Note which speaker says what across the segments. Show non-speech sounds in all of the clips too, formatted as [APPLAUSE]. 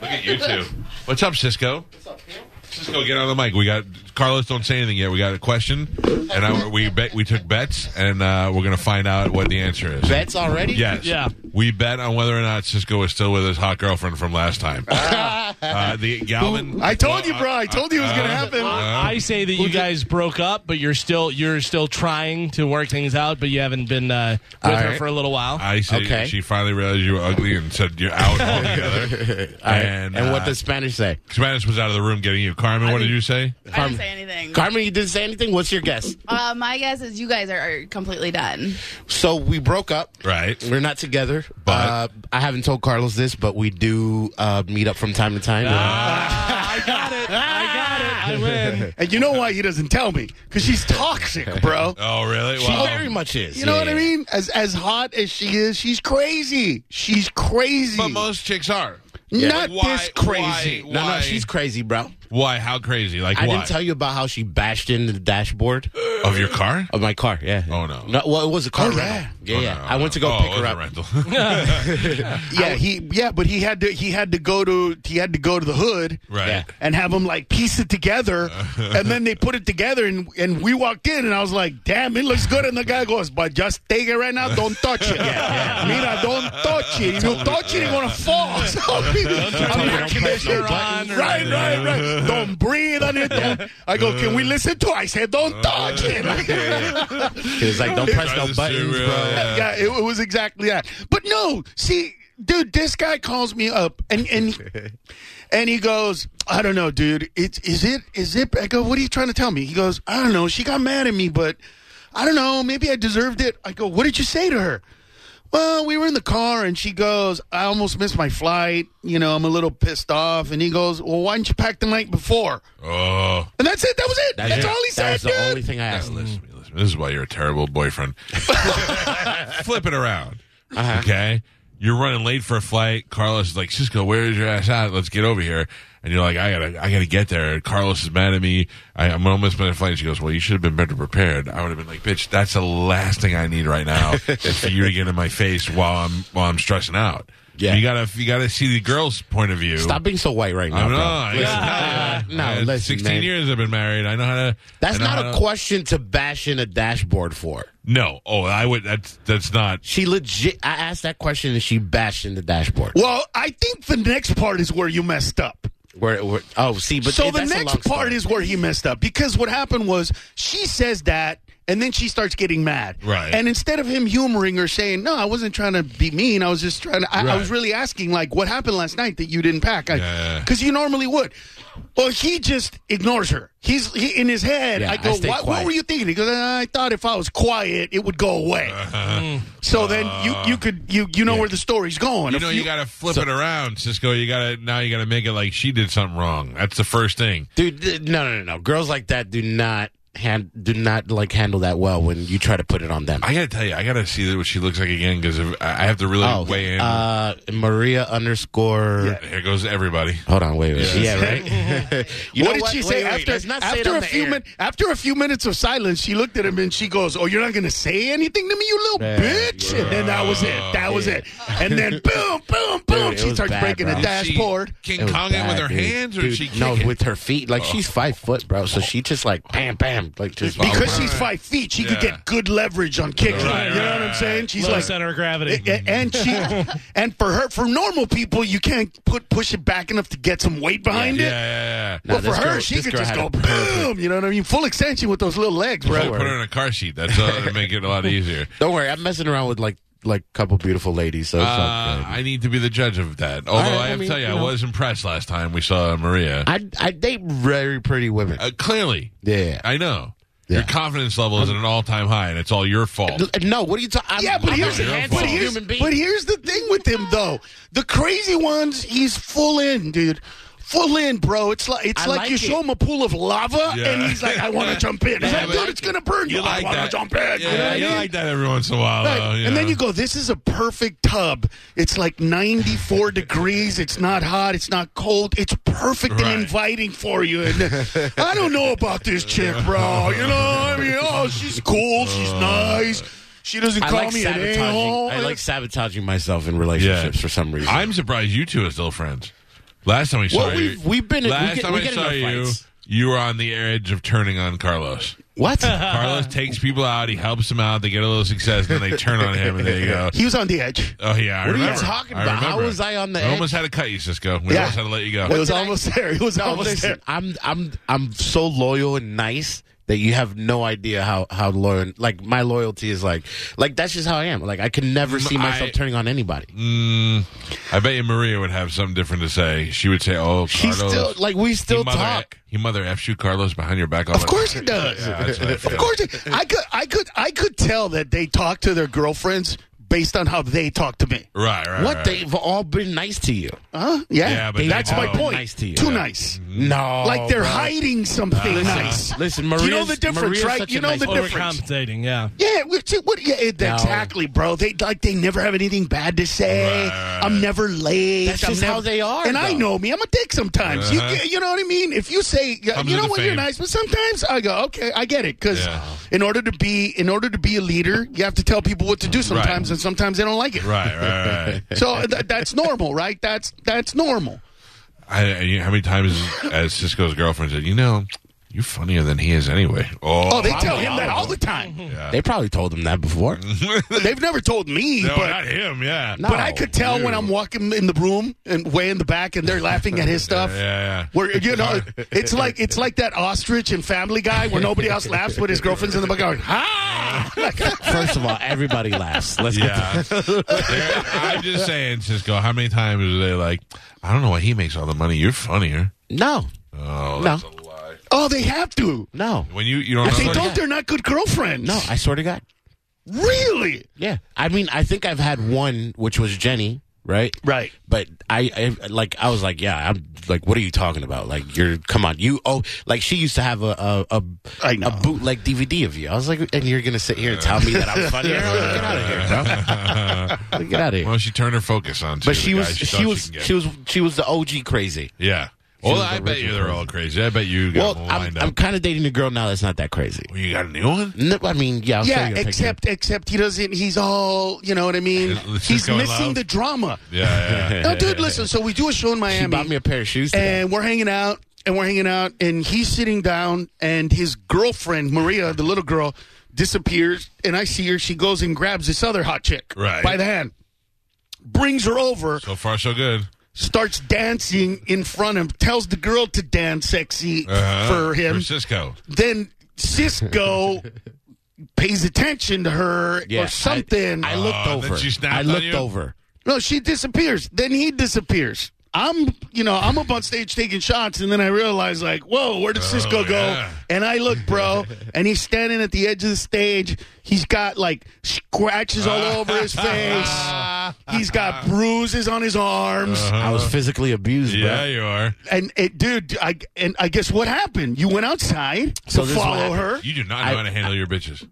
Speaker 1: Look at you two. What's up, Cisco? Cisco, get on the mic. We got Carlos. Don't say anything yet. We got a question, and I, we bet we took bets, and uh, we're going to find out what the answer is.
Speaker 2: Bets already?
Speaker 1: Yes.
Speaker 3: Yeah.
Speaker 1: We bet on whether or not Cisco is still with his hot girlfriend from last
Speaker 2: [LAUGHS]
Speaker 1: time. uh, the Galvin.
Speaker 2: I told you,
Speaker 1: uh,
Speaker 2: bro. I told you it was going to
Speaker 1: uh,
Speaker 2: happen.
Speaker 3: I I say that you guys broke up, but you're still you're still trying to work things out, but you haven't been uh, with
Speaker 2: All
Speaker 3: her
Speaker 2: right.
Speaker 3: for a little while.
Speaker 1: I see.
Speaker 2: Okay.
Speaker 1: She finally realized you were ugly and said you're
Speaker 2: [LAUGHS]
Speaker 1: out altogether.
Speaker 2: All right.
Speaker 1: And,
Speaker 2: And,
Speaker 1: uh,
Speaker 2: what does Spanish say?
Speaker 1: Spanish was out of the room getting you. Carmen, what did you say?
Speaker 4: I didn't say anything.
Speaker 2: Carmen, you didn't say anything. What's your guess?
Speaker 4: Uh, my guess is you guys are, are completely done.
Speaker 2: So we broke up.
Speaker 1: Right.
Speaker 2: We're not together.
Speaker 1: But-
Speaker 2: uh, I haven't told Carlos this, but we do uh, meet up from time to time.
Speaker 3: I got it. I got it. I win.
Speaker 5: And you know why he doesn't tell me? Because she's toxic, bro.
Speaker 1: [LAUGHS] Oh, really?
Speaker 2: she
Speaker 1: Wow.
Speaker 2: very much is.
Speaker 5: You know
Speaker 2: Yeah.
Speaker 5: what I mean? As as hot as she is, she's crazy. She's crazy.
Speaker 1: But most chicks are. Like,
Speaker 2: Not
Speaker 1: why-
Speaker 2: this crazy.
Speaker 1: Why,
Speaker 2: No,
Speaker 1: why-
Speaker 2: no, she's crazy, bro.
Speaker 1: Why? How crazy? Like
Speaker 2: I
Speaker 1: why?
Speaker 2: didn't tell you about how she bashed into the dashboard
Speaker 1: Of your car?
Speaker 2: of my car. Yeah.
Speaker 1: Oh, no.
Speaker 2: well, it was a car.
Speaker 5: Oh, yeah.
Speaker 2: rental. Yeah,
Speaker 1: Oh,
Speaker 2: yeah.
Speaker 1: no,
Speaker 2: I went to go
Speaker 1: oh,
Speaker 2: pick
Speaker 1: it
Speaker 2: her
Speaker 1: was a
Speaker 2: up.
Speaker 1: rental. [LAUGHS]
Speaker 5: yeah, he yeah, but he had to he had to go to he had to go to the hood
Speaker 1: right. [LAUGHS]
Speaker 2: Yeah.
Speaker 5: and have them like piece
Speaker 3: [LAUGHS]
Speaker 5: it together, and then they put it together, and and we walked in, and I was like, damn, it looks good, and the guy goes, but just take it right now, don't
Speaker 3: [LAUGHS]
Speaker 5: touch it, Mira, don't touch it, if you touch it, it's gonna fall. [LAUGHS] So, I mean, I'm
Speaker 3: it,
Speaker 5: air
Speaker 3: don't press
Speaker 5: conditioning.
Speaker 3: no button or-
Speaker 5: right,
Speaker 3: [LAUGHS]
Speaker 5: right, right. Don't breathe on it. Don't. I go, can we listen to? It? I said,
Speaker 3: Oh,
Speaker 5: don't touch it.
Speaker 2: She was like, don't press
Speaker 1: Try
Speaker 2: no
Speaker 1: to
Speaker 2: buttons,
Speaker 1: see,
Speaker 2: bro.
Speaker 1: really, yeah.
Speaker 5: yeah, it, it was exactly that. But no, see, dude, this guy calls me up and
Speaker 2: [LAUGHS]
Speaker 5: and and he goes, I don't know, dude. It's is it is it? I go, what are you trying to tell me? He goes, I don't know. She got mad at me, but I don't know. Maybe I deserved it. I go, what did you say to her? Well, we were in the car and she goes, I almost missed my flight. You know, I'm a little pissed off. And he goes, Well, why didn't you pack the night before?
Speaker 1: Oh.
Speaker 5: And that's it. That was it.
Speaker 2: That's
Speaker 5: That's,
Speaker 2: it.
Speaker 5: all he
Speaker 2: That
Speaker 5: said,
Speaker 2: was
Speaker 5: dude.
Speaker 2: the only thing I asked.
Speaker 1: Listen, to me, listen. to me. This is why you're a terrible boyfriend. [LAUGHS] Flip it around.
Speaker 2: Uh-huh.
Speaker 1: Okay? You're running late for a flight. Carlos is like, Cisco, where is your ass at? Let's get over here. And you're like, I gotta, I gotta get there. Carlos is mad at me. I, I'm almost missing a flight. And she goes, Well, you should have been better prepared. I would have been like, Bitch, that's the last thing I need right now is for you to get in my face while I'm, while I'm stressing out.
Speaker 2: Yeah.
Speaker 1: You gotta, you gotta see the girl's point of view.
Speaker 2: Stop being so white right now,
Speaker 1: I'm
Speaker 2: bro.
Speaker 1: not.
Speaker 2: Listen,
Speaker 1: I-
Speaker 2: no,
Speaker 1: I-
Speaker 2: listen,
Speaker 1: 16
Speaker 2: man.
Speaker 1: years I've been married. I know how to.
Speaker 2: That's
Speaker 1: I know
Speaker 2: not
Speaker 1: how
Speaker 5: uh,
Speaker 2: a
Speaker 1: to-
Speaker 2: question to bash in a dashboard for.
Speaker 1: No. Oh, I would. That's that's not.
Speaker 2: She legit. I asked that question and she bashed in the dashboard.
Speaker 5: Well, I think the next part is where you messed up.
Speaker 2: Where, where, oh, see, but
Speaker 5: so
Speaker 2: it-
Speaker 5: the
Speaker 2: that's a long
Speaker 5: next
Speaker 2: story.
Speaker 5: part is where he messed up because what happened was she says that and then she starts getting mad.
Speaker 1: Right.
Speaker 5: And instead of him humoring her saying, No, I wasn't trying to be mean. I was just trying to, I, I
Speaker 1: Right.
Speaker 5: was really asking, like, what happened last night that you didn't pack?
Speaker 1: Yeah.
Speaker 5: Because you normally would. Well, he just ignores her. He's he, in his head.
Speaker 2: Yeah,
Speaker 5: I
Speaker 2: I
Speaker 5: go,
Speaker 2: stay
Speaker 5: what, what
Speaker 2: quiet.
Speaker 5: were you thinking? He goes, I thought if I was quiet, it would go away.
Speaker 2: Uh,
Speaker 1: uh-huh.
Speaker 5: So then you, you could, you, you know where the story's going.
Speaker 1: You
Speaker 5: If
Speaker 1: know, you got to flip it around, Cisco. You got to now. You got to make it like she did something wrong. That's the first thing.
Speaker 2: dude. th- No, no, no, no. Girls like that do not hand do not like handle that well when you try to put it on them.
Speaker 1: I got to tell you, I got to see what she looks like again because I I have to really weigh in.
Speaker 2: uh, Maria underscore.
Speaker 1: Here goes everybody.
Speaker 2: Hold on, wait, wait. Yeah, right.
Speaker 5: [LAUGHS]
Speaker 2: You know
Speaker 5: what did she
Speaker 2: Wait,
Speaker 5: say
Speaker 2: wait,
Speaker 5: after?
Speaker 2: let's not say it
Speaker 5: after
Speaker 2: on
Speaker 5: a
Speaker 2: the
Speaker 5: few
Speaker 2: air.
Speaker 5: min- after a few minutes of silence, she looked at him and she goes, "Oh, you're not going to say anything to me, you little bitch." And then that was it. That was it. And then boom, boom, boom.
Speaker 2: it
Speaker 5: she
Speaker 2: was
Speaker 5: starts
Speaker 2: bad,
Speaker 5: breaking the
Speaker 2: bro.
Speaker 1: She
Speaker 5: dashboard.
Speaker 2: It
Speaker 1: King
Speaker 2: was
Speaker 1: Kong it with
Speaker 2: bad,
Speaker 1: her
Speaker 2: dude.
Speaker 1: hands, or
Speaker 2: Dude,
Speaker 1: did she kick
Speaker 2: no
Speaker 1: it?
Speaker 2: with her feet. Like she's five foot, bro. So she just like bam, bam, like just
Speaker 5: because she's five feet, she could
Speaker 1: Yeah.
Speaker 5: get good leverage on kicking.
Speaker 1: Right,
Speaker 5: you know what
Speaker 1: right,
Speaker 5: I'm saying? She's
Speaker 3: Low
Speaker 5: like,
Speaker 3: center of gravity.
Speaker 5: A- a- and she
Speaker 1: [LAUGHS]
Speaker 5: and for her for normal people you can't put push it back enough to get some weight
Speaker 1: [LAUGHS]
Speaker 5: behind
Speaker 1: Yeah,
Speaker 5: it
Speaker 1: yeah, yeah.
Speaker 2: Nah,
Speaker 5: but for
Speaker 2: this
Speaker 5: her
Speaker 2: girl-
Speaker 5: she
Speaker 2: this
Speaker 5: could
Speaker 2: girl
Speaker 5: just
Speaker 2: had
Speaker 5: go
Speaker 2: a perfect-
Speaker 5: boom you know what i mean full extension with those little legs bro
Speaker 1: Put her in a car seat. That's all to make it
Speaker 2: [LAUGHS]
Speaker 1: a lot easier.
Speaker 2: Don't worry, I'm messing around with like like a couple beautiful ladies. So it's
Speaker 1: Uh,
Speaker 2: not
Speaker 1: I need to be the judge of that. Although
Speaker 2: right,
Speaker 1: I
Speaker 2: I
Speaker 1: have
Speaker 2: mean,
Speaker 1: to tell you,
Speaker 2: you
Speaker 1: I
Speaker 2: know.
Speaker 1: was impressed last time we saw Maria.
Speaker 2: good. I I date very pretty women.
Speaker 1: Uh, clearly,
Speaker 2: yeah,
Speaker 1: I know. Your
Speaker 2: Yeah.
Speaker 1: confidence level is at an all time high, and it's all your fault.
Speaker 2: No, what are you talking?
Speaker 5: Yeah, but
Speaker 2: I'm
Speaker 5: here's,
Speaker 2: a
Speaker 1: your
Speaker 5: but,
Speaker 2: handsome
Speaker 1: fault.
Speaker 5: here's,
Speaker 2: human being.
Speaker 5: but here's the thing with him though. The crazy ones, he's full in, dude. Full in, bro. It's like it's
Speaker 2: I
Speaker 5: like,
Speaker 2: like
Speaker 5: you
Speaker 2: it.
Speaker 5: show him a pool of lava,
Speaker 1: Yeah.
Speaker 5: and he's like, "I want
Speaker 2: [LAUGHS]
Speaker 5: to jump in." He's
Speaker 1: Yeah,
Speaker 5: like,
Speaker 1: but-
Speaker 5: dude, it's gonna burn you.
Speaker 1: You like
Speaker 5: I want
Speaker 1: that.
Speaker 5: to jump
Speaker 1: Yeah,
Speaker 5: in. You know what I
Speaker 1: you
Speaker 5: mean?
Speaker 1: like that every once in a while,
Speaker 5: Right.
Speaker 1: though.
Speaker 5: and then
Speaker 1: know.
Speaker 5: you go, this is a perfect tub. It's
Speaker 1: [LAUGHS]
Speaker 5: like 94 degrees. It's not hot. It's not cold. It's perfect
Speaker 1: Right.
Speaker 5: and inviting for you. And uh, I don't know
Speaker 1: [LAUGHS]
Speaker 5: about this chick, bro. You know, I mean, oh, she's cool. She's
Speaker 1: Uh,
Speaker 5: nice. She doesn't
Speaker 2: I
Speaker 5: call
Speaker 2: like
Speaker 5: me an
Speaker 2: sabotaging.
Speaker 5: a-hole.
Speaker 2: I like sabotaging myself in relationships for some reason.
Speaker 1: I'm surprised you two are still friends. Last time we saw
Speaker 2: well,
Speaker 1: you,
Speaker 2: we've we've been
Speaker 1: last
Speaker 2: we get,
Speaker 1: time
Speaker 2: we
Speaker 1: I
Speaker 2: get
Speaker 1: saw
Speaker 2: into
Speaker 1: you,
Speaker 2: fights.
Speaker 1: you were on the edge of turning on
Speaker 2: [LAUGHS]
Speaker 1: Carlos.
Speaker 2: What?
Speaker 1: Carlos takes people out, he helps them out, they get a little success, then they turn on him, and they
Speaker 2: [LAUGHS]
Speaker 1: go,
Speaker 5: He was on the edge.
Speaker 1: "Oh yeah, I
Speaker 2: What are you
Speaker 1: remember.
Speaker 2: talking
Speaker 1: I
Speaker 2: about? How
Speaker 1: remember.
Speaker 2: was I on the
Speaker 1: We almost
Speaker 2: edge?
Speaker 1: had to cut you, Cisco. We
Speaker 5: Yeah.
Speaker 1: almost had to let you
Speaker 5: It
Speaker 1: go.
Speaker 5: was almost there. It was
Speaker 2: No,
Speaker 5: almost
Speaker 2: Oh, listen, I'm I'm I'm so loyal and nice that you have no idea how how loyal. Like my loyalty is like like that's just how I am. Like I can never see
Speaker 1: Mm,
Speaker 2: myself
Speaker 1: I-
Speaker 2: turning on anybody.
Speaker 1: Mm, I bet you Maria would have something different to say. She would say, "Oh, Carlos,
Speaker 2: She's still like we still
Speaker 1: he mother,
Speaker 2: talk.
Speaker 1: He mother f you, Carlos, behind your back. All
Speaker 5: Of
Speaker 1: the-
Speaker 5: course he does.
Speaker 1: Yeah, that's what I feel.
Speaker 5: Of course, I could, I could, I could tell that they talk to their girlfriends based on how they talk to me.
Speaker 1: Right, right.
Speaker 2: What
Speaker 1: right.
Speaker 2: they've all been nice to you.
Speaker 5: Huh? Uh-huh. Yeah.
Speaker 1: Yeah, but they
Speaker 5: that's my
Speaker 1: don't.
Speaker 5: point.
Speaker 2: Nice to you.
Speaker 5: Too
Speaker 2: Yeah.
Speaker 5: nice.
Speaker 2: No,
Speaker 5: like they're
Speaker 2: bro.
Speaker 5: hiding something nice.
Speaker 2: Listen,
Speaker 5: Do
Speaker 2: Maria.
Speaker 5: you know the difference, right? you know the difference.
Speaker 3: Overcompensating, yeah.
Speaker 5: Yeah, what, what, yeah it,
Speaker 2: No.
Speaker 5: exactly, bro. They like they never have anything bad to say.
Speaker 1: Right.
Speaker 5: I'm never late.
Speaker 2: That's
Speaker 5: I'm
Speaker 2: just
Speaker 5: never-
Speaker 2: how they are,
Speaker 5: And I
Speaker 2: though.
Speaker 5: know me. I'm a dick sometimes. You-
Speaker 1: Uh-huh.
Speaker 5: You, you know what I mean? If you say you
Speaker 1: Comes
Speaker 5: know
Speaker 1: with
Speaker 5: what
Speaker 1: the
Speaker 5: you're
Speaker 1: fame.
Speaker 5: nice, but sometimes I go, okay, I get it. Because
Speaker 1: Yeah.
Speaker 5: in order to be in order to be a leader, you have to tell people what to do sometimes, and sometimes they don't like it.
Speaker 1: Right, right, right.
Speaker 5: So th- that's normal, right? That's that's normal.
Speaker 1: I, I- you- how many times as Cisco's girlfriend said, "You know, you're funnier than he is anyway." Oh,
Speaker 5: Oh, they tell him that all the time.
Speaker 2: They probably told them that before.
Speaker 5: They've never told
Speaker 1: [LAUGHS]
Speaker 5: me,
Speaker 1: no,
Speaker 5: but
Speaker 1: not him. Yeah,
Speaker 2: No.
Speaker 5: But I could tell when I'm walking in the room and way in the back, and they're laughing at his stuff.
Speaker 1: [LAUGHS] yeah, yeah.
Speaker 5: Where
Speaker 1: [LAUGHS]
Speaker 5: you know, it's like it's like that ostrich in Family Guy where nobody else laughs, but his girlfriend's in the back going, "Ha!"
Speaker 2: First of all, everybody laughs. Let's get
Speaker 1: Yeah, They're- I'm just saying, Cisco. How many times are they like, "I don't know why he makes all the money. You're funnier."
Speaker 2: no,
Speaker 1: Oh,
Speaker 2: No.
Speaker 1: that's a lie.
Speaker 5: Oh, they have to.
Speaker 2: no,
Speaker 1: When you you don't
Speaker 5: They
Speaker 1: know,
Speaker 5: don't. They're not good girlfriends.
Speaker 2: no. I swear to God.
Speaker 5: really.
Speaker 2: Yeah, I mean, I think I've had one, which was Jenny, right?
Speaker 5: Right.
Speaker 2: But I, I like, I was like, yeah, I'm like, what are you talking about? Like, you're, come on, you, oh, like she used to have a a, a,
Speaker 5: I know.
Speaker 2: a
Speaker 1: Oh,
Speaker 2: bootleg DVD of you. I was like, and you're gonna sit here and tell me that I'm funny? Like, get out
Speaker 1: [LAUGHS]
Speaker 2: of here, bro. Like, get out of here.
Speaker 1: well, she turned her focus on. to
Speaker 2: But
Speaker 1: the
Speaker 2: she
Speaker 1: guy
Speaker 2: was,
Speaker 1: thought
Speaker 2: she was,
Speaker 1: could get.
Speaker 2: she was, she was the OG crazy.
Speaker 1: yeah. Well,
Speaker 2: was
Speaker 1: I bet you
Speaker 2: original
Speaker 1: they're all crazy. I bet you got
Speaker 2: Well,
Speaker 1: them all
Speaker 2: I'm,
Speaker 1: lined
Speaker 2: I'm
Speaker 1: up.
Speaker 2: kind of dating a girl now that's not that crazy.
Speaker 1: Well, you got a new one.
Speaker 2: No, I mean, yeah, I'll show
Speaker 5: yeah,
Speaker 2: you a picture.
Speaker 5: except except he doesn't. He's all you know what I mean.
Speaker 1: Is- is
Speaker 5: He's
Speaker 1: Cisco in
Speaker 5: missing
Speaker 1: love?
Speaker 5: the drama.
Speaker 1: Yeah,
Speaker 2: [LAUGHS]
Speaker 1: yeah.
Speaker 5: No, dude, listen. So we do a show in
Speaker 2: she
Speaker 5: Miami.
Speaker 2: bought me a pair of shoes. Today.
Speaker 5: and we're hanging out and we're hanging out and he's sitting down and his girlfriend maria the little girl disappears and i see her she goes and grabs this other hot chick
Speaker 1: Right.
Speaker 5: by the hand brings her over
Speaker 1: so far, so good.
Speaker 5: starts dancing in front of him tells the girl to dance sexy
Speaker 1: Uh-huh.
Speaker 5: for him
Speaker 1: Cisco.
Speaker 5: then cisco pays attention to her
Speaker 2: Yeah, I-
Speaker 5: or something
Speaker 2: I looked
Speaker 1: Oh, then
Speaker 2: over.
Speaker 1: she snapped
Speaker 2: I
Speaker 1: on
Speaker 2: looked
Speaker 1: you?
Speaker 2: over.
Speaker 5: No, she disappears. Then he disappears. I'm, you know, I'm up on stage taking shots, and then I realize, like, whoa, where did Cisco go?
Speaker 1: yeah.
Speaker 5: And I look, bro, and he's standing at the edge of the stage. He's got like scratches all over
Speaker 1: [LAUGHS]
Speaker 5: his face.
Speaker 1: Ah.
Speaker 5: He's got bruises on his arms.
Speaker 2: I was physically abused, bro.
Speaker 1: Uh-huh. Yeah, you are.
Speaker 5: And it, dude, I and I guess what happened? You went outside
Speaker 2: So
Speaker 5: to
Speaker 2: this is what
Speaker 5: follow
Speaker 2: happened.
Speaker 5: her.
Speaker 1: You do not know how to handle your bitches.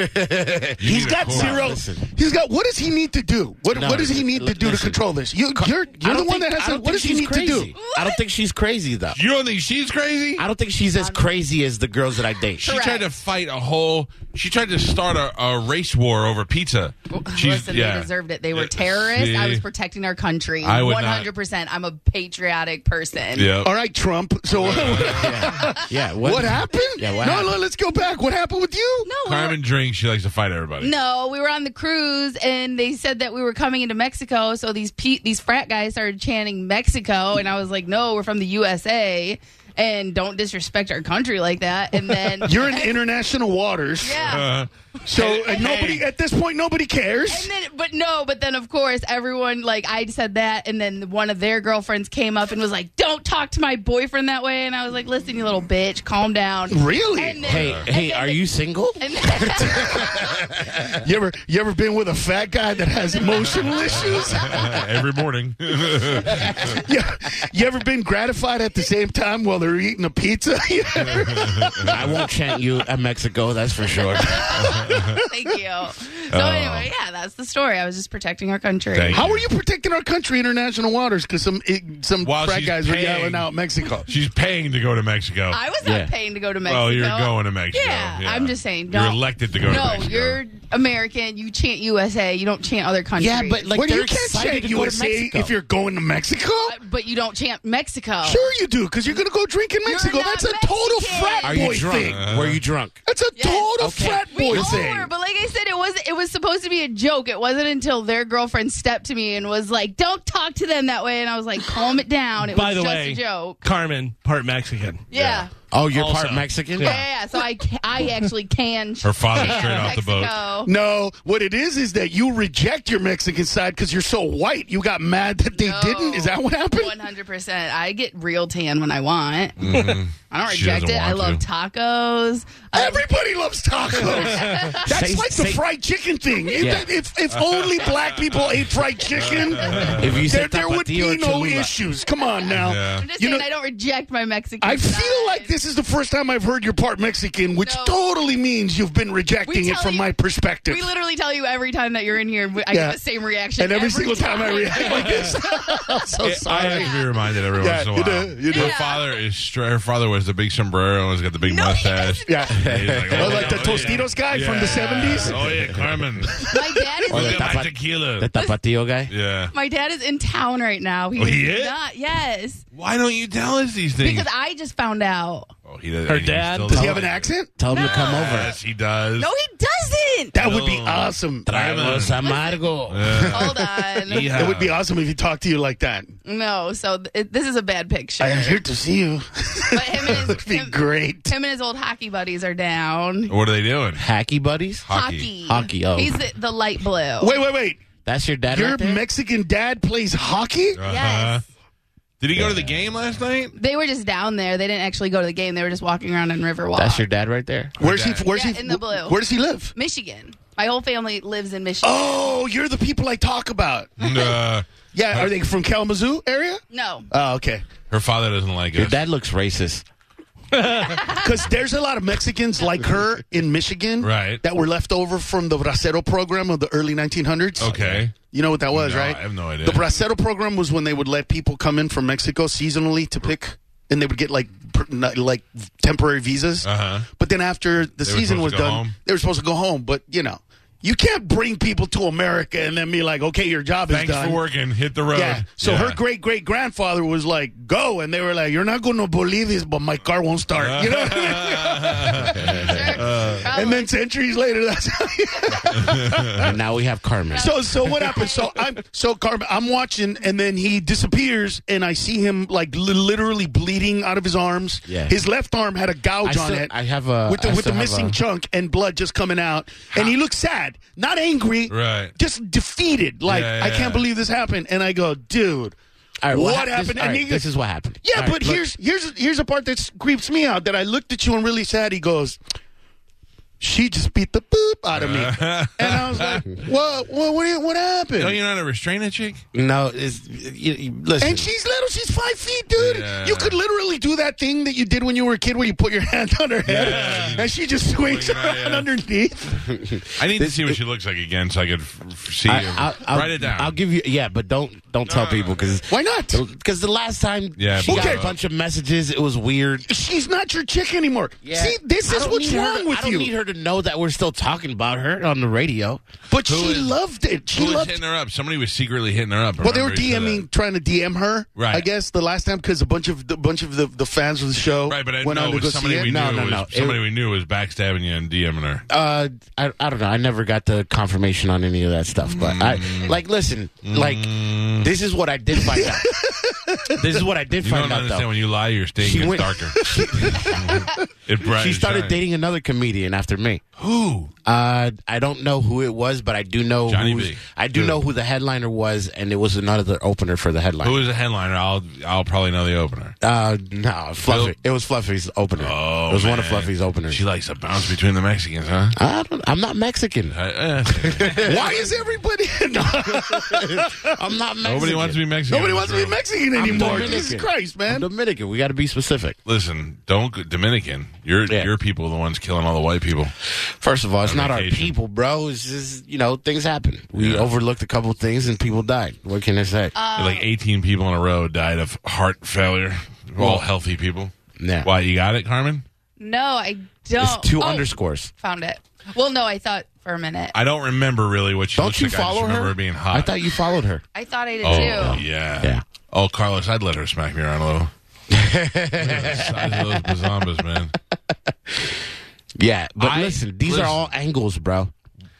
Speaker 5: He's
Speaker 1: need a
Speaker 5: got
Speaker 1: court.
Speaker 5: zero.
Speaker 2: Listen.
Speaker 5: He's got. What does he need to do? What
Speaker 2: No,
Speaker 5: What does he need to do to
Speaker 2: listen.
Speaker 5: control this? You, you're
Speaker 2: I
Speaker 5: you're the
Speaker 2: don't
Speaker 5: one
Speaker 2: think-
Speaker 5: that
Speaker 2: I
Speaker 5: has. to-
Speaker 2: don't
Speaker 5: What does
Speaker 2: think
Speaker 5: he
Speaker 2: she's
Speaker 5: need to
Speaker 2: crazy.
Speaker 5: do?
Speaker 2: I don't think she's crazy though.
Speaker 1: You don't think she's crazy?
Speaker 2: I don't think she's as crazy as the girls that I date.
Speaker 1: [LAUGHS] She tried to fight a whole. She tried to start a, a race war over pizza. She's,
Speaker 4: Listen, they deserved it. They were
Speaker 1: Yeah,
Speaker 4: terrorists. I
Speaker 1: see?
Speaker 4: was protecting our country.
Speaker 1: I would not-
Speaker 4: 100%. I'm a patriotic person.
Speaker 1: Yeah.
Speaker 5: All right, Trump. So
Speaker 2: yeah,
Speaker 5: [LAUGHS] what, happened?
Speaker 2: Yeah, what
Speaker 5: no,
Speaker 2: happened?
Speaker 5: no, let's go back. What happened with you?
Speaker 4: No, we were,
Speaker 1: Carmen drinks. She likes to fight everybody.
Speaker 4: no, we were on the cruise and they said that we were coming into Mexico. So these pe- these frat guys started chanting Mexico. And I was like, no, we're from the USA. and don't disrespect our country like that. And then
Speaker 5: You're in international waters,
Speaker 4: yeah.
Speaker 1: Uh,
Speaker 5: so and nobody at this point nobody cares.
Speaker 4: And then, but no, but then of course everyone like I said that, and then one of their girlfriends came up and was like, "Don't talk to my boyfriend that way." And I was like, "Listen, you little bitch, calm down."
Speaker 5: Really?
Speaker 4: And then-
Speaker 2: Hey,
Speaker 4: [LAUGHS] and
Speaker 2: hey,
Speaker 4: then
Speaker 2: are
Speaker 4: the-
Speaker 2: you single?
Speaker 4: And then, [LAUGHS]
Speaker 5: You ever you ever been with a fat guy that has
Speaker 4: [LAUGHS]
Speaker 5: emotional
Speaker 1: [LAUGHS]
Speaker 5: issues?
Speaker 1: every morning. [LAUGHS]
Speaker 5: You, you ever been gratified at the same time while they're eating a pizza? [LAUGHS] You
Speaker 2: [LAUGHS]
Speaker 5: ever-
Speaker 2: I won't chant you at Mexico, that's for sure.
Speaker 4: thank you. So anyway, yeah, that's the story. I was just protecting our country.
Speaker 1: Oh. Thank
Speaker 5: How are you protecting our country international waters? Because some it, some
Speaker 1: While
Speaker 5: frat
Speaker 1: she's
Speaker 5: guys were
Speaker 1: paying-
Speaker 5: yelling out Mexico.
Speaker 1: She's paying to go to Mexico.
Speaker 4: I was not
Speaker 2: Yeah.
Speaker 4: paying to go to Mexico.
Speaker 1: well, Oh, you're going to Mexico.
Speaker 4: Yeah, I'm just saying.
Speaker 1: You're
Speaker 4: don't-
Speaker 1: elected to go to
Speaker 4: No,
Speaker 1: Mexico.
Speaker 4: you're American. You chant USA. You don't chant other countries.
Speaker 2: yeah, but like
Speaker 5: Well,
Speaker 2: they're
Speaker 5: you can't
Speaker 2: excited
Speaker 5: say
Speaker 2: to go to
Speaker 5: USA
Speaker 2: Mexico.
Speaker 5: if you're going to Mexico.
Speaker 4: but you don't
Speaker 2: [LAUGHS]
Speaker 4: chant Mexico.
Speaker 5: Sure you do, because you're gonna go drink in
Speaker 4: You're
Speaker 5: Mexico.
Speaker 4: not
Speaker 5: That's a total
Speaker 4: Mexican.
Speaker 5: frat
Speaker 2: Are
Speaker 5: boy
Speaker 2: you drunk?
Speaker 5: thing.
Speaker 2: Were you drunk?
Speaker 5: That's a
Speaker 4: Yes.
Speaker 5: total
Speaker 2: Okay.
Speaker 5: frat
Speaker 4: We
Speaker 5: boy
Speaker 4: all
Speaker 5: thing.
Speaker 4: were, but like I said, it was it was supposed to be a joke. It wasn't until their girlfriend stepped to me and was like, "Don't talk to them that way," and I was like, "Calm it down." It
Speaker 3: By
Speaker 4: was
Speaker 3: the
Speaker 4: just
Speaker 3: way,
Speaker 4: a joke.
Speaker 3: Carmen, part Mexican.
Speaker 4: Yeah.
Speaker 2: Oh, you're
Speaker 3: Also.
Speaker 2: part Mexican?
Speaker 4: Yeah. yeah, yeah. So I ca- I actually can.
Speaker 1: Her
Speaker 4: [LAUGHS]
Speaker 1: father's
Speaker 4: chant
Speaker 1: straight off the boat.
Speaker 4: Mexico.
Speaker 5: No, what it is is that you reject your Mexican side because you're so white. You got mad that they
Speaker 4: No.
Speaker 5: didn't. Is that what happened?
Speaker 4: One hundred percent. I get real tan when I want. [LAUGHS] I don't
Speaker 1: Mm-hmm. She
Speaker 4: reject
Speaker 1: doesn't
Speaker 4: it. I love
Speaker 1: want to.
Speaker 4: tacos.
Speaker 5: [LAUGHS]
Speaker 4: I [LAUGHS] love
Speaker 5: Everybody
Speaker 4: [LAUGHS]
Speaker 5: loves tacos. That's
Speaker 2: Say-
Speaker 5: like the
Speaker 2: say-
Speaker 5: fried chicken thing. If-
Speaker 2: Yeah.
Speaker 5: If, if, only black people ate fried chicken,
Speaker 2: If you
Speaker 5: there,
Speaker 2: said
Speaker 5: there
Speaker 2: Tapatio
Speaker 5: would be
Speaker 2: or
Speaker 5: no
Speaker 2: Cholula.
Speaker 5: issues. Come on now.
Speaker 1: Yeah.
Speaker 4: I'm just
Speaker 5: You
Speaker 4: saying,
Speaker 5: know-
Speaker 4: I don't reject my Mexican.
Speaker 5: I
Speaker 4: side.
Speaker 5: feel like this is the first time I've heard you're part Mexican, which
Speaker 4: No.
Speaker 5: totally means you've been rejecting
Speaker 4: We
Speaker 5: it
Speaker 4: tell
Speaker 5: from
Speaker 4: you-
Speaker 5: my perspective.
Speaker 4: We literally tell you every time that you're in here. I
Speaker 5: Yeah.
Speaker 4: get the same reaction.
Speaker 5: and every, single time, I react
Speaker 4: [LAUGHS]
Speaker 5: like this, I'm so
Speaker 1: Yeah, I
Speaker 5: sorry.
Speaker 1: have to be reminded every
Speaker 5: Yeah,
Speaker 1: once in a
Speaker 5: you
Speaker 1: while.
Speaker 5: do, you do.
Speaker 1: Her
Speaker 4: Yeah.
Speaker 1: father is straight. Her father was the big sombrero and has got the big
Speaker 4: No, he
Speaker 1: mustache.
Speaker 4: doesn't.
Speaker 5: Yeah.
Speaker 1: [LAUGHS] And he's Like,
Speaker 5: [LAUGHS] Oh, like the Tostitos guy from the 70s?
Speaker 1: Oh yeah, Carmen.
Speaker 5: [LAUGHS]
Speaker 4: My dad is.
Speaker 1: Look
Speaker 4: in-
Speaker 1: at my
Speaker 2: Tapa-
Speaker 1: tequila.
Speaker 2: The Tapatio guy?
Speaker 1: Yeah.
Speaker 4: My dad is in town right now. He
Speaker 1: Oh, he
Speaker 4: was
Speaker 1: is?
Speaker 4: Not, yes,
Speaker 1: Why don't you tell us these things?
Speaker 4: because I just found out.
Speaker 1: oh, he does,
Speaker 3: Her
Speaker 1: he still
Speaker 3: dad-
Speaker 5: Does he have an accent?
Speaker 2: Tell him to come over.
Speaker 1: Yes, he does.
Speaker 4: No, he doesn't.
Speaker 5: That would be
Speaker 1: No.
Speaker 5: awesome.
Speaker 2: Tragos amargo.
Speaker 4: Hold
Speaker 1: [LAUGHS]
Speaker 4: on.
Speaker 1: Uh, Yeah.
Speaker 5: [LAUGHS] It would be awesome if he talked to you like that.
Speaker 4: No, so th- it, this is a bad picture.
Speaker 5: I am here to see you. [LAUGHS]
Speaker 1: [LAUGHS]
Speaker 4: But him and his
Speaker 5: That'd be
Speaker 4: him,
Speaker 5: great.
Speaker 4: him and his old hockey buddies are down.
Speaker 1: What are they doing?
Speaker 2: Hacky buddies?
Speaker 4: Hockey.
Speaker 2: Hockey, oh.
Speaker 4: He's the, the light blue.
Speaker 5: Wait, wait, wait.
Speaker 2: That's your dad.
Speaker 5: Your
Speaker 2: right there?
Speaker 5: Mexican dad plays hockey?
Speaker 1: Uh-huh.
Speaker 4: Yes.
Speaker 1: Did he go to the game last
Speaker 4: [LAUGHS]
Speaker 1: night?
Speaker 4: They were just down there. They didn't actually go to the game. They were just walking around in Riverwalk.
Speaker 2: That's your dad right there.
Speaker 5: Where's he?
Speaker 1: dad.
Speaker 5: Where's
Speaker 4: Yeah,
Speaker 5: he?
Speaker 4: in the blue.
Speaker 5: Where does he live?
Speaker 4: Michigan. My whole family lives in Michigan.
Speaker 5: Oh, you're the people I talk about.
Speaker 1: Uh,
Speaker 5: Yeah, are they from Kalamazoo area?
Speaker 4: No.
Speaker 5: Oh, okay.
Speaker 1: her father doesn't like
Speaker 2: Your
Speaker 1: us.
Speaker 2: dad looks racist.
Speaker 5: Because there's a lot of Mexicans like her in Michigan,
Speaker 1: Right.
Speaker 5: That were left over from the Bracero program of the early 1900s.
Speaker 1: okay.
Speaker 5: You know what that was,
Speaker 1: No,
Speaker 5: right?
Speaker 1: I have no idea.
Speaker 5: The Bracero program was when they would let people come in from Mexico seasonally to pick, and they would get like per- not- like temporary visas.
Speaker 1: Uh-huh.
Speaker 5: But then after the
Speaker 1: were supposed
Speaker 5: season was
Speaker 1: to go
Speaker 5: done,
Speaker 1: home?
Speaker 5: they were supposed to go home. But you know, you can't bring people to America and then be like, okay, your job
Speaker 1: Thanks
Speaker 5: is done.
Speaker 1: for working. Hit the road.
Speaker 5: Yeah. So
Speaker 1: Yeah.
Speaker 5: her great great grandfather was like, "Go," and they were like, "You're not going to believe this, but my car won't start." You know. What I mean? And then centuries later, that's how you-
Speaker 2: and now we have Carmen.
Speaker 5: so. So what happened? So I'm so Carmen. I'm watching, and then he disappears, and I see him like li- literally bleeding out of his arms.
Speaker 2: Yeah.
Speaker 5: His left arm had a gouge
Speaker 2: I
Speaker 5: on
Speaker 2: still-
Speaker 5: it.
Speaker 2: I have a-
Speaker 5: with the
Speaker 2: I
Speaker 5: with the
Speaker 2: still have
Speaker 5: missing
Speaker 2: a-
Speaker 5: chunk and blood just coming out, and he looks sad, not angry,
Speaker 1: Right.
Speaker 5: Just defeated. Like
Speaker 1: Yeah,
Speaker 5: I
Speaker 1: yeah.
Speaker 5: can't believe this happened. And I go, dude.
Speaker 2: All right,
Speaker 5: what
Speaker 2: hap-
Speaker 5: happened?
Speaker 2: This,
Speaker 5: And
Speaker 2: all right,
Speaker 5: he goes-
Speaker 2: this is what happened.
Speaker 5: Yeah,
Speaker 2: All right,
Speaker 5: but
Speaker 2: look,
Speaker 5: here's here's here's a part that creeps me out that I looked at you and really sad. He goes, "She just beat the poop out of me," and I was like, "What? What? What, what
Speaker 1: [LAUGHS]
Speaker 5: happened?"
Speaker 1: Don't you know how to restrain a chick?
Speaker 2: no. It's, you, you- listen,
Speaker 5: and she's little; she's five feet, dude.
Speaker 1: Yeah.
Speaker 5: You could literally do that thing that you did when you were a kid, where you put your [LAUGHS] hand on her head
Speaker 1: Yeah.
Speaker 5: and she just swings
Speaker 1: Swing it out,
Speaker 5: around
Speaker 1: yeah.
Speaker 5: underneath.
Speaker 1: I need to see what she looks like again so I could f- f- see. her.
Speaker 2: I, will
Speaker 1: Write it down.
Speaker 2: I'll give you. Yeah, but don't don't tell people because
Speaker 5: Why not?
Speaker 2: because the last time
Speaker 1: Yeah,
Speaker 2: she
Speaker 1: okay.
Speaker 2: got a bunch of messages, it was weird.
Speaker 5: She's not your chick anymore. See, this
Speaker 2: I
Speaker 5: is
Speaker 2: don't
Speaker 5: what's
Speaker 2: need her
Speaker 5: wrong
Speaker 2: to- I
Speaker 5: with
Speaker 2: don't
Speaker 5: you.
Speaker 2: need her to know that we're still talking about her on the radio.
Speaker 5: but
Speaker 1: Who
Speaker 5: she
Speaker 1: is-
Speaker 5: loved it. She
Speaker 1: Who was
Speaker 5: loved
Speaker 1: hitting her up? Somebody was secretly hitting her up.
Speaker 5: Well, they were
Speaker 1: remember? He said
Speaker 5: DMing, trying to DM her.
Speaker 1: Right.
Speaker 5: I guess the last time because a bunch of the bunch of the, the fans of the show
Speaker 1: that. Right, but I
Speaker 5: went
Speaker 1: know
Speaker 5: on
Speaker 1: it
Speaker 5: to go
Speaker 1: was somebody
Speaker 5: see
Speaker 1: we
Speaker 5: it.
Speaker 1: knew.
Speaker 2: No, no,
Speaker 1: was,
Speaker 2: no. It-
Speaker 1: Somebody we knew was backstabbing you and DMing her.
Speaker 2: Uh, I, I don't know. I never got the confirmation
Speaker 1: Mm. [LAUGHS]
Speaker 2: on any of that stuff. But I like listen. Like this is what I did find out. this is what I did
Speaker 1: You
Speaker 2: find
Speaker 1: don't
Speaker 2: out
Speaker 1: understand
Speaker 2: though.
Speaker 1: when you lie, your stain
Speaker 2: She
Speaker 1: gets
Speaker 2: went-
Speaker 1: darker. it brightens
Speaker 2: She started
Speaker 1: shine.
Speaker 2: dating another comedian after me.
Speaker 1: Who?
Speaker 2: Uh, I don't know who it was, but I do know
Speaker 1: Johnny
Speaker 2: who's-
Speaker 1: B.
Speaker 2: I do know who the headliner was, and it was another opener for the headliner.
Speaker 1: Who is the headliner? I'll I'll probably know the opener.
Speaker 2: Uh, no, Fluffy.
Speaker 1: Bill?
Speaker 2: It was Fluffy's opener.
Speaker 1: Oh,
Speaker 2: it was one of
Speaker 1: man.
Speaker 2: Fluffy's openers.
Speaker 1: She likes to bounce between the Mexicans, huh?
Speaker 2: I don't, I'm
Speaker 1: [LAUGHS]
Speaker 2: not Mexican.
Speaker 1: I- eh.
Speaker 5: Why is everybody?
Speaker 1: [LAUGHS]
Speaker 5: [LAUGHS]
Speaker 2: [LAUGHS] I'm not Mexican.
Speaker 1: Nobody wants to be Mexican.
Speaker 5: Nobody
Speaker 1: in this
Speaker 5: wants to be
Speaker 1: room.
Speaker 5: Mexican
Speaker 2: I'm
Speaker 5: anymore.
Speaker 2: Dominican.
Speaker 5: Jesus Christ,
Speaker 2: I'm
Speaker 5: man.
Speaker 2: Dominican. We got to be specific.
Speaker 1: Listen, don't go- Dominican. Your
Speaker 2: Yeah.
Speaker 1: your people are the ones killing all the white people.
Speaker 2: First of all, it's not our
Speaker 1: vacation.
Speaker 2: people, bro. It's just you know things happen. We
Speaker 1: Yeah.
Speaker 2: overlooked a couple things and people died. What can I say?
Speaker 1: like 18 people in a row died of heart failure. all healthy people.
Speaker 2: Yeah.
Speaker 1: Why you got it, Carmen?
Speaker 4: No, I don't.
Speaker 2: it's two
Speaker 4: Oh,
Speaker 2: underscores.
Speaker 4: Found it. Well, no, I thought for a minute. I,
Speaker 1: I don't remember really what she
Speaker 2: Don't
Speaker 1: looks
Speaker 2: you
Speaker 1: like. I
Speaker 2: follow
Speaker 1: just
Speaker 2: her?
Speaker 1: remember her being hot.
Speaker 2: I thought you followed her.
Speaker 4: thought I did
Speaker 1: oh,
Speaker 4: too.
Speaker 1: yeah.
Speaker 2: Yeah.
Speaker 1: Oh, Carlos, I'd let her smack me around a
Speaker 2: [LAUGHS]
Speaker 1: little. Size of those bazambas, man.
Speaker 2: Yeah, but
Speaker 1: I-
Speaker 2: listen, these
Speaker 1: listen.
Speaker 2: are all angles, bro.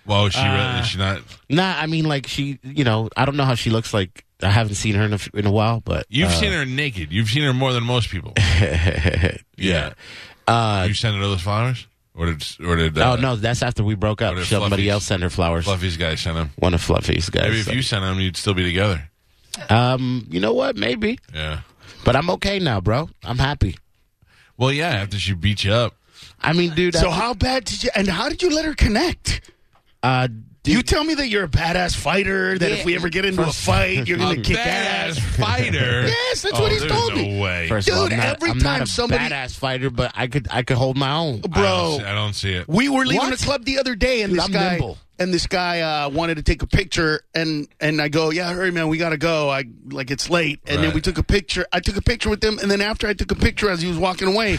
Speaker 1: Whoa, she really? Is she not?
Speaker 2: Nah, I mean like she, you know, I don't know how she looks like. I haven't seen her in a, f- in a while, but
Speaker 1: You've seen her naked. You've seen her more than most
Speaker 2: [LAUGHS]
Speaker 1: people. yeah. Uh, you sent her those flowers, or did or did uh,
Speaker 2: oh no, that's after we broke up.
Speaker 1: what if
Speaker 2: Somebody
Speaker 1: Fluffy's-
Speaker 2: else sent her flowers.
Speaker 1: Fluffy's guy sent them?
Speaker 2: One of Fluffy's guys.
Speaker 1: Maybe if you sent them, you'd still be together.
Speaker 2: um, you know what? Maybe,
Speaker 1: Yeah.
Speaker 2: but I'm okay now, bro. I'm happy.
Speaker 1: Well, yeah. After she beat you up,
Speaker 2: I mean, dude.
Speaker 5: So
Speaker 2: I-
Speaker 5: how bad did you? And how did you let her connect?
Speaker 2: uh,
Speaker 5: You tell me that you're a badass fighter. That if we ever get into a fight,
Speaker 1: [LAUGHS]
Speaker 5: you're gonna kick
Speaker 1: badass
Speaker 2: [LAUGHS]
Speaker 5: ass.
Speaker 1: fighter.
Speaker 5: Yes, that's
Speaker 1: Oh,
Speaker 5: what he's
Speaker 1: there's
Speaker 5: told
Speaker 1: no
Speaker 5: me.
Speaker 1: Way.
Speaker 2: First of all,
Speaker 5: Dude,
Speaker 2: I'm not,
Speaker 5: every
Speaker 2: I'm
Speaker 5: time
Speaker 2: not a
Speaker 5: somebody-
Speaker 2: badass fighter, but I could I could hold my own.
Speaker 1: I
Speaker 2: Uh,
Speaker 1: don't
Speaker 5: bro.
Speaker 2: oh,
Speaker 1: see- I don't see it.
Speaker 5: We were leaving
Speaker 2: What?
Speaker 5: the club the other day, and
Speaker 2: Dude,
Speaker 5: this
Speaker 2: I'm
Speaker 5: guy
Speaker 2: nimble.
Speaker 5: and this guy uh, wanted to take a picture, and and I go, yeah, hurry, man, we gotta go. I like it's late, and then
Speaker 1: Right.
Speaker 5: we took a picture. I took a picture with him, and then after I took a picture, as he was walking
Speaker 1: [LAUGHS]
Speaker 5: away,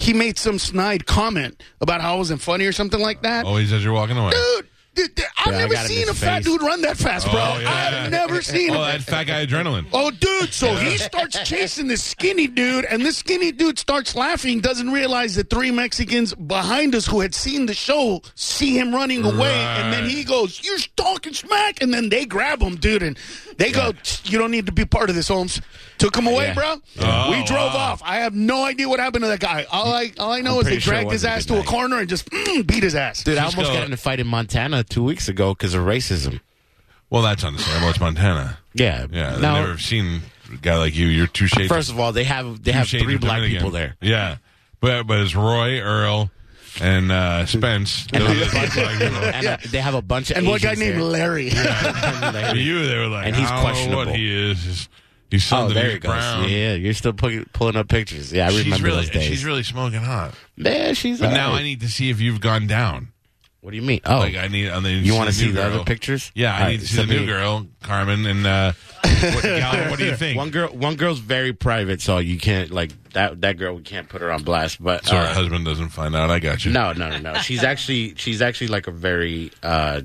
Speaker 5: he made some snide comment about how I wasn't funny or something like that.
Speaker 1: Always as Oh, you're walking away.
Speaker 5: Dude, dude, dude, I've
Speaker 2: Yeah, I
Speaker 5: never
Speaker 2: got him in
Speaker 5: seen a
Speaker 2: the
Speaker 5: fat
Speaker 2: face.
Speaker 5: dude run that fast, bro.
Speaker 1: Oh, yeah.
Speaker 5: I've never
Speaker 1: [LAUGHS]
Speaker 5: seen
Speaker 1: Oh,
Speaker 5: him.
Speaker 1: that fat guy adrenaline.
Speaker 5: Oh, dude! So he starts chasing this skinny dude, and this skinny dude starts laughing. Doesn't realize that three Mexicans behind us who had seen the show see him running away, and then
Speaker 1: Right.
Speaker 5: he goes, "You're talking smack!" And then they grab him, dude, and they go, "You don't need to be part of this, Holmes." Took him away,
Speaker 2: Yeah.
Speaker 5: bro.
Speaker 1: Oh,
Speaker 5: we drove
Speaker 1: wow.
Speaker 5: off. I have no idea what happened to that guy. All I all I know
Speaker 2: I'm
Speaker 5: is they
Speaker 2: pretty sure it
Speaker 5: dragged his
Speaker 2: wasn't a
Speaker 5: ass
Speaker 2: good
Speaker 5: to a
Speaker 2: night.
Speaker 5: corner and just mm, beat his ass.
Speaker 2: Dude, I
Speaker 1: Just
Speaker 2: almost
Speaker 1: go-
Speaker 2: got in a fight in Montana two weeks ago because of racism.
Speaker 1: Well, that's understandable. It's Montana.
Speaker 2: Yeah,
Speaker 1: Yeah,
Speaker 2: Now,
Speaker 1: I've never seen a guy like you. You're two shades.
Speaker 2: first of all, they have they
Speaker 1: two
Speaker 2: have
Speaker 1: shades
Speaker 2: three
Speaker 1: of
Speaker 2: black
Speaker 1: Dominican.
Speaker 2: people
Speaker 5: [LAUGHS]
Speaker 2: there.
Speaker 1: Yeah, but but it's Roy, Earl, and uh, Spence. Those are the black people.
Speaker 2: And uh, they have a bunch of
Speaker 5: and one guy
Speaker 2: Asians [LAUGHS]
Speaker 5: named
Speaker 2: there.
Speaker 5: Larry.
Speaker 1: [LAUGHS] For you, they were like,
Speaker 2: And he's
Speaker 1: I don't know what
Speaker 2: questionable.
Speaker 1: he is. He's
Speaker 2: Oh,
Speaker 1: something.
Speaker 2: there
Speaker 1: he's
Speaker 2: it goes.
Speaker 1: brown.
Speaker 2: Yeah, you're still pu- pulling up pictures. Yeah, I remember
Speaker 1: she's really
Speaker 2: those days.
Speaker 1: she's really smoking hot.
Speaker 2: Man, she's.
Speaker 1: But
Speaker 2: all
Speaker 1: now
Speaker 2: right.
Speaker 1: I need to see if you've gone down.
Speaker 2: What do you mean? Oh,
Speaker 1: Like I need. I need
Speaker 2: you want to
Speaker 1: to
Speaker 2: see the
Speaker 1: new girl.
Speaker 2: other pictures?
Speaker 1: Yeah,
Speaker 2: All
Speaker 1: I need
Speaker 2: right,
Speaker 1: to see
Speaker 2: send
Speaker 1: the new
Speaker 2: me-
Speaker 1: girl, Carmen, and uh,
Speaker 2: [LAUGHS]
Speaker 1: what, Gal, what do you think?
Speaker 2: One girl, one girl's very private, so you can't like that. That girl, we can't put her on blast. But
Speaker 1: so her
Speaker 2: uh,
Speaker 1: husband doesn't find out. I got you.
Speaker 2: No, no, no, no. She's actually she's actually like a very uh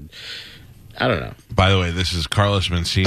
Speaker 2: I don't know.
Speaker 1: By the way, this is Carlos
Speaker 2: [LAUGHS]
Speaker 1: Mencia,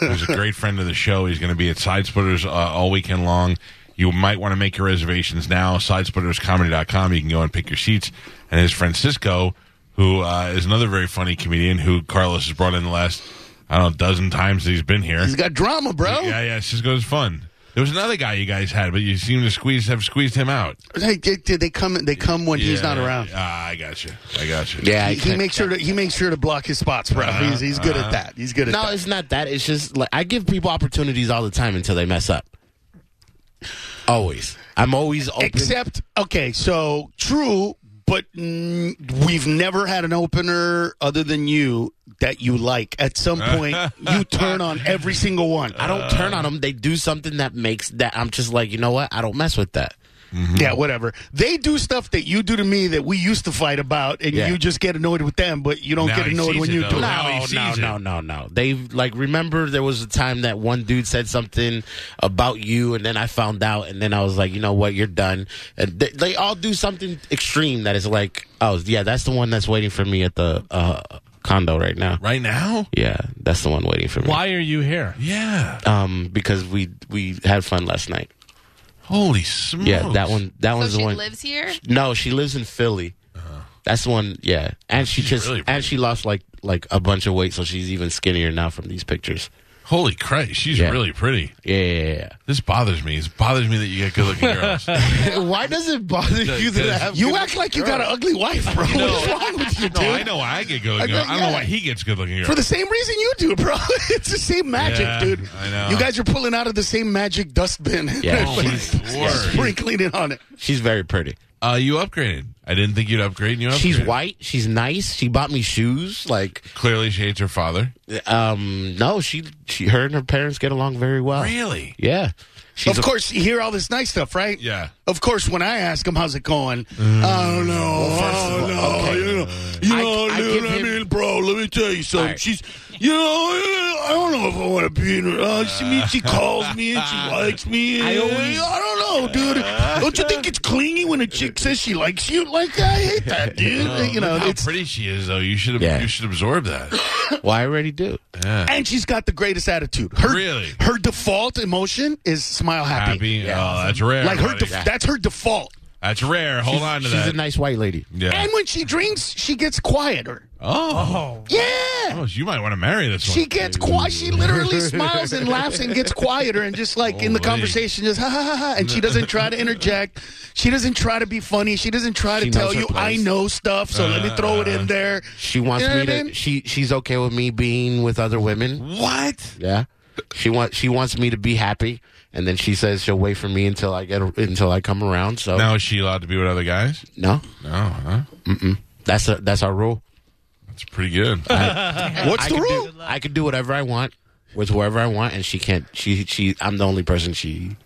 Speaker 1: who's a great friend of the show. He's going to be at Side Splitters uh, all weekend long. You might want to make your reservations now. SidesplittersComedy.com. You can go and pick your seats. And his friend Cisco, who uh, is another very funny comedian, who Carlos has brought in the last I don't know dozen times that he's been here.
Speaker 5: [LAUGHS] He's got drama, bro.
Speaker 1: Yeah, yeah, Cisco's fun. There was another guy you guys had, but you seem to squeeze have squeezed him out.
Speaker 5: They, they- they come. They come when he's
Speaker 1: Yeah,
Speaker 5: not around.
Speaker 1: Ah, I got you. I got you.
Speaker 2: Yeah,
Speaker 5: he, he makes sure to he makes sure to block his spots, bro. he's he's good at that. He's good at
Speaker 2: No,
Speaker 5: that.
Speaker 2: it's not that. It's just like I give people opportunities all the time until they mess up. Always. I'm always open.
Speaker 5: Except, okay, so true, but mm, we've never had an opener other than you that you like. At some [LAUGHS] point, you turn on every single one.
Speaker 2: I
Speaker 1: Uh,
Speaker 2: don't turn on them. They do something that makes that I'm just like, you know what? I don't mess with that.
Speaker 5: Yeah, whatever. They do stuff that you do to me that we used to fight about, and
Speaker 2: Yeah.
Speaker 5: you just get annoyed with them, but you don't
Speaker 1: Now
Speaker 5: get
Speaker 1: he
Speaker 5: annoyed
Speaker 1: sees
Speaker 5: when
Speaker 1: it,
Speaker 5: you
Speaker 1: though.
Speaker 5: do it.
Speaker 1: Oh, Now he
Speaker 2: No, no,
Speaker 1: sees it.
Speaker 2: no, no, no. They like remember there was a time that one dude said something about you, and then I found out, and then I was like, you know what, you're done. And they, they all do something extreme that is like, oh yeah, that's the one that's waiting for me at the uh, condo right now.
Speaker 1: Right now?
Speaker 2: Yeah, that's the one waiting for me.
Speaker 3: Why are you here?
Speaker 1: Yeah.
Speaker 2: Um, because we we had fun last night.
Speaker 1: Holy smokes.
Speaker 2: Yeah, that one. That
Speaker 4: So
Speaker 2: one's the
Speaker 4: she
Speaker 2: one.
Speaker 4: lives here.
Speaker 2: no, she lives in Philly.
Speaker 5: Uh-huh.
Speaker 2: That's the one, yeah, and she just
Speaker 1: really
Speaker 2: and she lost like like a bunch of weight, so she's even skinnier now from these pictures.
Speaker 1: Holy Christ, she's
Speaker 2: Yeah.
Speaker 1: really pretty.
Speaker 2: Yeah, yeah,
Speaker 1: This bothers me. It bothers me that you get good
Speaker 5: [LAUGHS]
Speaker 1: looking girls.
Speaker 2: yeah. [LAUGHS] Why does it bother you that I have?
Speaker 5: You
Speaker 2: good-
Speaker 5: act like you got an ugly wife, bro. What's wrong with you, dude?
Speaker 1: No, I know why I get good looking
Speaker 5: I
Speaker 1: girls.
Speaker 5: bet-
Speaker 1: I don't know
Speaker 5: yeah.
Speaker 1: why he gets good looking
Speaker 5: For
Speaker 1: girls.
Speaker 5: the same reason you do, bro. [LAUGHS] it's the same magic,
Speaker 1: Yeah,
Speaker 5: dude.
Speaker 1: I know.
Speaker 5: You guys are pulling out of the same magic dustbin. [LAUGHS]
Speaker 2: Yeah,
Speaker 1: Oh my word.
Speaker 5: sprinkling it on it.
Speaker 2: She's very pretty.
Speaker 1: Uh, you upgraded. I didn't think you'd upgrade. And you upgraded.
Speaker 2: She's white. She's nice. She bought me shoes. Like,
Speaker 1: Clearly, she hates her father.
Speaker 2: um, no, she, she, her and her parents get along very well.
Speaker 1: Really?
Speaker 2: Yeah. She's
Speaker 5: of
Speaker 2: a-
Speaker 5: course, you hear all this nice stuff, right?
Speaker 1: Yeah. Mm.
Speaker 5: Of course, when I ask him how's it going, I don't know, I don't know,
Speaker 2: okay.
Speaker 5: you know, you
Speaker 2: I-
Speaker 5: know,
Speaker 2: I
Speaker 5: dude,
Speaker 2: give
Speaker 5: I
Speaker 2: him-
Speaker 5: mean, bro, let me tell you something.
Speaker 2: right.
Speaker 5: She's, you know, I don't know if I want to be in her. Uh, she, means she calls me
Speaker 1: [LAUGHS]
Speaker 5: and she likes me. I
Speaker 3: always-
Speaker 5: I don't know, dude. Don't you think it's clingy when a chick says she likes you? Like, I hate that,
Speaker 1: [LAUGHS]
Speaker 5: dude. you know,
Speaker 1: Look how
Speaker 5: it's
Speaker 1: pretty she is, though. You should
Speaker 2: Yeah.
Speaker 1: you should absorb that.
Speaker 2: Well, I already do.
Speaker 5: and she's got the greatest attitude. Her,
Speaker 1: Really?
Speaker 5: her default emotion is smile happy.
Speaker 1: Happy. Oh, that's rare.
Speaker 5: Like her,
Speaker 1: buddy.
Speaker 5: def- that's her default.
Speaker 1: that's rare. Hold on to
Speaker 2: She's
Speaker 1: that.
Speaker 2: a nice white lady.
Speaker 1: yeah.
Speaker 5: And when she drinks, she gets quieter.
Speaker 1: oh.
Speaker 5: Yeah.
Speaker 1: Oh, so you might want to marry this
Speaker 5: She
Speaker 1: one.
Speaker 5: gets quiet.
Speaker 2: [LAUGHS]
Speaker 5: She literally smiles and laughs and gets quieter and just like in the
Speaker 1: Holy.
Speaker 5: conversation, just ha ha ha ha. And she doesn't try to interject. She doesn't try to be funny. She doesn't try to
Speaker 2: She
Speaker 5: tell
Speaker 2: knows her
Speaker 5: you I
Speaker 2: place. Uh,
Speaker 5: know stuff. So let me throw it in there.
Speaker 2: She wants
Speaker 5: You know
Speaker 2: me
Speaker 5: what I
Speaker 2: to.
Speaker 5: mean?
Speaker 2: She she's okay with me being with other women.
Speaker 1: What?
Speaker 2: Yeah. She wants she wants me to be happy, and then she says she'll wait for me until I get until I come around. So
Speaker 1: Now is she allowed to be with other guys?
Speaker 2: no,
Speaker 1: No, huh?
Speaker 2: that's a, that's our rule.
Speaker 1: That's pretty
Speaker 2: [LAUGHS]
Speaker 1: good.
Speaker 5: What's
Speaker 2: I
Speaker 5: the
Speaker 2: can
Speaker 5: rule?
Speaker 2: do I can do whatever I want with whoever I want, and she can't. She she I'm the only person she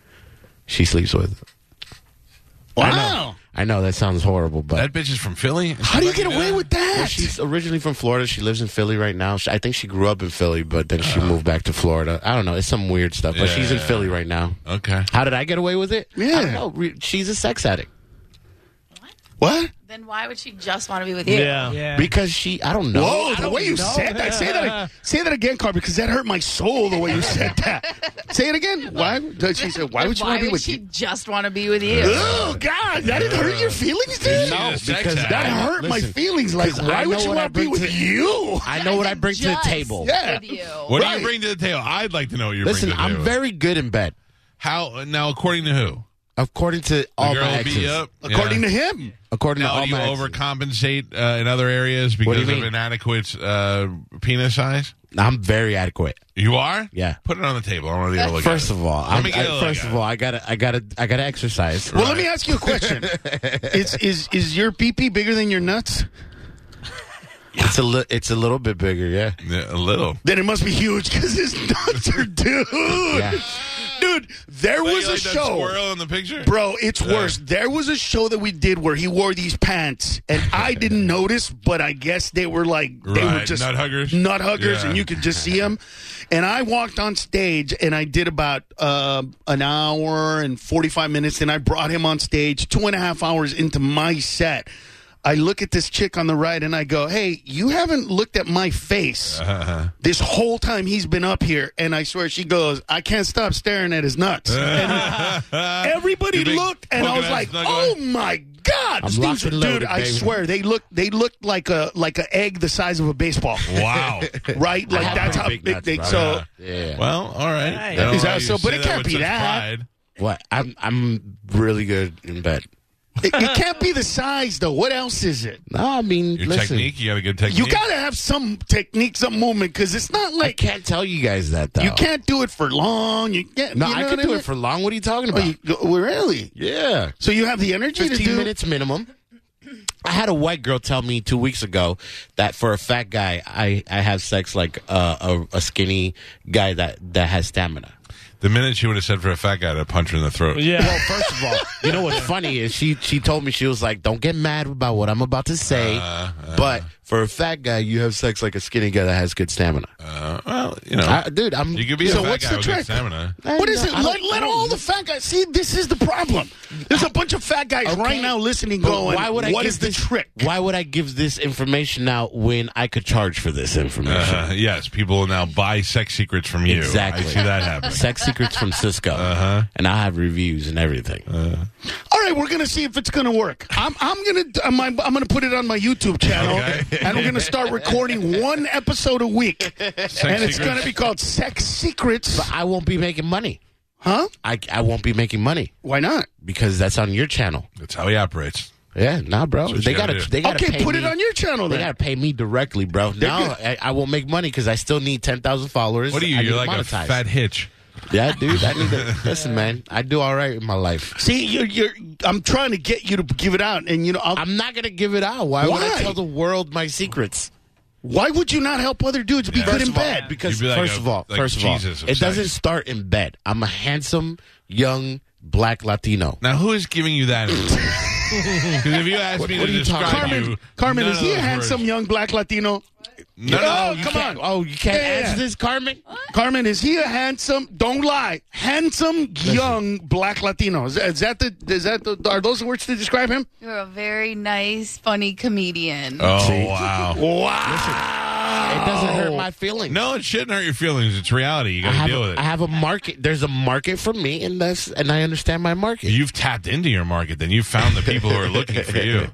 Speaker 2: she sleeps with.
Speaker 5: wow.
Speaker 2: I know that sounds horrible, but
Speaker 1: that bitch is from Philly. and
Speaker 5: How do you
Speaker 1: she
Speaker 5: get
Speaker 1: let
Speaker 5: away
Speaker 1: do
Speaker 5: with that?
Speaker 2: she's originally from Florida. She lives in Philly right now. She, I think she grew up in Philly, but then
Speaker 5: Uh.
Speaker 2: she moved back to Florida. I don't know. It's some weird stuff, but she's in
Speaker 1: Yeah.
Speaker 2: Philly right now.
Speaker 1: that? Okay.
Speaker 2: How did I get away with it?
Speaker 5: Yeah.
Speaker 2: I don't know. Re- She's a sex addict
Speaker 5: What?
Speaker 4: Then why would she just want to be with you?
Speaker 3: Yeah.
Speaker 2: [LAUGHS] because she. I don't know.
Speaker 5: Whoa,
Speaker 2: I
Speaker 5: the
Speaker 2: don't
Speaker 5: way you
Speaker 2: know.
Speaker 5: said that. Say that say that again, Carl, because that hurt my soul the way you said that. say it again. Why she said, why
Speaker 4: Then
Speaker 5: would you want to be with
Speaker 4: she
Speaker 5: you?
Speaker 4: just want to be with you?
Speaker 5: Oh God, that didn't hurt your feelings, dude?
Speaker 1: No, because
Speaker 5: that hurt my
Speaker 2: Listen,
Speaker 5: feelings. Like,
Speaker 2: 'cause
Speaker 5: why
Speaker 2: I
Speaker 5: would
Speaker 2: know
Speaker 5: you
Speaker 2: what I
Speaker 5: want to be
Speaker 2: bring
Speaker 5: with
Speaker 2: to the- [LAUGHS]
Speaker 5: you?
Speaker 2: I know what I bring to the
Speaker 4: Just
Speaker 2: table.
Speaker 5: Yeah.
Speaker 4: With you.
Speaker 1: What do
Speaker 5: Right.
Speaker 1: you bring to the table? I'd like to know what you
Speaker 2: Listen,
Speaker 1: bring to the
Speaker 2: I'm
Speaker 1: table.
Speaker 2: very good in bed,
Speaker 1: How now? According to who?
Speaker 2: according to all
Speaker 1: the girl
Speaker 2: my
Speaker 1: beat
Speaker 2: exes.
Speaker 1: you up.
Speaker 5: According
Speaker 1: yeah.
Speaker 5: to him.
Speaker 2: According to
Speaker 1: Now,
Speaker 2: all
Speaker 1: do you
Speaker 2: my exes.
Speaker 1: overcompensate uh, in other areas
Speaker 2: do
Speaker 1: because
Speaker 2: you
Speaker 1: of
Speaker 2: mean?
Speaker 1: inadequate uh, penis size?
Speaker 2: I'm very adequate.
Speaker 1: You are?
Speaker 2: Yeah.
Speaker 1: Put it on the table. I want to get a look
Speaker 2: First
Speaker 1: at it.
Speaker 2: of all, I'm,
Speaker 1: me get a
Speaker 2: I,
Speaker 1: look
Speaker 2: first
Speaker 1: at
Speaker 2: of
Speaker 1: it.
Speaker 2: all, I gotta, I gotta, I gotta exercise.
Speaker 5: Well, let me ask you
Speaker 2: [LAUGHS]
Speaker 5: a question. is is is your pee pee bigger than your nuts?
Speaker 2: It's a, li- it's a little bit bigger, yeah.
Speaker 1: Yeah, a little.
Speaker 5: Then it must be huge because his [LAUGHS] nuts are dude.
Speaker 2: Yeah.
Speaker 5: Dude, there was
Speaker 1: You
Speaker 5: a
Speaker 1: like that
Speaker 5: show.
Speaker 1: squirrel in the picture.
Speaker 5: Bro, it's worse. There was a show that we did where he wore these pants, and
Speaker 1: [LAUGHS]
Speaker 5: I didn't notice, but I guess they were like they were
Speaker 1: Right,
Speaker 5: just
Speaker 1: nut huggers?
Speaker 5: nut huggers,
Speaker 1: Yeah.
Speaker 5: and you could just see them. And I walked on stage, and I did about uh, an hour and forty five minutes, and I brought him on stage two and a half hours into my set. I look at this chick on the right, and I go, "Hey, you haven't looked at my face."
Speaker 1: Uh-huh.
Speaker 5: this whole time he's been up here, and I swear she goes, I can't stop staring at
Speaker 1: [LAUGHS]
Speaker 5: his nuts. And everybody
Speaker 1: Your big
Speaker 5: looked, and I
Speaker 1: poking
Speaker 5: was
Speaker 1: ass
Speaker 5: like,
Speaker 1: snuggle.
Speaker 5: Oh my god, this
Speaker 2: locked
Speaker 5: thing's-
Speaker 2: and
Speaker 5: dude!
Speaker 2: loaded,
Speaker 5: I
Speaker 2: baby.
Speaker 5: swear they looked they looked like a like an egg the size of a baseball.
Speaker 1: Wow.
Speaker 5: [LAUGHS] Right,
Speaker 2: I
Speaker 5: like
Speaker 2: have
Speaker 5: that's
Speaker 2: pretty
Speaker 5: how
Speaker 2: big
Speaker 5: big,
Speaker 2: nuts,
Speaker 5: they.
Speaker 2: bro.
Speaker 5: So
Speaker 2: Yeah.
Speaker 1: well, all right. I don't
Speaker 5: Is
Speaker 1: know
Speaker 5: that
Speaker 1: why
Speaker 5: so-
Speaker 1: you
Speaker 5: but
Speaker 1: say
Speaker 5: it can't
Speaker 1: with
Speaker 5: be
Speaker 1: such
Speaker 5: that.
Speaker 1: pride.
Speaker 2: What? I'm, I'm really good in bed.
Speaker 5: it, it can't be the size though. What else is it?
Speaker 2: No, I mean,
Speaker 1: Your
Speaker 2: listen,
Speaker 1: technique. You got a good technique.
Speaker 5: You gotta have some technique, some movement, because it's not
Speaker 2: I
Speaker 5: like
Speaker 2: can't tell you guys that though.
Speaker 5: you can't do it for long. You can't.
Speaker 2: No,
Speaker 5: you know
Speaker 2: I could
Speaker 5: what
Speaker 2: do
Speaker 5: mean?
Speaker 2: it for long. What are you talking
Speaker 5: Oh,
Speaker 2: about?
Speaker 5: you go- well, really.
Speaker 2: yeah,
Speaker 5: So you have the energy to
Speaker 2: fifteen
Speaker 5: do.
Speaker 2: minutes minimum. I had a white girl tell me two weeks ago that for a fat guy, I, I have sex like uh, a, a skinny guy that, that has stamina.
Speaker 1: the minute she would have said for a fat guy to punch her in the throat.
Speaker 3: Yeah.
Speaker 2: First of all, you know what's funny is she she told me she was like, "Don't get mad about what I'm about to say,"
Speaker 1: Uh,
Speaker 2: but for a fat guy, you have sex like a skinny guy that has good stamina.
Speaker 1: Uh, well, you know,
Speaker 2: I, dude, I'm
Speaker 1: you could be
Speaker 5: So
Speaker 1: a fat
Speaker 5: what's
Speaker 1: guy
Speaker 5: the
Speaker 1: with
Speaker 5: trick?
Speaker 1: good stamina.
Speaker 2: I
Speaker 5: What is
Speaker 2: know-
Speaker 5: it?
Speaker 2: I don't-
Speaker 5: Let, let
Speaker 2: I
Speaker 5: all
Speaker 2: don't-
Speaker 5: the fat guys see. This is the problem. There's a bunch of fat guys
Speaker 2: Okay.
Speaker 5: right now listening,
Speaker 2: But
Speaker 5: going,
Speaker 2: why would I
Speaker 5: "What
Speaker 2: give
Speaker 5: is the
Speaker 2: this-
Speaker 5: trick?"
Speaker 2: Why would I give this information out when I could charge for this information?
Speaker 5: Uh-huh.
Speaker 1: Uh, yes, people will now buy sex secrets from you.
Speaker 2: Exactly.
Speaker 5: [LAUGHS]
Speaker 1: I see that happen.
Speaker 2: Sex secrets from Cisco, uh-huh. and I have reviews and everything.
Speaker 5: All right, we're gonna see if it's gonna work. I'm I'm gonna I'm, I'm gonna put it on my YouTube channel,
Speaker 1: Okay.
Speaker 5: and we're gonna start recording one episode a week, and it's
Speaker 1: secrets.
Speaker 5: gonna be called Sex Secrets,
Speaker 2: I won't be making money.
Speaker 5: huh?
Speaker 2: I, I won't be making money
Speaker 5: Why not?
Speaker 2: because that's on your channel.
Speaker 1: That's how he operates.
Speaker 2: Yeah, nah, bro.
Speaker 1: what
Speaker 2: They
Speaker 1: you gotta
Speaker 2: gotta,
Speaker 1: do.
Speaker 2: they gotta
Speaker 5: Okay,
Speaker 2: pay
Speaker 5: put it
Speaker 2: me-
Speaker 5: on your channel
Speaker 2: They
Speaker 5: then.
Speaker 2: gotta pay me directly, bro. Now I, I won't make money because I still need ten thousand followers.
Speaker 1: What are you?
Speaker 2: I need
Speaker 1: You're
Speaker 2: to
Speaker 1: like
Speaker 2: monetize.
Speaker 1: a fat hitch.
Speaker 2: Yeah, dude. I need
Speaker 5: [LAUGHS]
Speaker 2: to listen, man. I do all right in my life.
Speaker 5: See, you're, you're I'm trying to get you to give it out, and you know, I'll,
Speaker 2: I'm not gonna give it out. Why, would I
Speaker 5: Why?
Speaker 2: tell the world my secrets?
Speaker 5: why would you not help other dudes be good
Speaker 2: First
Speaker 5: and
Speaker 2: of all,
Speaker 5: bad?
Speaker 2: Because
Speaker 1: You'd be like
Speaker 2: first
Speaker 1: a-
Speaker 2: of all,
Speaker 1: like
Speaker 2: first of
Speaker 1: Jesus,
Speaker 2: all,
Speaker 1: I'm
Speaker 2: it
Speaker 1: saying.
Speaker 2: doesn't start in bed. I'm a handsome, young black Latino.
Speaker 1: Now, who is giving you that?
Speaker 2: [LAUGHS]
Speaker 1: Because if you ask me
Speaker 2: what
Speaker 1: to
Speaker 2: are you talking
Speaker 1: describe
Speaker 2: about?
Speaker 5: Carmen,
Speaker 1: you,
Speaker 5: Carmen,
Speaker 1: none
Speaker 5: is
Speaker 1: of
Speaker 5: he a
Speaker 1: those
Speaker 5: handsome
Speaker 1: words-
Speaker 5: young black Latino?
Speaker 1: No,
Speaker 5: Oh,
Speaker 1: no,
Speaker 5: come on.
Speaker 2: Oh, you can't
Speaker 5: Yeah, yeah,
Speaker 2: answer
Speaker 5: yeah.
Speaker 2: this, Carmen?
Speaker 5: Carmen, is he a handsome? Don't lie, handsome young black Latino. Is, is that the? Is that the? Are those the words to describe him?
Speaker 4: You're a very nice, funny comedian.
Speaker 1: Oh wow.
Speaker 5: Wow.
Speaker 2: It doesn't hurt my feelings.
Speaker 1: No, it shouldn't hurt your feelings. It's reality. You
Speaker 2: I
Speaker 1: got to
Speaker 2: have,
Speaker 1: deal with
Speaker 2: a,
Speaker 1: it.
Speaker 2: I have a market. There's a market for me, and that's and I understand my market.
Speaker 1: You've tapped into your market. Then you've found the people who are looking for
Speaker 2: [LAUGHS]
Speaker 1: you.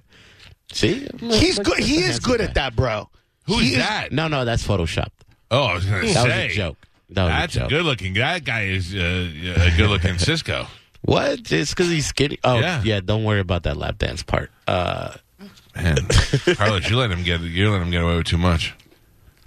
Speaker 2: See,
Speaker 5: He's good. He is good at that, bro.
Speaker 1: Who
Speaker 5: He
Speaker 1: is that?
Speaker 2: No, no, that's photoshopped.
Speaker 1: Oh, I was going to
Speaker 2: That
Speaker 1: say.
Speaker 2: was a joke. That was
Speaker 1: That's
Speaker 2: a joke.
Speaker 1: good looking. That guy is uh, a good looking Cisco.
Speaker 2: [LAUGHS] What? Just because he's skinny? Oh,
Speaker 1: Yeah.
Speaker 2: yeah. Don't worry about that lap dance part. Uh,
Speaker 1: Man, [LAUGHS] Carlos, you let him get you let him get away with too much.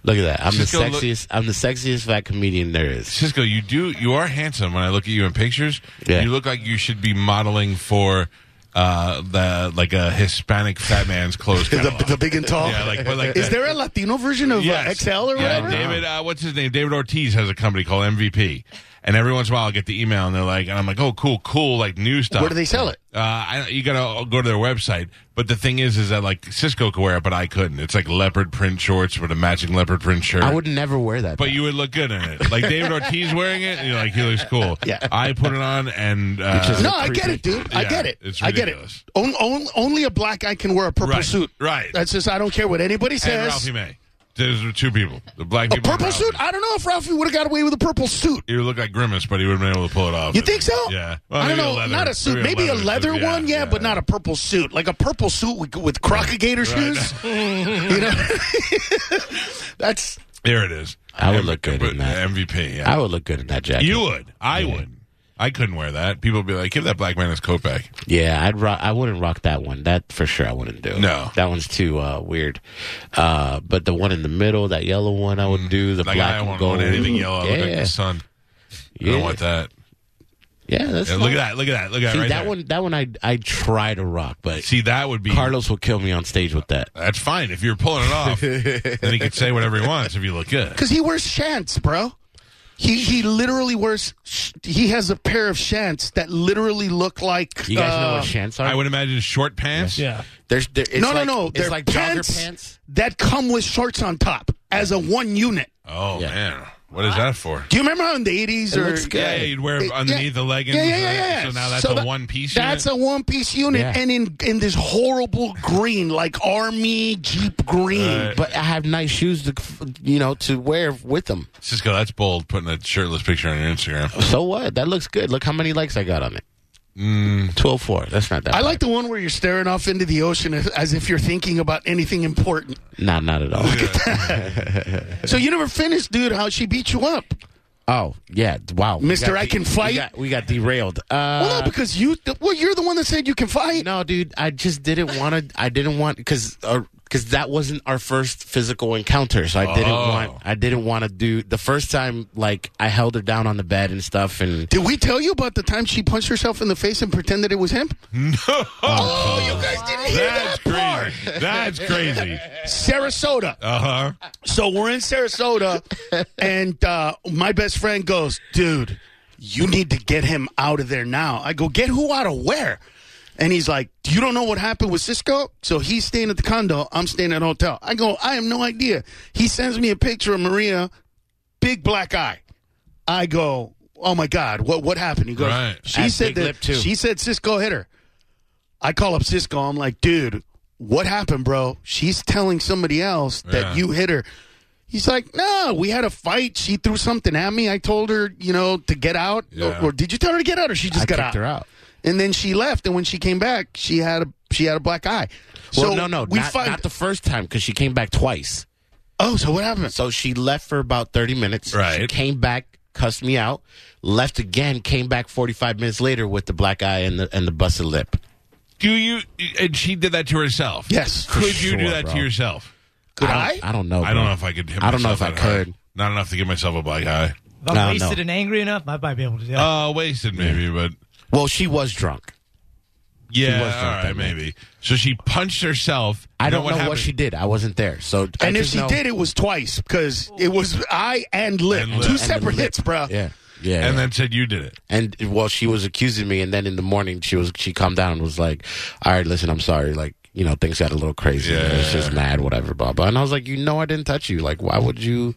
Speaker 2: look at that. I'm
Speaker 1: Just
Speaker 2: the
Speaker 1: go look-
Speaker 2: sexiest. I'm the sexiest fat comedian there is.
Speaker 1: Cisco, you do you are handsome. When I look at you in pictures,
Speaker 2: Yeah.
Speaker 1: you look like you should be modeling for uh, the like a Hispanic fat man's clothes.
Speaker 2: [LAUGHS]
Speaker 5: The,
Speaker 1: catalog.
Speaker 5: the big and tall.
Speaker 1: yeah, like but like
Speaker 5: is
Speaker 1: that-
Speaker 5: there
Speaker 1: [LAUGHS]
Speaker 5: a Latino version of uh,
Speaker 1: Yes.
Speaker 5: XL or
Speaker 1: Yeah,
Speaker 5: whatever?
Speaker 1: David, uh, what's his name? David Ortiz has a company called MVP. And every once in a while, I get the email, and they're like, and I'm like, oh, cool, cool, like new stuff.
Speaker 5: Where do they sell it?
Speaker 1: Uh, I, you gotta go to their website. But the thing is, is that like Cisco could wear it, but I couldn't. It's like leopard print shorts with a matching leopard print shirt.
Speaker 2: I would never wear that.
Speaker 1: But you would look good in it. Like David Ortiz wearing it, and you're like, he looks cool.
Speaker 5: Yeah.
Speaker 1: I put it on, and uh,
Speaker 2: just-
Speaker 5: No, I get it, dude. I
Speaker 1: Yeah,
Speaker 5: get it.
Speaker 1: it's
Speaker 5: I get it.
Speaker 1: ridiculous.
Speaker 5: On, on, only a black guy can wear a purple
Speaker 1: Right,
Speaker 5: suit.
Speaker 1: right.
Speaker 5: That's just. I don't care what anybody
Speaker 1: and
Speaker 5: says.
Speaker 1: Ralphie May. Those are two people. The black
Speaker 5: a
Speaker 1: people. and
Speaker 5: Oh, purple
Speaker 1: Ralphie.
Speaker 5: suit. I don't know if Ralphie would have got away with a purple suit.
Speaker 1: He would look like Grimace, but he would have been able to pull it off.
Speaker 5: You think so?
Speaker 1: Yeah. Well,
Speaker 5: I don't
Speaker 1: Oh, maybe
Speaker 5: know.
Speaker 1: leather-
Speaker 5: not a suit. Maybe a leather,
Speaker 1: suit. Yeah,
Speaker 5: one. Yeah,
Speaker 1: yeah.
Speaker 5: but not a purple suit. Like a purple suit with, with
Speaker 1: [LAUGHS]
Speaker 5: crocodile shoes. you know. That's
Speaker 1: There it is.
Speaker 2: I would look good in that.
Speaker 1: MVP. Yeah.
Speaker 2: I would look good in that jacket.
Speaker 1: you would. I would. I couldn't wear that. People would be like, give that black man his coat back.
Speaker 2: Yeah, I'd rock. I wouldn't rock that one. That for sure, I wouldn't do.
Speaker 1: No.
Speaker 2: that one's too uh, weird. Uh, but the one in the middle, that yellow one, I
Speaker 1: Mm.
Speaker 2: would do. The
Speaker 1: Like,
Speaker 2: black
Speaker 1: I
Speaker 2: and
Speaker 1: don't
Speaker 2: gold.
Speaker 1: want anything yellow. I
Speaker 2: Yeah,
Speaker 1: look like the sun. I
Speaker 2: yeah,
Speaker 1: don't want that.
Speaker 2: yeah. That's
Speaker 1: Yeah, look at
Speaker 2: fine.
Speaker 1: that. Look at that. Look at
Speaker 2: See
Speaker 1: right
Speaker 2: that
Speaker 1: there.
Speaker 2: one? That one, I I try to rock, but
Speaker 1: See, that would be.
Speaker 2: Carlos will kill me on stage with that.
Speaker 1: That's fine. If you're pulling it
Speaker 2: [LAUGHS]
Speaker 1: off, then he could say whatever he wants if you look good.
Speaker 5: because he wears shants, bro. He he literally wears. Sh- he has a pair of shants that literally look like.
Speaker 2: You guys know
Speaker 5: uh,
Speaker 2: what shants are?
Speaker 1: I would imagine short pants.
Speaker 3: Yeah.
Speaker 2: There's, there, it's
Speaker 5: No,
Speaker 2: like,
Speaker 5: no, no.
Speaker 2: It's
Speaker 5: They're
Speaker 2: like
Speaker 5: pants,
Speaker 2: jogger pants.
Speaker 5: that come with shorts on top as a one unit.
Speaker 1: Oh,
Speaker 2: Yeah.
Speaker 1: man. What is that for?
Speaker 5: Do you remember how in the eighties
Speaker 2: It
Speaker 5: or
Speaker 2: looks good.
Speaker 1: Yeah, you'd wear it
Speaker 5: Yeah.
Speaker 1: underneath the leggings.
Speaker 5: Yeah, yeah, yeah, yeah.
Speaker 1: So now that's
Speaker 5: So
Speaker 1: a
Speaker 5: that-
Speaker 1: one piece.
Speaker 5: That's a one piece unit,
Speaker 2: Yeah.
Speaker 5: and in in this horrible green, like army jeep green.
Speaker 1: Right.
Speaker 2: But I have nice shoes to, you know, to wear with them.
Speaker 1: Cisco, that's bold putting a shirtless picture on your
Speaker 5: Oh,
Speaker 1: Instagram.
Speaker 2: So what? That looks good. Look how many likes I got on it. Twelve four. That's not that.
Speaker 5: I
Speaker 2: bad.
Speaker 5: like the one where you're staring off into the ocean as, as if you're thinking about anything important.
Speaker 2: Nah, not at all.
Speaker 5: So you never finished, dude. How she beat you up?
Speaker 2: oh yeah. Wow, We
Speaker 5: Mister,
Speaker 2: got
Speaker 5: I
Speaker 2: de-
Speaker 5: can fight?
Speaker 2: We got, we got derailed. Uh,
Speaker 5: well, no, because you. Well, you're the one that said you can fight.
Speaker 2: no, dude. I just didn't want to. I didn't want because because that wasn't our first physical encounter. So I didn't
Speaker 1: Oh.
Speaker 2: want. I didn't want to do the first time. Like I held her down on the bed and stuff. And
Speaker 5: Did we tell you about the time she punched herself in the face and pretended it was
Speaker 2: [LAUGHS]
Speaker 5: him? No. Oh, you guys didn't hear
Speaker 1: That's
Speaker 5: that part.
Speaker 1: crazy. That's crazy.
Speaker 5: Sarasota.
Speaker 1: Uh huh.
Speaker 5: So we're in Sarasota, and uh, my best friend goes, "Dude, you need to get him out of there now." I go, "Get who out of where?" And he's like, "You don't know what happened with Cisco." So he's staying at the condo. I'm staying at a hotel. I go, "I have no idea." He sends me a picture of Maria, big black eye. I go, "Oh my God, what what happened?" He goes,
Speaker 1: Right.
Speaker 5: "She
Speaker 2: That's
Speaker 5: said
Speaker 2: big
Speaker 5: that
Speaker 2: lip, too.
Speaker 5: she said Cisco hit her." I call up Cisco. I'm like, dude, what happened, bro? She's telling somebody else that
Speaker 1: Yeah.
Speaker 5: you hit her. He's like, no, we had a fight. She threw something at me. I told her, you know, to get out.
Speaker 1: Yeah.
Speaker 5: Or, or did you tell her to get out, or she just
Speaker 2: I
Speaker 5: got
Speaker 2: kicked
Speaker 5: out?
Speaker 2: her out.
Speaker 5: and then she left. And when she came back, she had a she had a black eye.
Speaker 2: Well,
Speaker 5: so
Speaker 2: no, no,
Speaker 5: we
Speaker 2: not,
Speaker 5: find
Speaker 2: not the first time because she came back twice.
Speaker 5: oh, so what happened?
Speaker 2: So she left for about 30 minutes. She
Speaker 1: Right.
Speaker 2: came back, cussed me out, left again, came back 45 minutes later with the black eye and the and the busted lip.
Speaker 1: Do you? And she did that to herself.
Speaker 5: Yes, for
Speaker 1: Could you do
Speaker 2: sure,
Speaker 1: that to
Speaker 2: bro.
Speaker 1: yourself?
Speaker 5: Could
Speaker 2: I? Don't, I don't know.
Speaker 1: I don't
Speaker 2: bro.
Speaker 1: know if I could. Hit
Speaker 2: I don't know
Speaker 1: myself
Speaker 2: if
Speaker 1: that
Speaker 2: I
Speaker 1: hard.
Speaker 2: could.
Speaker 1: Not enough to give myself a black eye.
Speaker 6: If I'm
Speaker 2: No, no.
Speaker 6: wasted and angry enough, I might be able to do that.
Speaker 1: Uh, wasted maybe, but
Speaker 2: Well, she was drunk.
Speaker 1: yeah, all
Speaker 2: was drunk
Speaker 1: right,
Speaker 2: that night.
Speaker 1: maybe. So she punched herself.
Speaker 2: I
Speaker 1: You
Speaker 2: don't know what,
Speaker 1: happened?
Speaker 2: she did. I wasn't there. So I
Speaker 5: And if
Speaker 2: just
Speaker 5: she
Speaker 2: know-
Speaker 5: did, it was twice because it was eye and lip,
Speaker 1: And lip.
Speaker 5: two
Speaker 1: And the
Speaker 5: separate hits, bro.
Speaker 2: yeah, yeah, yeah.
Speaker 1: and then said you did it.
Speaker 2: and well she was accusing me and then in the morning she was she calmed down and was like all right listen i'm sorry like you know things got a little crazy
Speaker 1: Yeah.
Speaker 2: i was just mad whatever blah blah and i was like you know i didn't touch you like why would you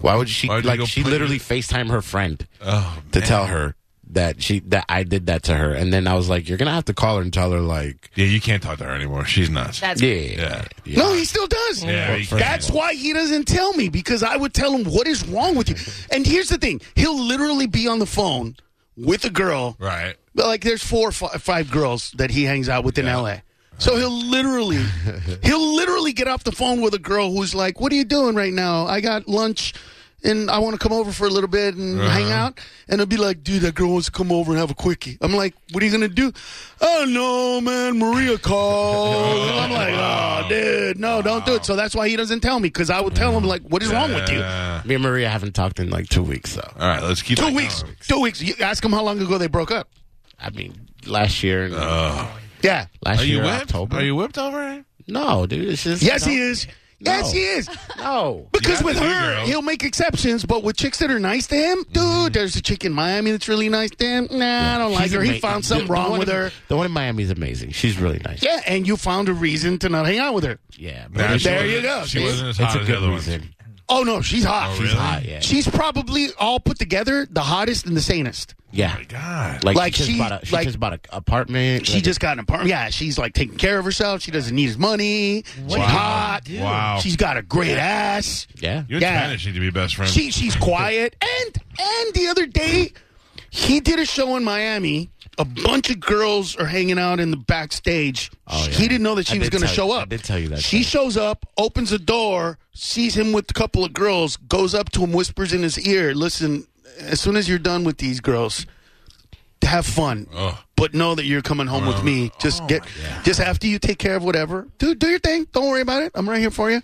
Speaker 2: why would she
Speaker 1: Why would you
Speaker 2: like
Speaker 1: go
Speaker 2: she
Speaker 1: put
Speaker 2: literally
Speaker 1: your-
Speaker 2: facetime her friend
Speaker 1: Oh,
Speaker 2: to
Speaker 1: man.
Speaker 2: tell her that she that i did that to her and then i was like you're gonna have to call her and tell her like
Speaker 1: Yeah, you can't talk to her anymore. She's nuts.
Speaker 4: That's
Speaker 2: yeah
Speaker 1: yeah.
Speaker 5: No, he still does.
Speaker 1: Yeah, he can.
Speaker 5: That's why he doesn't tell me because I would tell him what is wrong with you. And here's the thing: he'll literally be on the phone with a girl.
Speaker 1: Right.
Speaker 5: But like, there's four or fi- five girls that he hangs out with in L.A. So he'll literally, he'll literally get off the phone with a girl who's like, "What are you doing right now? I got lunch." And I want to come over for a little bit and hang out. And it'll be like, dude, that girl wants to come over and have a quickie. I'm like, what are you going to do? Oh, no, man. Maria called. And I'm like, oh, dude, no, don't do it. So that's why he doesn't tell me because I would tell him, like, what is wrong with you?
Speaker 1: Uh,
Speaker 2: me and maria haven't talked in like two weeks though
Speaker 1: all right, let's keep
Speaker 5: Two
Speaker 1: that
Speaker 5: weeks.
Speaker 1: going.
Speaker 5: Two weeks. You ask him how long ago they broke up.
Speaker 2: i mean last year and
Speaker 5: Yeah.
Speaker 2: last
Speaker 1: Uh, Are you
Speaker 2: year
Speaker 1: whipped?
Speaker 2: october
Speaker 1: Are you whipped over it?
Speaker 2: no dude it's just
Speaker 5: Yes,
Speaker 2: no,
Speaker 5: he is. Yes, he is.
Speaker 2: no
Speaker 5: Because
Speaker 1: have
Speaker 5: with
Speaker 1: to be,
Speaker 5: her,
Speaker 1: girl. Mm-hmm.
Speaker 5: he'll make exceptions, but with chicks that are nice to him, dude, there's a chick in Miami that's really nice to him. Nah, I don't like
Speaker 2: She's
Speaker 5: her. He
Speaker 2: ama-
Speaker 5: found
Speaker 2: the-
Speaker 5: something
Speaker 2: the
Speaker 5: wrong
Speaker 2: one
Speaker 5: with
Speaker 2: in-
Speaker 5: her.
Speaker 2: The one in Miami is amazing. She's really nice.
Speaker 5: Yeah, and you found a reason to not hang out with her.
Speaker 2: Yeah,
Speaker 1: Nah,
Speaker 2: it's-
Speaker 1: she
Speaker 5: There you
Speaker 1: wasn't-
Speaker 5: go.
Speaker 1: She wasn't as
Speaker 2: it's
Speaker 1: hot
Speaker 2: a
Speaker 1: as
Speaker 2: good
Speaker 1: the other ones.
Speaker 2: reason.
Speaker 5: Oh no, she's hot.
Speaker 1: Oh,
Speaker 5: she's
Speaker 1: really?
Speaker 2: hot, yeah.
Speaker 5: She's probably all put together the hottest and the sanest.
Speaker 2: Yeah,
Speaker 1: God.
Speaker 2: like,
Speaker 5: Like
Speaker 2: she, just
Speaker 5: she-
Speaker 2: bought a, she
Speaker 5: like-
Speaker 2: just bought an apartment.
Speaker 5: She
Speaker 2: like-
Speaker 5: just got an apartment. Yeah, she's like taking care of herself. She doesn't need his money. She's hot.
Speaker 1: Wow.
Speaker 5: She's got a great ass.
Speaker 2: yeah.
Speaker 1: you and
Speaker 5: Yeah.
Speaker 1: Spanish need to be best friends.
Speaker 5: She she's quiet. And and the other day, he did a show in Miami. A bunch of girls are hanging out in the backstage.
Speaker 2: Oh, yeah.
Speaker 5: He didn't know that she
Speaker 2: I
Speaker 5: was
Speaker 2: did
Speaker 5: going to
Speaker 2: tell-
Speaker 5: show
Speaker 2: I
Speaker 5: up.
Speaker 2: did tell you that,
Speaker 5: She
Speaker 2: yeah.
Speaker 5: shows up, opens a door, sees him with a couple of girls, goes up to him, whispers in his ear, "Listen, as soon as you're done with these girls, have fun."
Speaker 1: Oh.
Speaker 5: But know that you're coming home with me. Just get, just after you take care of whatever, dude. Do your thing. Don't worry about it. I'm right here for you.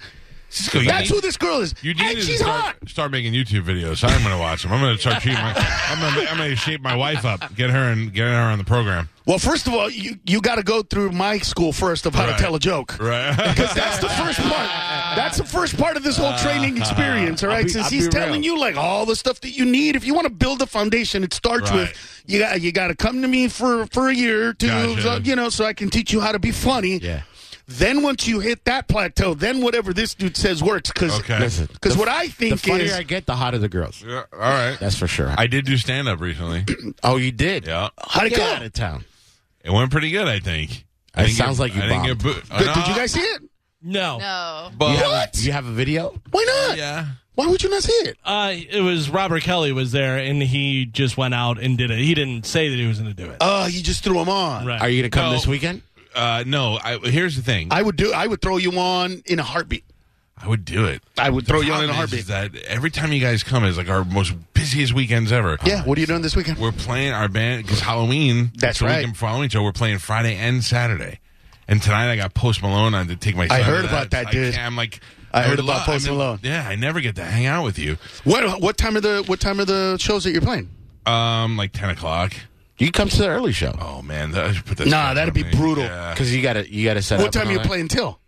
Speaker 1: Cisco, you
Speaker 5: That's
Speaker 1: need-
Speaker 5: who this girl is.
Speaker 1: You need
Speaker 5: and
Speaker 1: to
Speaker 5: she's
Speaker 1: start,
Speaker 5: hot.
Speaker 1: start making YouTube videos. I'm going to watch them. I'm going to start treating my. I'm going to I'm going to shape my wife up. Get her and get her on the program.
Speaker 5: Well, first of all, you, you got to go through my school first of how
Speaker 1: Right.
Speaker 5: to tell a joke.
Speaker 1: Right. [LAUGHS]
Speaker 5: That's the first part. That's the first part of this whole training experience, all right?
Speaker 2: be-
Speaker 5: Since
Speaker 2: I'll
Speaker 5: he's
Speaker 2: be
Speaker 5: telling
Speaker 2: real.
Speaker 5: you like all the stuff that you need, if you want to build a foundation, it starts
Speaker 1: Right.
Speaker 5: with you got you got to come to me for for a year or two,
Speaker 1: Gotcha.
Speaker 5: so- you know, so I can teach you how to be funny.
Speaker 2: Yeah.
Speaker 5: Then once you hit that plateau, then whatever this dude says works because
Speaker 1: Okay.
Speaker 2: Listen,
Speaker 5: because what I
Speaker 2: The
Speaker 5: think
Speaker 2: funnier
Speaker 5: is
Speaker 2: I get, the hotter the girls.
Speaker 1: Yeah, all right.
Speaker 2: That's for sure.
Speaker 1: I did do stand up
Speaker 5: [CLEARS THROAT]
Speaker 1: recently.
Speaker 2: oh, you did.
Speaker 1: yeah.
Speaker 5: how'd it
Speaker 2: Get
Speaker 5: go?
Speaker 2: out of town.
Speaker 1: It went pretty good, I think. I
Speaker 2: It
Speaker 1: didn't
Speaker 2: sounds like you
Speaker 1: I didn't get
Speaker 2: bombed.
Speaker 1: booed.
Speaker 5: Did, did you guys see it?
Speaker 3: No.
Speaker 4: no.
Speaker 2: You have a-
Speaker 5: What?
Speaker 2: you have a video?
Speaker 5: Why not?
Speaker 1: Yeah.
Speaker 5: Why would you not see it?
Speaker 3: Uh, it was Robert Kelly was there, and he just went out and did it. He didn't say that he was going to do
Speaker 6: Uh,
Speaker 3: it.
Speaker 5: Oh, you just threw him on.
Speaker 3: Right.
Speaker 2: Are you gonna come
Speaker 1: No.
Speaker 2: this weekend?
Speaker 1: Uh, no. I, here's the thing. I,
Speaker 5: I would do. I would throw you on in a heartbeat.
Speaker 1: would do it.
Speaker 5: I would throw you on in
Speaker 1: Problem
Speaker 5: a
Speaker 1: is,
Speaker 5: heartbeat.
Speaker 1: is that every time you guys come is like our most busiest weekends ever.
Speaker 5: yeah. What are you doing this weekend?
Speaker 1: We're playing our band because Halloween.
Speaker 5: That's
Speaker 1: the
Speaker 5: right.
Speaker 1: Weekend before Halloween, so we're playing Friday and Saturday. And tonight I got Post Malone on to take my. Son to
Speaker 5: heard about that,
Speaker 1: I
Speaker 5: dude.
Speaker 1: can't- I'm like.
Speaker 5: I heard
Speaker 1: would
Speaker 5: about
Speaker 1: love-
Speaker 5: Post
Speaker 1: I mean,
Speaker 5: Malone.
Speaker 1: Yeah, I never get to hang out with you.
Speaker 5: What what time are the what time are the shows that you're playing?
Speaker 1: Um, like ten o'clock.
Speaker 2: You come to the early show
Speaker 1: Oh man, that, I should put that
Speaker 5: Nah,
Speaker 1: stuff
Speaker 5: that'd
Speaker 1: on
Speaker 5: be
Speaker 1: me.
Speaker 5: brutal.
Speaker 1: Yeah.
Speaker 2: because you gotta you gotta set
Speaker 5: What
Speaker 2: up.
Speaker 5: time
Speaker 2: and
Speaker 5: are you
Speaker 2: all that.
Speaker 5: playing till?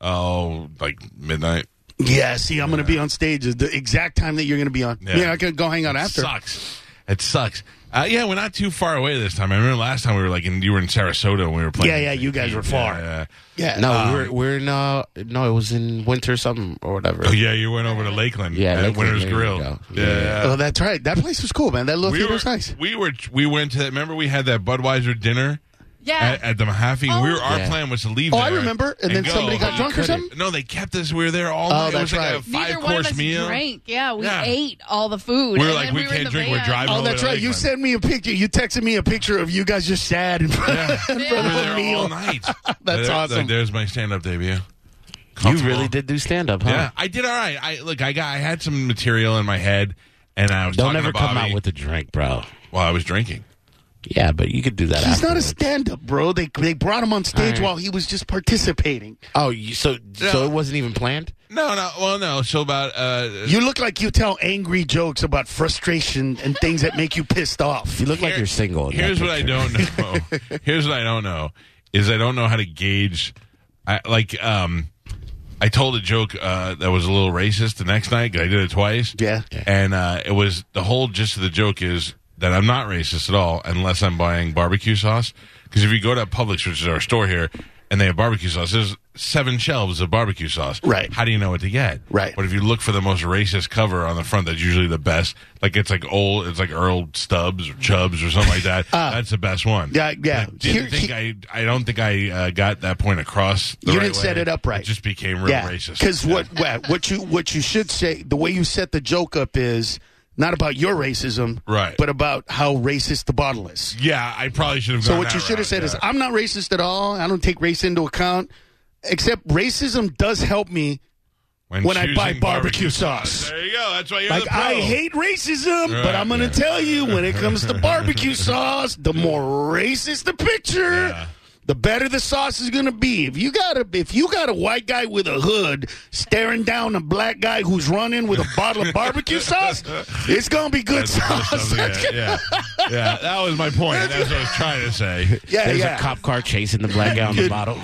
Speaker 1: Oh, like midnight.
Speaker 5: Yeah, see, I'm going to be on stage at the exact time that you're going to be on. Yeah,
Speaker 1: Yeah.
Speaker 5: I can go hang out after.
Speaker 1: Sucks. It sucks. Uh, yeah, we're not too far away this time. I remember last time we were like, in, you were in Sarasota and we were playing.
Speaker 5: Yeah, yeah, you guys were far.
Speaker 1: Yeah,
Speaker 5: Yeah,
Speaker 2: No, we we're we're in uh no, it was in winter something or whatever.
Speaker 1: Oh, yeah, you went over to Lakeland.
Speaker 2: Yeah,
Speaker 1: at
Speaker 2: Lakeland,
Speaker 1: Winter's
Speaker 2: there you
Speaker 1: Grill.
Speaker 2: go.
Speaker 1: Yeah.
Speaker 5: Oh, that's right. That place was cool, man. That little
Speaker 1: We
Speaker 5: theater
Speaker 1: were,
Speaker 5: was nice.
Speaker 1: we were we went to that. Remember, we had that Budweiser dinner
Speaker 4: Yeah.
Speaker 1: at, at the Mahaffey.
Speaker 4: Oh.
Speaker 1: we were, our
Speaker 2: Yeah.
Speaker 1: plan was to leave.
Speaker 5: Oh, I
Speaker 1: there
Speaker 5: remember. And then
Speaker 1: go.
Speaker 5: somebody got
Speaker 1: You
Speaker 5: drunk or
Speaker 1: couldn't.
Speaker 5: something?
Speaker 1: No, they kept us. We were there all
Speaker 5: Oh,
Speaker 1: night. It was
Speaker 5: that's
Speaker 1: like a
Speaker 5: right.
Speaker 1: five
Speaker 4: Neither
Speaker 1: course
Speaker 4: one of us
Speaker 1: meal.
Speaker 4: drank. Yeah, we
Speaker 1: Yeah.
Speaker 4: ate all the food.
Speaker 1: We were
Speaker 4: and
Speaker 1: like,
Speaker 4: then
Speaker 1: we
Speaker 4: were in
Speaker 1: can't
Speaker 4: the
Speaker 1: drink. We're
Speaker 4: van.
Speaker 1: driving.
Speaker 5: Oh,
Speaker 1: all the way
Speaker 5: that's
Speaker 1: to
Speaker 5: right. You
Speaker 1: Lakeland.
Speaker 5: sent me a picture. You texted me a picture of you guys just sad in front, in
Speaker 4: Yeah.
Speaker 5: front
Speaker 1: We were
Speaker 5: of a
Speaker 1: there
Speaker 5: meal.
Speaker 1: all night.
Speaker 5: [LAUGHS] That's
Speaker 1: There-
Speaker 5: awesome.
Speaker 1: like, there's my stand-up debut.
Speaker 2: You
Speaker 1: Comfortable.
Speaker 2: really did do stand up, huh?
Speaker 1: Yeah, I did all right. I look, I got, I had some material in my head, and I was
Speaker 2: Don't
Speaker 1: talking
Speaker 2: ever
Speaker 1: to
Speaker 2: come
Speaker 1: Bobby
Speaker 2: out with a drink, bro.
Speaker 1: while I was drinking.
Speaker 2: Yeah, but you could do that.
Speaker 5: He's not a
Speaker 2: afterwards.
Speaker 5: stand-up, bro. They they brought him on stage while he was just participating.
Speaker 2: Oh, you, so so
Speaker 1: Yeah.
Speaker 2: it wasn't even planned.
Speaker 1: No, no, well, no. So about uh,
Speaker 5: You look like you tell angry jokes about frustration and things that make you pissed off.
Speaker 2: You look like
Speaker 1: Here-
Speaker 2: you're single. in that
Speaker 1: Here's what I
Speaker 5: [LAUGHS]
Speaker 2: picture.
Speaker 1: don't know. here's what I don't know is I don't know how to gauge. I like um, I told a joke uh, that was a little racist the next night. 'cause I did it twice.
Speaker 5: Yeah.
Speaker 1: and uh, it was the whole gist of the joke is that I'm not racist at all unless I'm buying barbecue sauce. Because if you go to Publix, which is our store here, and they have barbecue sauce, there's seven shelves of barbecue sauce.
Speaker 5: Right.
Speaker 1: How do you know what to get?
Speaker 5: Right.
Speaker 1: But if you look for the most racist cover on the front, that's usually the best. Like it's like old, it's like Earl Stubbs or Chubbs or something like
Speaker 5: [LAUGHS]
Speaker 1: that. that's the best one.
Speaker 5: Uh, Yeah, yeah.
Speaker 1: I didn't
Speaker 5: Here-
Speaker 1: think
Speaker 5: he-
Speaker 1: I, I don't think I uh, got that point across. The
Speaker 5: You
Speaker 1: right
Speaker 5: didn't set
Speaker 1: way.
Speaker 5: it up right.
Speaker 1: It just became real racist.
Speaker 5: Because what yeah, what you what you should say the way you set the joke up is not about your racism,
Speaker 1: Right.
Speaker 5: But about how racist the bottle is.
Speaker 1: Yeah, I probably should have.
Speaker 5: So
Speaker 1: gone
Speaker 5: what you
Speaker 1: that
Speaker 5: should have
Speaker 1: route,
Speaker 5: said is,
Speaker 1: yeah.
Speaker 5: I'm not racist at all. I don't take race into account. Except racism does help me. when I
Speaker 1: choosing
Speaker 5: buy barbecue sauce.
Speaker 1: [LAUGHS] There you go. That's why you're the
Speaker 5: Like
Speaker 1: pro.
Speaker 5: I hate racism, but
Speaker 1: Right,
Speaker 5: I'm gonna
Speaker 1: yeah.
Speaker 5: tell you when it comes to
Speaker 1: [LAUGHS]
Speaker 5: barbecue sauce, the more racist the picture,
Speaker 1: Yeah.
Speaker 5: the better the sauce is gonna be. If you got a if you got a white guy with a hood staring down a black guy who's running with a bottle
Speaker 1: [LAUGHS]
Speaker 5: of barbecue sauce, it's gonna be
Speaker 1: [LAUGHS]
Speaker 5: good
Speaker 1: That's the first
Speaker 5: sauce.
Speaker 1: time I- yeah, yeah, that was my point. That's what I was trying to say.
Speaker 5: [LAUGHS] yeah,
Speaker 2: There's
Speaker 5: yeah.
Speaker 2: a cop car chasing the black guy on the bottle.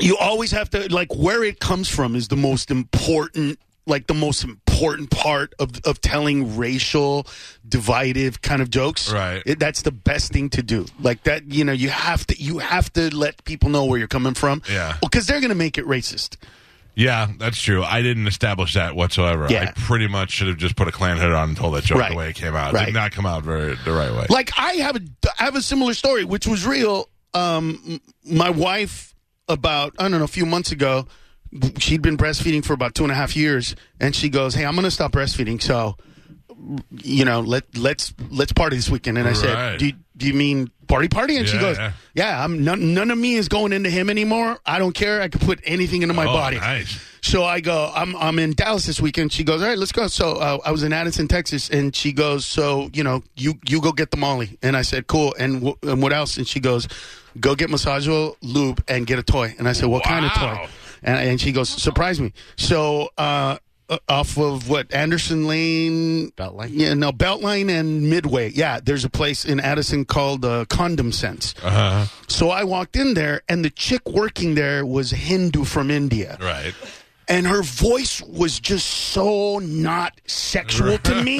Speaker 5: you always have to like where it comes from is the most important like the most important part of of telling racial divided kind of jokes
Speaker 1: Right.
Speaker 5: It- that's the best thing to do like that you know you have to you have to let people know where you're coming from
Speaker 1: Yeah.
Speaker 5: because they're gonna make it racist
Speaker 1: Yeah, that's true. I didn't establish that whatsoever. I
Speaker 5: Yeah.
Speaker 1: pretty much should have just put a clan hood on and told that joke
Speaker 5: Right.
Speaker 1: the way it came out. It
Speaker 5: Right.
Speaker 1: did not come out very the right way.
Speaker 5: like i have a I have a similar story which was real um m- my wife about i don't know a few months ago she'd been breastfeeding for about two and a half years and she goes hey i'm gonna stop breastfeeding so you know let let's let's party this weekend and i
Speaker 1: Right.
Speaker 5: said do you, do you mean party party and she
Speaker 1: Yeah,
Speaker 5: goes
Speaker 1: yeah.
Speaker 5: yeah, i'm none, none of me is going into him anymore i don't care i could put anything into my
Speaker 1: Oh,
Speaker 5: body
Speaker 1: nice.
Speaker 5: so I go, I'm I'm in Dallas this weekend. She goes, all right, let's go. So uh, I was in Addison, Texas, and she goes, so you know, you you go get the Molly, and I said, cool. And, w- and what else? And she goes, go get massage oil, lube, and get a toy. And I said, what kind of
Speaker 1: Wow.
Speaker 5: toy? And, and she goes, surprise me. So uh, uh, off of what Anderson Lane,
Speaker 2: Beltline?
Speaker 5: yeah, no Beltline and Midway. Yeah, there's a place in Addison called uh, Condom Sense.
Speaker 1: Uh,
Speaker 5: So I walked in there, and the chick working there was Hindu from India
Speaker 1: right.
Speaker 5: and her voice was just so not sexual to me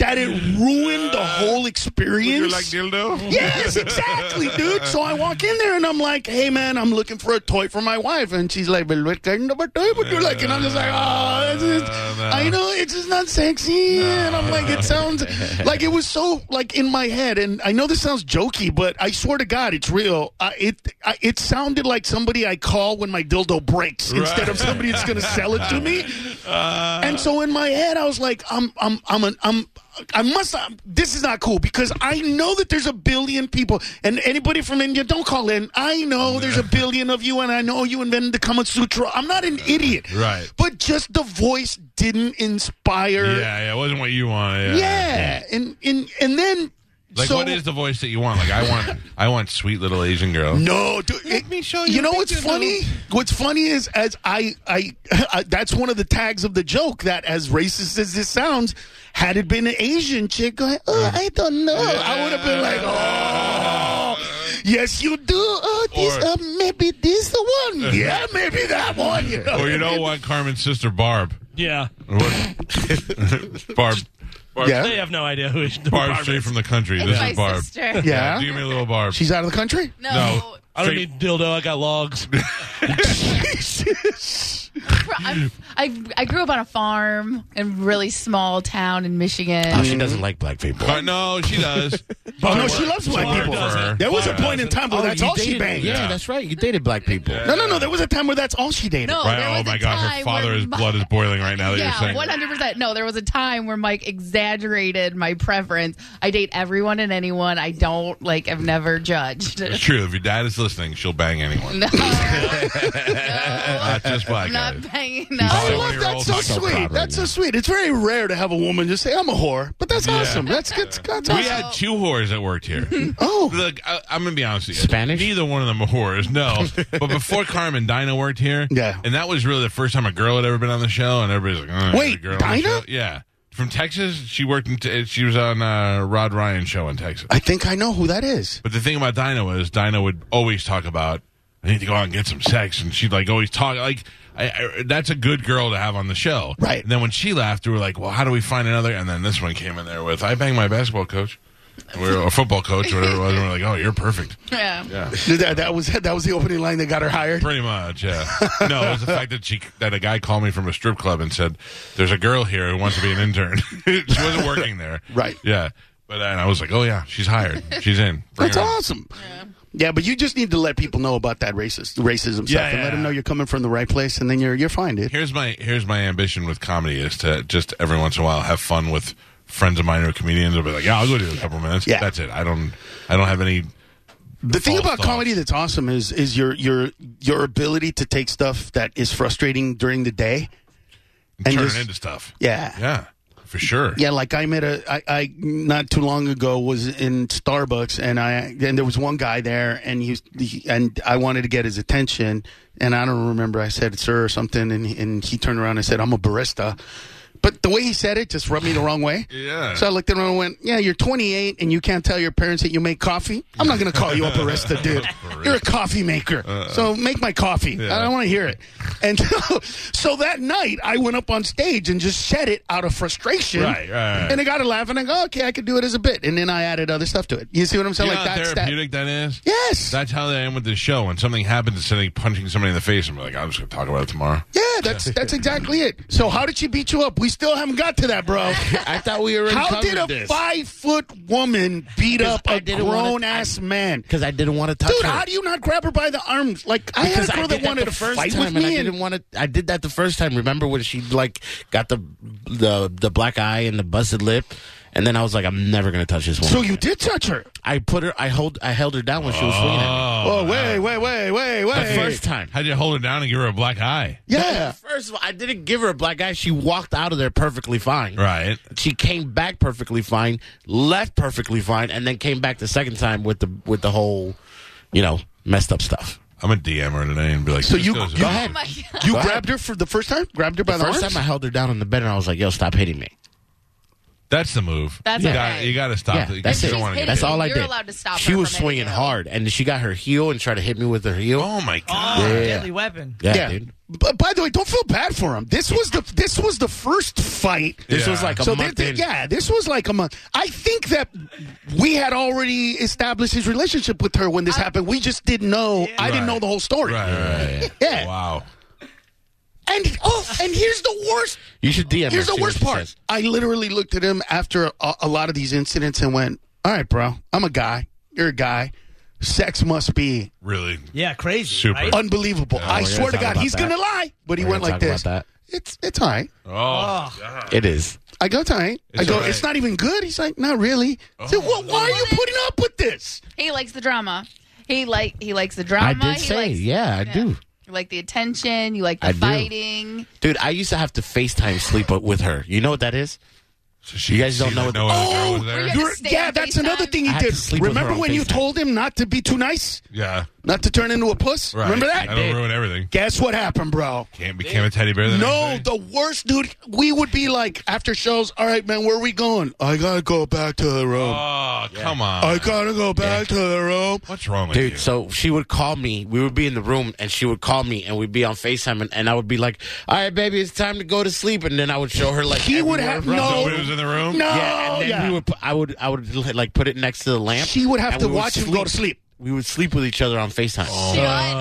Speaker 5: that it ruined the whole experience.
Speaker 1: You like dildo?
Speaker 5: Yes, exactly, dude. So I walk in there and I'm like, "Hey, man, I'm looking for a toy for my wife," and she's like, "But what kind of a toy would you like?" And I'm just like, "Oh, it's just,
Speaker 1: No.
Speaker 5: I know it's just not sexy," and I'm like, "It sounds like it was so like in my head." And I know this sounds jokey, but I swear to God, it's real. I, it I, it sounded like somebody I call when my dildo breaks instead of somebody that's gonna sell it to me. And so in my head, I was like, I'm, I'm, I'm, an, I'm, I must. i this is not cool because I know that there's a billion people, and anybody from India, don't call in. I know there's a billion of you, and I know you invented the Kama Sutra. I'm not an idiot,
Speaker 1: Right.
Speaker 5: But just the voice didn't inspire.
Speaker 1: Yeah, yeah, it wasn't what you wanted.
Speaker 5: Yeah, and and and then
Speaker 1: Like,
Speaker 5: so
Speaker 1: what is the voice that you want? Like, I want, I want sweet little Asian girl.
Speaker 5: No, dude, let
Speaker 1: me show you
Speaker 5: You know
Speaker 1: a
Speaker 5: what's
Speaker 1: picture,
Speaker 5: funny? What's funny is as I, I, [LAUGHS] I, that's one of the tags of the joke. That as racist as this sounds, had it been an Asian chick, going, oh, I don't know, I would have been like, oh, yes, you do. Oh, this,
Speaker 1: Or-
Speaker 2: [LAUGHS]
Speaker 5: uh, maybe this the one. yeah, maybe that one. You know?
Speaker 1: Or you don't want Carmen's sister Barb.
Speaker 3: Yeah.
Speaker 1: What- Barb. Barb.
Speaker 5: Yeah.
Speaker 3: They have no idea who is the
Speaker 1: Barb
Speaker 3: barber
Speaker 1: straight
Speaker 3: is.
Speaker 1: from the country.
Speaker 4: It's
Speaker 1: This
Speaker 4: my
Speaker 5: [LAUGHS]
Speaker 1: is Barb.
Speaker 4: sister.
Speaker 5: Yeah,
Speaker 1: Do me a little Barb.
Speaker 5: she's out of the country. [LAUGHS]
Speaker 4: No,
Speaker 1: No.
Speaker 3: I don't
Speaker 1: So-
Speaker 3: need dildo. I got logs.
Speaker 4: I, I, I grew up on a farm in a really small town in Michigan.
Speaker 2: Oh, she doesn't like black people.
Speaker 1: But no, she does.
Speaker 5: Oh, no, she loves black
Speaker 1: Sorry,
Speaker 5: people.
Speaker 1: doesn't.
Speaker 5: There was a
Speaker 1: Sorry,
Speaker 5: point in time where
Speaker 2: Oh,
Speaker 5: that's
Speaker 2: you
Speaker 5: all she
Speaker 2: dated-
Speaker 5: banged.
Speaker 2: Yeah, that's right. You dated black people.
Speaker 5: No, no, no. There was a time where that's all she dated.
Speaker 4: No,
Speaker 1: Right,
Speaker 4: there was
Speaker 1: oh my
Speaker 4: a
Speaker 1: God, her
Speaker 4: time
Speaker 1: father
Speaker 4: where
Speaker 1: his
Speaker 4: my-
Speaker 1: blood is boiling right now. That you're
Speaker 4: Yeah,
Speaker 1: saying
Speaker 4: one hundred percent. No, there was a time where Mike exaggerated my preference. I date everyone and anyone. I don't like. I've never judged.
Speaker 1: it's true. If your dad is listening, she'll bang anyone.
Speaker 4: [LAUGHS] No,
Speaker 1: Not just black
Speaker 4: I'm
Speaker 1: guys.
Speaker 4: not banging.
Speaker 5: I
Speaker 1: Probably one
Speaker 4: No,
Speaker 5: love
Speaker 1: of your
Speaker 5: that.
Speaker 1: old
Speaker 5: So
Speaker 1: fucking
Speaker 5: sweet.
Speaker 2: crowd right
Speaker 5: that's
Speaker 2: now.
Speaker 5: so sweet. It's very rare to have a woman just say, "I'm a whore," but that's awesome. That's that's, that's
Speaker 1: We
Speaker 5: awesome.
Speaker 1: had two whores that worked
Speaker 4: [LAUGHS]
Speaker 1: here.
Speaker 5: oh,
Speaker 1: Look, I, I'm gonna be honest with you.
Speaker 2: Spanish?
Speaker 1: Neither one of them are whores.
Speaker 5: [LAUGHS]
Speaker 1: No, but before Carmen, Dinah worked here.
Speaker 5: Yeah.
Speaker 1: and that was really the first time a girl had ever been on the show, and everybody's like, "Oh, there's
Speaker 5: Wait,
Speaker 1: a girl on the
Speaker 5: Dinah?
Speaker 1: show." Yeah, from Texas. She worked. In t- she was on uh, Rod Ryan's show in Texas.
Speaker 5: I think I know who that is.
Speaker 1: But the thing about Dinah was Dinah would always talk about I need to go out and get some sex, and she'd like always talk like I, I, that's a good girl to have on the show,
Speaker 5: Right.
Speaker 1: And then when she left, we were like, well, how do we find another? And then this one came in there with I banged my basketball coach, we were, or football coach, or whatever it was, and we're like, oh, you're perfect,
Speaker 4: yeah.
Speaker 5: That, that was that was the opening line that got her hired.
Speaker 1: pretty much, yeah. no, it was the fact that she that a guy called me from a strip club and said, there's a girl here who wants to be an intern. [LAUGHS] she wasn't working there,
Speaker 5: Right.
Speaker 1: Yeah. But and I was like, oh yeah, she's hired, she's in. Bring
Speaker 5: That's
Speaker 1: her in.
Speaker 5: awesome. Yeah. but you just need to let people know about that racist racism stuff
Speaker 1: Yeah,
Speaker 5: and
Speaker 1: yeah.
Speaker 5: let them know you're coming from the right place, and then you're you're fine, dude.
Speaker 1: Here's my here's my ambition with comedy is to just every once in a while have fun with friends of mine who are comedians. I'll be like, yeah, I'll go do a couple minutes.
Speaker 5: Yeah.
Speaker 1: that's it. I don't I don't have any.
Speaker 5: The thing
Speaker 1: false
Speaker 5: about
Speaker 1: thoughts.
Speaker 5: comedy that's awesome is is your your your ability to take stuff that is frustrating during the day. And
Speaker 1: turn
Speaker 5: just-
Speaker 1: it into stuff.
Speaker 5: Yeah.
Speaker 1: Yeah, for sure.
Speaker 5: Yeah, like I met a I, I not too long ago was in Starbucks and I and there was one guy there and he, was- he and I wanted to get his attention and I don't remember I said sir or something and he- and he turned around and said I'm a barista. But the way he said it just rubbed me the wrong way.
Speaker 1: Yeah.
Speaker 5: So I looked at him and went, "Yeah, you're 28 and you can't tell your parents that you make coffee. I'm not going to call you a barista, dude. You're a coffee maker. so make my coffee. I don't want to hear it." And [LAUGHS] so that night, I went up on stage and just said it out of frustration.
Speaker 1: Right, right, right.
Speaker 5: And I got a laugh, and I go, "Okay, I could do it as a bit." And then I added other stuff to it. You see what I'm
Speaker 1: You
Speaker 5: saying?
Speaker 1: know
Speaker 5: like
Speaker 1: how
Speaker 5: that's that.
Speaker 1: therapeutic that is.
Speaker 5: Yes.
Speaker 1: That's how they end with this show. When something happens, instead of punching somebody in the face, I'm like, I'm just gonna talk about it tomorrow.
Speaker 5: yeah, that's that's exactly it. So how did she beat you up? We still haven't got to that, bro.
Speaker 2: [LAUGHS] I thought we already
Speaker 5: How
Speaker 2: covered
Speaker 5: did a
Speaker 2: this.
Speaker 5: five foot woman beat
Speaker 2: Because
Speaker 5: up
Speaker 2: I
Speaker 5: a
Speaker 2: didn't wanna-
Speaker 5: grown ass man?
Speaker 2: Because I didn't want to touch
Speaker 5: Dude,
Speaker 2: her.
Speaker 5: how do you not grab her by the arms? Like I
Speaker 2: because
Speaker 5: had a
Speaker 2: I
Speaker 5: girl
Speaker 2: did
Speaker 5: that wanted
Speaker 2: that the
Speaker 5: to
Speaker 2: first
Speaker 5: fight
Speaker 2: time, and
Speaker 5: with me.
Speaker 2: I didn't want to. I did that the first time. Remember when she like got the the the black eye and the busted lip, and then I was like, I'm never gonna touch this woman.
Speaker 5: so you did touch her.
Speaker 2: I put her. I hold. I held her down when she was swinging at me
Speaker 5: Oh, wait, wait, wait, wait, wait.
Speaker 2: the first time.
Speaker 1: How'd you hold her down and give her a black eye?
Speaker 5: yeah.
Speaker 2: First of all, I didn't give her a black eye. She walked out of there perfectly fine.
Speaker 1: Right.
Speaker 2: She came back perfectly fine, left perfectly fine, and then came back the second time with the with the whole, you know, messed up stuff.
Speaker 1: I'm a DM her today and be like,
Speaker 5: So
Speaker 1: "This
Speaker 5: you-
Speaker 1: goes-
Speaker 5: go
Speaker 4: Oh
Speaker 5: ahead.
Speaker 4: my God.
Speaker 5: You grabbed her for the first time? Grabbed her by the,
Speaker 2: First
Speaker 5: arms?
Speaker 2: time I held her down on the bed and I was like, "Yo, stop hitting me."
Speaker 1: That's the move.
Speaker 4: That's
Speaker 1: you
Speaker 4: okay.
Speaker 1: Got, you got to stop.
Speaker 2: Yeah,
Speaker 1: it.
Speaker 2: that's
Speaker 1: Uh, you
Speaker 2: it.
Speaker 1: Don't wanna get
Speaker 2: That's
Speaker 1: hit.
Speaker 2: all I
Speaker 4: You're
Speaker 2: did.
Speaker 4: allowed to stop
Speaker 2: She
Speaker 4: her
Speaker 2: was
Speaker 4: from
Speaker 2: swinging
Speaker 4: hitting you.
Speaker 2: hard, and she got her heel and tried to hit me with her heel.
Speaker 1: Oh my god.
Speaker 6: Oh,
Speaker 2: Yeah.
Speaker 6: deadly weapon.
Speaker 2: yeah,
Speaker 5: yeah.
Speaker 2: dude.
Speaker 5: But by the way, don't feel bad for him. This was the this was the first fight.
Speaker 2: This
Speaker 1: Yeah.
Speaker 2: was like a
Speaker 5: so
Speaker 2: month
Speaker 5: thi- thi-
Speaker 2: in.
Speaker 5: yeah, this was like a month. I think that we had already established his relationship with her when this happened. We just didn't know. I didn't
Speaker 1: Right.
Speaker 5: know the whole story.
Speaker 1: Right, right, right.
Speaker 5: [LAUGHS] Yeah.
Speaker 1: Wow.
Speaker 5: And oh, and here's the worst
Speaker 2: You should DM. her,
Speaker 5: Here's
Speaker 2: see
Speaker 5: the
Speaker 2: what
Speaker 5: worst
Speaker 2: she
Speaker 5: part.
Speaker 2: says.
Speaker 5: I literally looked at him after a, a lot of these incidents and went, "All right, bro, I'm a guy. You're a guy. Sex must be
Speaker 1: Really?
Speaker 6: Yeah, crazy.
Speaker 1: Super.
Speaker 6: Right?
Speaker 5: unbelievable." I
Speaker 2: Oh, we're
Speaker 5: swear
Speaker 2: gonna
Speaker 5: to
Speaker 2: talk
Speaker 5: God,
Speaker 2: about
Speaker 5: he's
Speaker 2: that.
Speaker 5: gonna lie, but he
Speaker 2: We're
Speaker 5: went
Speaker 2: gonna
Speaker 5: like
Speaker 2: talk
Speaker 5: this.
Speaker 2: about
Speaker 5: It's it's all right.
Speaker 1: Oh.
Speaker 2: that. It is.
Speaker 5: I go, it's all right. I
Speaker 1: It's
Speaker 5: go,
Speaker 1: all right.
Speaker 5: it's not even good. He's like, not really. I said, well, why are you
Speaker 4: Oh.
Speaker 5: putting up with this?
Speaker 4: He likes the drama. He like he likes the drama.
Speaker 2: I did
Speaker 4: Uh, he
Speaker 2: say,
Speaker 4: likes,
Speaker 2: yeah, I do.
Speaker 4: You like the attention. You like the
Speaker 2: I do.
Speaker 4: fighting.
Speaker 2: Dude, I used to have to FaceTime sleep with her. You know what that is?
Speaker 1: So she,
Speaker 2: You guys don't
Speaker 1: she
Speaker 2: know
Speaker 1: didn't
Speaker 2: what-
Speaker 1: if the girl
Speaker 5: Oh,
Speaker 1: was there?
Speaker 4: really?
Speaker 5: You're-
Speaker 4: stay
Speaker 5: yeah,
Speaker 4: on
Speaker 5: that's
Speaker 4: FaceTime.
Speaker 5: another thing
Speaker 2: I
Speaker 5: he
Speaker 2: had to
Speaker 5: did.
Speaker 2: sleep with her
Speaker 5: Remember
Speaker 2: on
Speaker 5: when you
Speaker 2: FaceTime.
Speaker 5: told him not to be too nice,
Speaker 1: Yeah.
Speaker 5: not to turn into a puss?
Speaker 1: Right.
Speaker 5: Remember that?
Speaker 1: I don't ruin everything.
Speaker 5: Guess what happened, bro?
Speaker 1: Can't became a teddy bear. The
Speaker 5: No,
Speaker 1: next day?
Speaker 5: Oh, the worst, dude. We would be like after shows. All right, man, where are we going? I gotta go back to the room.
Speaker 1: Oh, come on.
Speaker 5: I gotta go back to the room.
Speaker 1: What's wrong with
Speaker 2: Dude,
Speaker 1: you?
Speaker 2: so she would call me. We would be in the room, and she would call me, and we'd be on FaceTime, and, and I would be like, all right, baby, it's time to go to sleep. And then I would show her, like,
Speaker 5: He would
Speaker 2: everywhere
Speaker 5: have
Speaker 2: around the
Speaker 5: no-
Speaker 1: Nobody was in the room.
Speaker 5: No,
Speaker 2: Yeah, and then
Speaker 5: yeah.
Speaker 2: we would. Put, I would. I would like put it next to the lamp.
Speaker 5: She would have
Speaker 2: and
Speaker 5: to
Speaker 2: we would
Speaker 5: watch him go to sleep. Oh.
Speaker 2: We would sleep with each other on FaceTime.
Speaker 4: Shut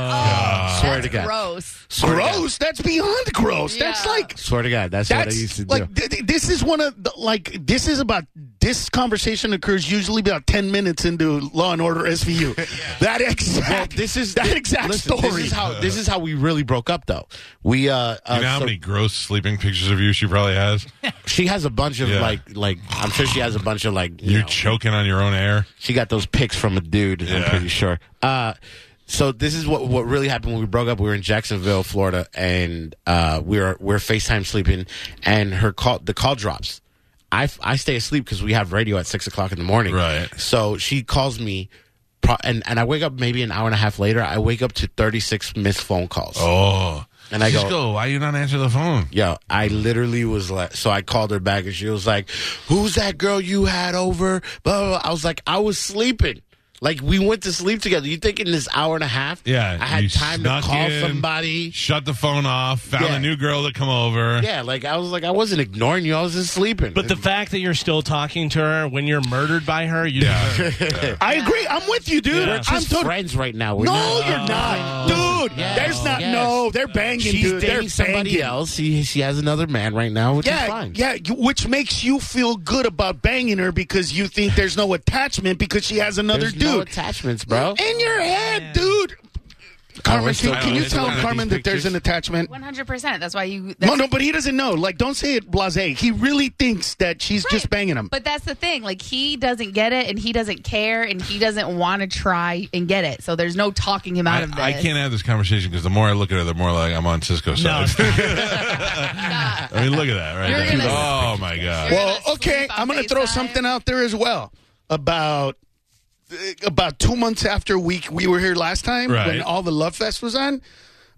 Speaker 4: up.
Speaker 2: Swear
Speaker 4: That's
Speaker 2: to God.
Speaker 4: Gross.
Speaker 2: Swear to God.
Speaker 5: Gross. That's beyond gross. That's
Speaker 4: Yeah.
Speaker 5: like
Speaker 2: Swear to God, that's, what I used to
Speaker 5: that's like
Speaker 2: do.
Speaker 5: th- th- this is one of the, like this is about this conversation occurs usually about ten minutes into Law and Order [LAUGHS] SVU. That exact
Speaker 2: Well, this is
Speaker 5: that
Speaker 2: thi-
Speaker 5: exact
Speaker 2: listen,
Speaker 5: story.
Speaker 2: This is how this is how we really broke up, though. We uh, uh
Speaker 1: You know how
Speaker 2: so-
Speaker 1: many gross sleeping pictures of you she probably has?
Speaker 2: she has a bunch of
Speaker 1: Yeah.
Speaker 2: like like I'm sure she has a bunch of like you
Speaker 1: You're
Speaker 2: know,
Speaker 1: choking on your own air.
Speaker 2: she got those pics from a dude. I'm
Speaker 1: Yeah.
Speaker 2: pretty sure. Uh, so this is what what really happened when we broke up. We were in Jacksonville, Florida, and uh, we were we are Facetime sleeping, and her call the call drops. I, f- I stay asleep because we have radio at six o'clock in the morning.
Speaker 1: Right.
Speaker 2: So she calls me, pro- and and I wake up maybe an hour and a half later. I wake up to thirty six missed phone calls.
Speaker 1: Oh.
Speaker 2: And I go-
Speaker 1: Cisco, why you not answer the phone?
Speaker 2: Yo, I literally was like, so I called her back and she was like, "Who's that girl you had over?" Blah, blah, blah. I was like, I was sleeping. Like we went to sleep together. You think in this hour and a half?
Speaker 1: Yeah,
Speaker 2: I
Speaker 1: you
Speaker 2: had time to
Speaker 1: snuck
Speaker 2: call
Speaker 1: in.
Speaker 2: somebody.
Speaker 1: Shut the phone off. Found
Speaker 2: Yeah.
Speaker 1: a new girl to come over.
Speaker 2: Yeah, like I was like, I wasn't ignoring you. I was just sleeping.
Speaker 3: But the fact that you're still talking to her when you're murdered by her, you [LAUGHS] yeah.
Speaker 5: I agree. I'm with you, dude.
Speaker 3: Yeah.
Speaker 2: we're just
Speaker 5: I'm tot-
Speaker 2: friends right now. We're
Speaker 5: No,
Speaker 2: not-
Speaker 5: you're not, dude.
Speaker 2: Yes,
Speaker 5: There's not.
Speaker 2: yes.
Speaker 5: No, they're banging,
Speaker 2: She's
Speaker 5: dude.
Speaker 2: dating
Speaker 5: they're
Speaker 2: somebody
Speaker 5: banging.
Speaker 2: else. She, she has another man right now, which is
Speaker 5: Yeah,
Speaker 2: fine.
Speaker 5: yeah, you, which makes you feel good about banging her because you think there's no attachment because she has another
Speaker 2: There's
Speaker 5: dude.
Speaker 2: no attachments, bro.
Speaker 5: In your head, dude. Carmen,
Speaker 2: we're still
Speaker 5: can, can you
Speaker 1: talking
Speaker 5: tell
Speaker 1: about
Speaker 5: Carmen
Speaker 1: these
Speaker 5: that there's an attachment?
Speaker 4: 100%. That's why you. That's
Speaker 5: No, no, but he doesn't know. Like, don't say it blasé. He really thinks that she's just
Speaker 4: Right.
Speaker 5: banging him.
Speaker 4: But that's the thing. Like he doesn't get it, and he doesn't care, and he doesn't want to try and get it. So there's no talking him out
Speaker 1: I,
Speaker 4: of this.
Speaker 1: I can't have this conversation because the more I look at her, the more like I'm on Cisco's
Speaker 3: No,
Speaker 1: side. [LAUGHS] I mean, look at that right
Speaker 4: You're
Speaker 1: there.
Speaker 4: gonna-
Speaker 1: Oh my god.
Speaker 5: well,
Speaker 4: gonna
Speaker 5: okay,
Speaker 4: sleep on
Speaker 5: I'm going to throw
Speaker 4: FaceTime.
Speaker 5: something out there as well. About uh, about two months after we we were here last time,
Speaker 1: Right.
Speaker 5: when all the Love Fest was on,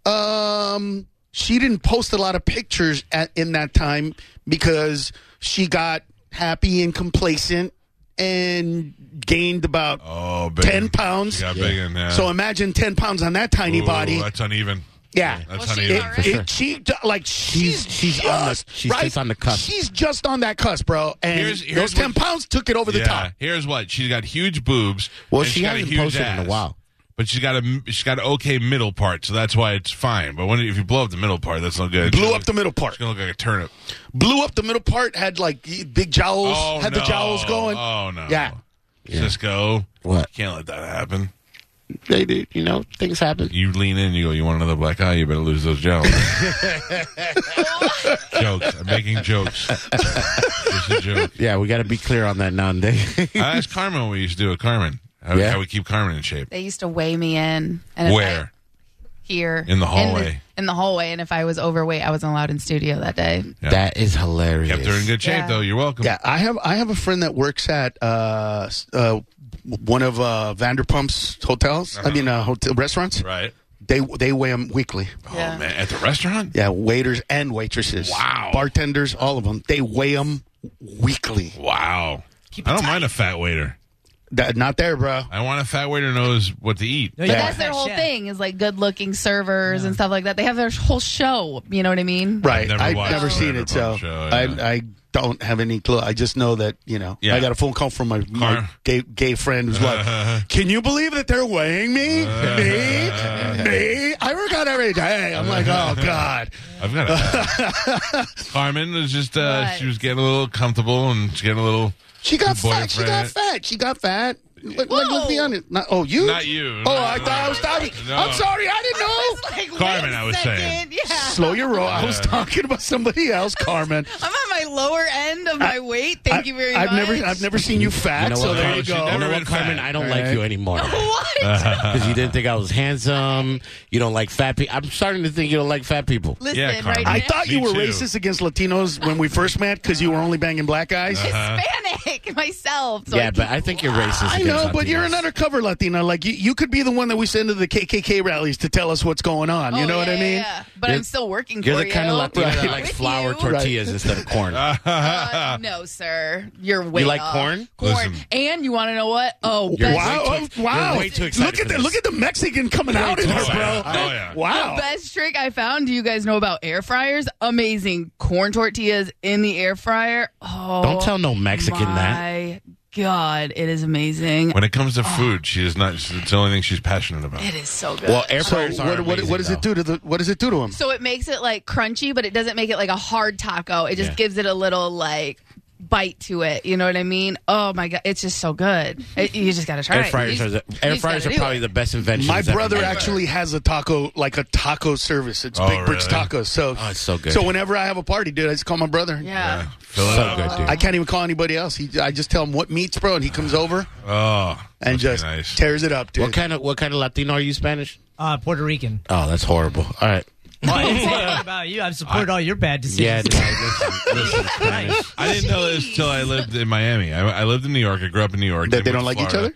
Speaker 5: um, she didn't post a lot of pictures at, in that time because she got happy and complacent and gained about
Speaker 1: Oh, big.
Speaker 5: 10 pounds.
Speaker 1: She got big in there.
Speaker 5: So imagine 10 pounds on that tiny
Speaker 1: Ooh,
Speaker 5: body.
Speaker 1: That's uneven.
Speaker 5: Yeah.
Speaker 1: That's
Speaker 4: Well, she's
Speaker 1: uneven.
Speaker 4: already-
Speaker 5: It, it, she d- like she's
Speaker 2: she's
Speaker 5: just,
Speaker 2: on the- she's
Speaker 5: right?
Speaker 2: just on the cusp.
Speaker 5: She's just on that cusp, bro. And
Speaker 1: Here's- here's
Speaker 5: those ten
Speaker 1: what-
Speaker 5: pounds took it over the
Speaker 1: yeah.
Speaker 5: top.
Speaker 1: Here's what she's got: huge boobs.
Speaker 2: Well,
Speaker 1: and
Speaker 2: she
Speaker 1: she's got a
Speaker 2: hasn't
Speaker 1: huge
Speaker 2: posted in
Speaker 1: ass,
Speaker 2: a while.
Speaker 1: But she's got a she's got an okay middle part, so that's why it's fine. But when if you blow up the middle part, that's no good.
Speaker 5: Blew up the middle part.
Speaker 1: It's gonna look like a turnip.
Speaker 5: Blew up the middle part. Had like y- big jowls.
Speaker 1: Oh
Speaker 5: had
Speaker 1: no.
Speaker 5: the jowls going.
Speaker 1: Oh no.
Speaker 5: Yeah.
Speaker 1: Cisco.
Speaker 2: What?
Speaker 1: You can't let that happen.
Speaker 2: They do, you know, things happen.
Speaker 1: You lean in, you go, you want another black eye, you better lose those
Speaker 5: [LAUGHS]
Speaker 1: jowls. jokes. I'm making
Speaker 5: [LAUGHS]
Speaker 1: jokes. It's a joke.
Speaker 2: Yeah, we got to be clear on that now and then.
Speaker 1: I asked Carmen what we used to do with Carmen. How,
Speaker 2: Yeah?
Speaker 1: how we keep Carmen in shape.
Speaker 4: They used to weigh me in. And if I-
Speaker 1: Where?
Speaker 4: here
Speaker 1: In the
Speaker 4: In
Speaker 1: hallway.
Speaker 4: the, in the hallway, and if I was overweight, I wasn't allowed in studio that day.
Speaker 1: Yeah.
Speaker 2: That is hilarious.
Speaker 1: Kept her in good shape,
Speaker 4: Yeah.
Speaker 1: though. You're welcome.
Speaker 5: Yeah, I have I have a friend that works at uh, s- uh, w- one of uh, Vanderpump's hotels. I mean, uh, hotel restaurants.
Speaker 1: Uh-huh. Right.
Speaker 5: They they weigh them weekly.
Speaker 4: Yeah.
Speaker 1: Oh, man. At the restaurant?
Speaker 5: Yeah, waiters and waitresses.
Speaker 1: Wow.
Speaker 5: bartenders, all of them. They weigh them weekly.
Speaker 1: Wow. I don't mind a fat waiter.
Speaker 5: That, not there, bro.
Speaker 1: I want a fat waiter who knows what to eat.
Speaker 6: No,
Speaker 4: But
Speaker 6: you
Speaker 4: that's their whole
Speaker 6: Yeah.
Speaker 4: thing is like good looking servers and stuff like that. They have their whole show. You know what I mean? [LAUGHS]
Speaker 5: Right.
Speaker 1: I've never
Speaker 5: I've
Speaker 1: watched
Speaker 5: never
Speaker 1: the
Speaker 5: seen
Speaker 1: Vanderpump
Speaker 5: it, so
Speaker 1: show, yeah.
Speaker 5: I, I don't have any clue. I just know that you know
Speaker 1: Yeah.
Speaker 5: I got a phone call from my, my
Speaker 1: Car-
Speaker 5: gay, gay friend who's
Speaker 1: [LAUGHS]
Speaker 5: like, "Can you believe that they're weighing me? me? Me? I work out every day." I'm
Speaker 1: [LAUGHS]
Speaker 5: like, "Oh God."
Speaker 1: I've got a Carmen was just, uh,
Speaker 4: What?
Speaker 1: she was getting a little comfortable and she's getting a little.
Speaker 5: She got
Speaker 1: Your
Speaker 5: fat. She got
Speaker 1: boyfriend.
Speaker 5: fat. She got fat. Like, like, let's be
Speaker 4: Whoa.
Speaker 5: honest. Not, oh, you?
Speaker 1: Not you.
Speaker 5: Oh,
Speaker 1: No,
Speaker 5: I
Speaker 1: no,
Speaker 5: thought I was
Speaker 1: no.
Speaker 5: talking.
Speaker 1: No.
Speaker 5: I'm sorry. I
Speaker 4: [LAUGHS]
Speaker 5: didn't know.
Speaker 4: It's like,
Speaker 1: Carmen,
Speaker 4: wait a
Speaker 1: I was saying.
Speaker 4: second. [LAUGHS] Yeah.
Speaker 5: Slow your roll. I was talking about somebody else, Carmen.
Speaker 4: I'm on my lower end of my weight. Thank
Speaker 5: I-
Speaker 4: you very
Speaker 5: I've
Speaker 4: much.
Speaker 5: Never, I've never seen you fat,
Speaker 2: know
Speaker 5: so
Speaker 2: what,
Speaker 5: there you
Speaker 1: Carmen? She's
Speaker 5: go.
Speaker 1: never
Speaker 2: You know
Speaker 1: been
Speaker 2: what, Carmen?
Speaker 1: fat.
Speaker 2: I don't like you [LAUGHS] anymore
Speaker 4: [LAUGHS] What?
Speaker 1: Uh-huh.
Speaker 2: because you didn't think I was handsome. You don't like fat people. I'm starting to think you don't like fat people.
Speaker 4: Listen,
Speaker 1: Yeah, Carmen.
Speaker 4: right
Speaker 5: I
Speaker 4: now.
Speaker 5: thought you
Speaker 1: Me
Speaker 5: were
Speaker 1: too.
Speaker 5: racist against Latinos when we first met because you were only banging black guys.
Speaker 1: Uh-huh.
Speaker 4: Hispanic [LAUGHS] myself. So
Speaker 2: yeah,
Speaker 4: I
Speaker 2: but I think you're racist.
Speaker 5: I
Speaker 2: against
Speaker 5: know, but you're
Speaker 2: Latinos.
Speaker 5: an undercover Latina. Like you, you could be the one that we send to the KKK rallies to tell us what's going on. you
Speaker 4: Oh,
Speaker 5: know what
Speaker 4: yeah,
Speaker 5: I
Speaker 4: yeah,
Speaker 5: mean?
Speaker 4: yeah. But I'm still working
Speaker 2: You're
Speaker 4: for
Speaker 2: the kind of
Speaker 4: you.
Speaker 2: Latino that
Speaker 4: Right.
Speaker 2: likes
Speaker 4: With
Speaker 2: flour
Speaker 4: you.
Speaker 2: tortillas instead of
Speaker 1: [LAUGHS]
Speaker 2: corn. [LAUGHS]
Speaker 4: Uh, no, sir. You're way
Speaker 2: like
Speaker 4: off.
Speaker 2: corn?
Speaker 4: Corn.
Speaker 1: Listen.
Speaker 4: And you want to know what? Oh,
Speaker 2: You're
Speaker 4: best,
Speaker 5: Wow!
Speaker 2: way too-
Speaker 5: oh, wow!
Speaker 2: you're way too excited
Speaker 5: look at
Speaker 2: for
Speaker 5: the
Speaker 2: this.
Speaker 5: look at the Mexican coming out in her,
Speaker 1: excited.
Speaker 5: bro.
Speaker 1: Oh, yeah.
Speaker 5: Wow!
Speaker 4: the best trick I found. Do you guys know about air fryers? Amazing corn tortillas in the air fryer. Oh,
Speaker 2: Don't tell no Mexican that.
Speaker 4: my God, it is amazing.
Speaker 1: When it comes to food, she is not. It's the only thing she's passionate about.
Speaker 4: it is so good.
Speaker 2: Well, air
Speaker 5: So
Speaker 2: fryers are
Speaker 5: what, what,
Speaker 2: amazing,
Speaker 5: what does
Speaker 2: though.
Speaker 5: it do to the? What does it do to him?
Speaker 4: so it makes it like crunchy, but it doesn't make it like a hard taco. It just gives it a little like bite to it. You know what I mean? Oh my god, it's just so good. It, you just gotta try
Speaker 2: Air
Speaker 4: it.
Speaker 2: fryers
Speaker 4: You
Speaker 2: are the,
Speaker 4: just- you
Speaker 2: air
Speaker 4: just
Speaker 2: fryers are
Speaker 4: gotta do
Speaker 2: probably
Speaker 4: it.
Speaker 2: the best invention.
Speaker 5: My brother actually has a taco, like a taco service. It's
Speaker 1: Oh,
Speaker 5: Big Bricks
Speaker 1: really?
Speaker 5: Tacos. So,
Speaker 2: Oh, it's so good.
Speaker 5: whenever I have a party, dude, I just call my brother.
Speaker 4: Yeah.
Speaker 1: Fill it
Speaker 2: so
Speaker 1: up.
Speaker 2: good, dude.
Speaker 5: I can't even call anybody else. He, I just tell him what meats, bro, and he comes over
Speaker 1: Oh,
Speaker 5: and
Speaker 1: must be
Speaker 5: just
Speaker 1: nice.
Speaker 5: tears it up, dude.
Speaker 2: what kind of what kind of Latino are you? Spanish?
Speaker 6: Uh, Puerto [LAUGHS] Rican.
Speaker 2: Oh, that's horrible. All right.
Speaker 6: What about you? I've supported all your bad decisions.
Speaker 2: Yeah. dude, [LAUGHS] I-
Speaker 6: [LAUGHS]
Speaker 2: listen, listen, Spanish.
Speaker 1: I didn't know this till I lived in Miami. I, I lived in New York. I grew up in New York.
Speaker 5: That they
Speaker 1: then
Speaker 5: don't
Speaker 1: went to
Speaker 5: like each
Speaker 1: Florida.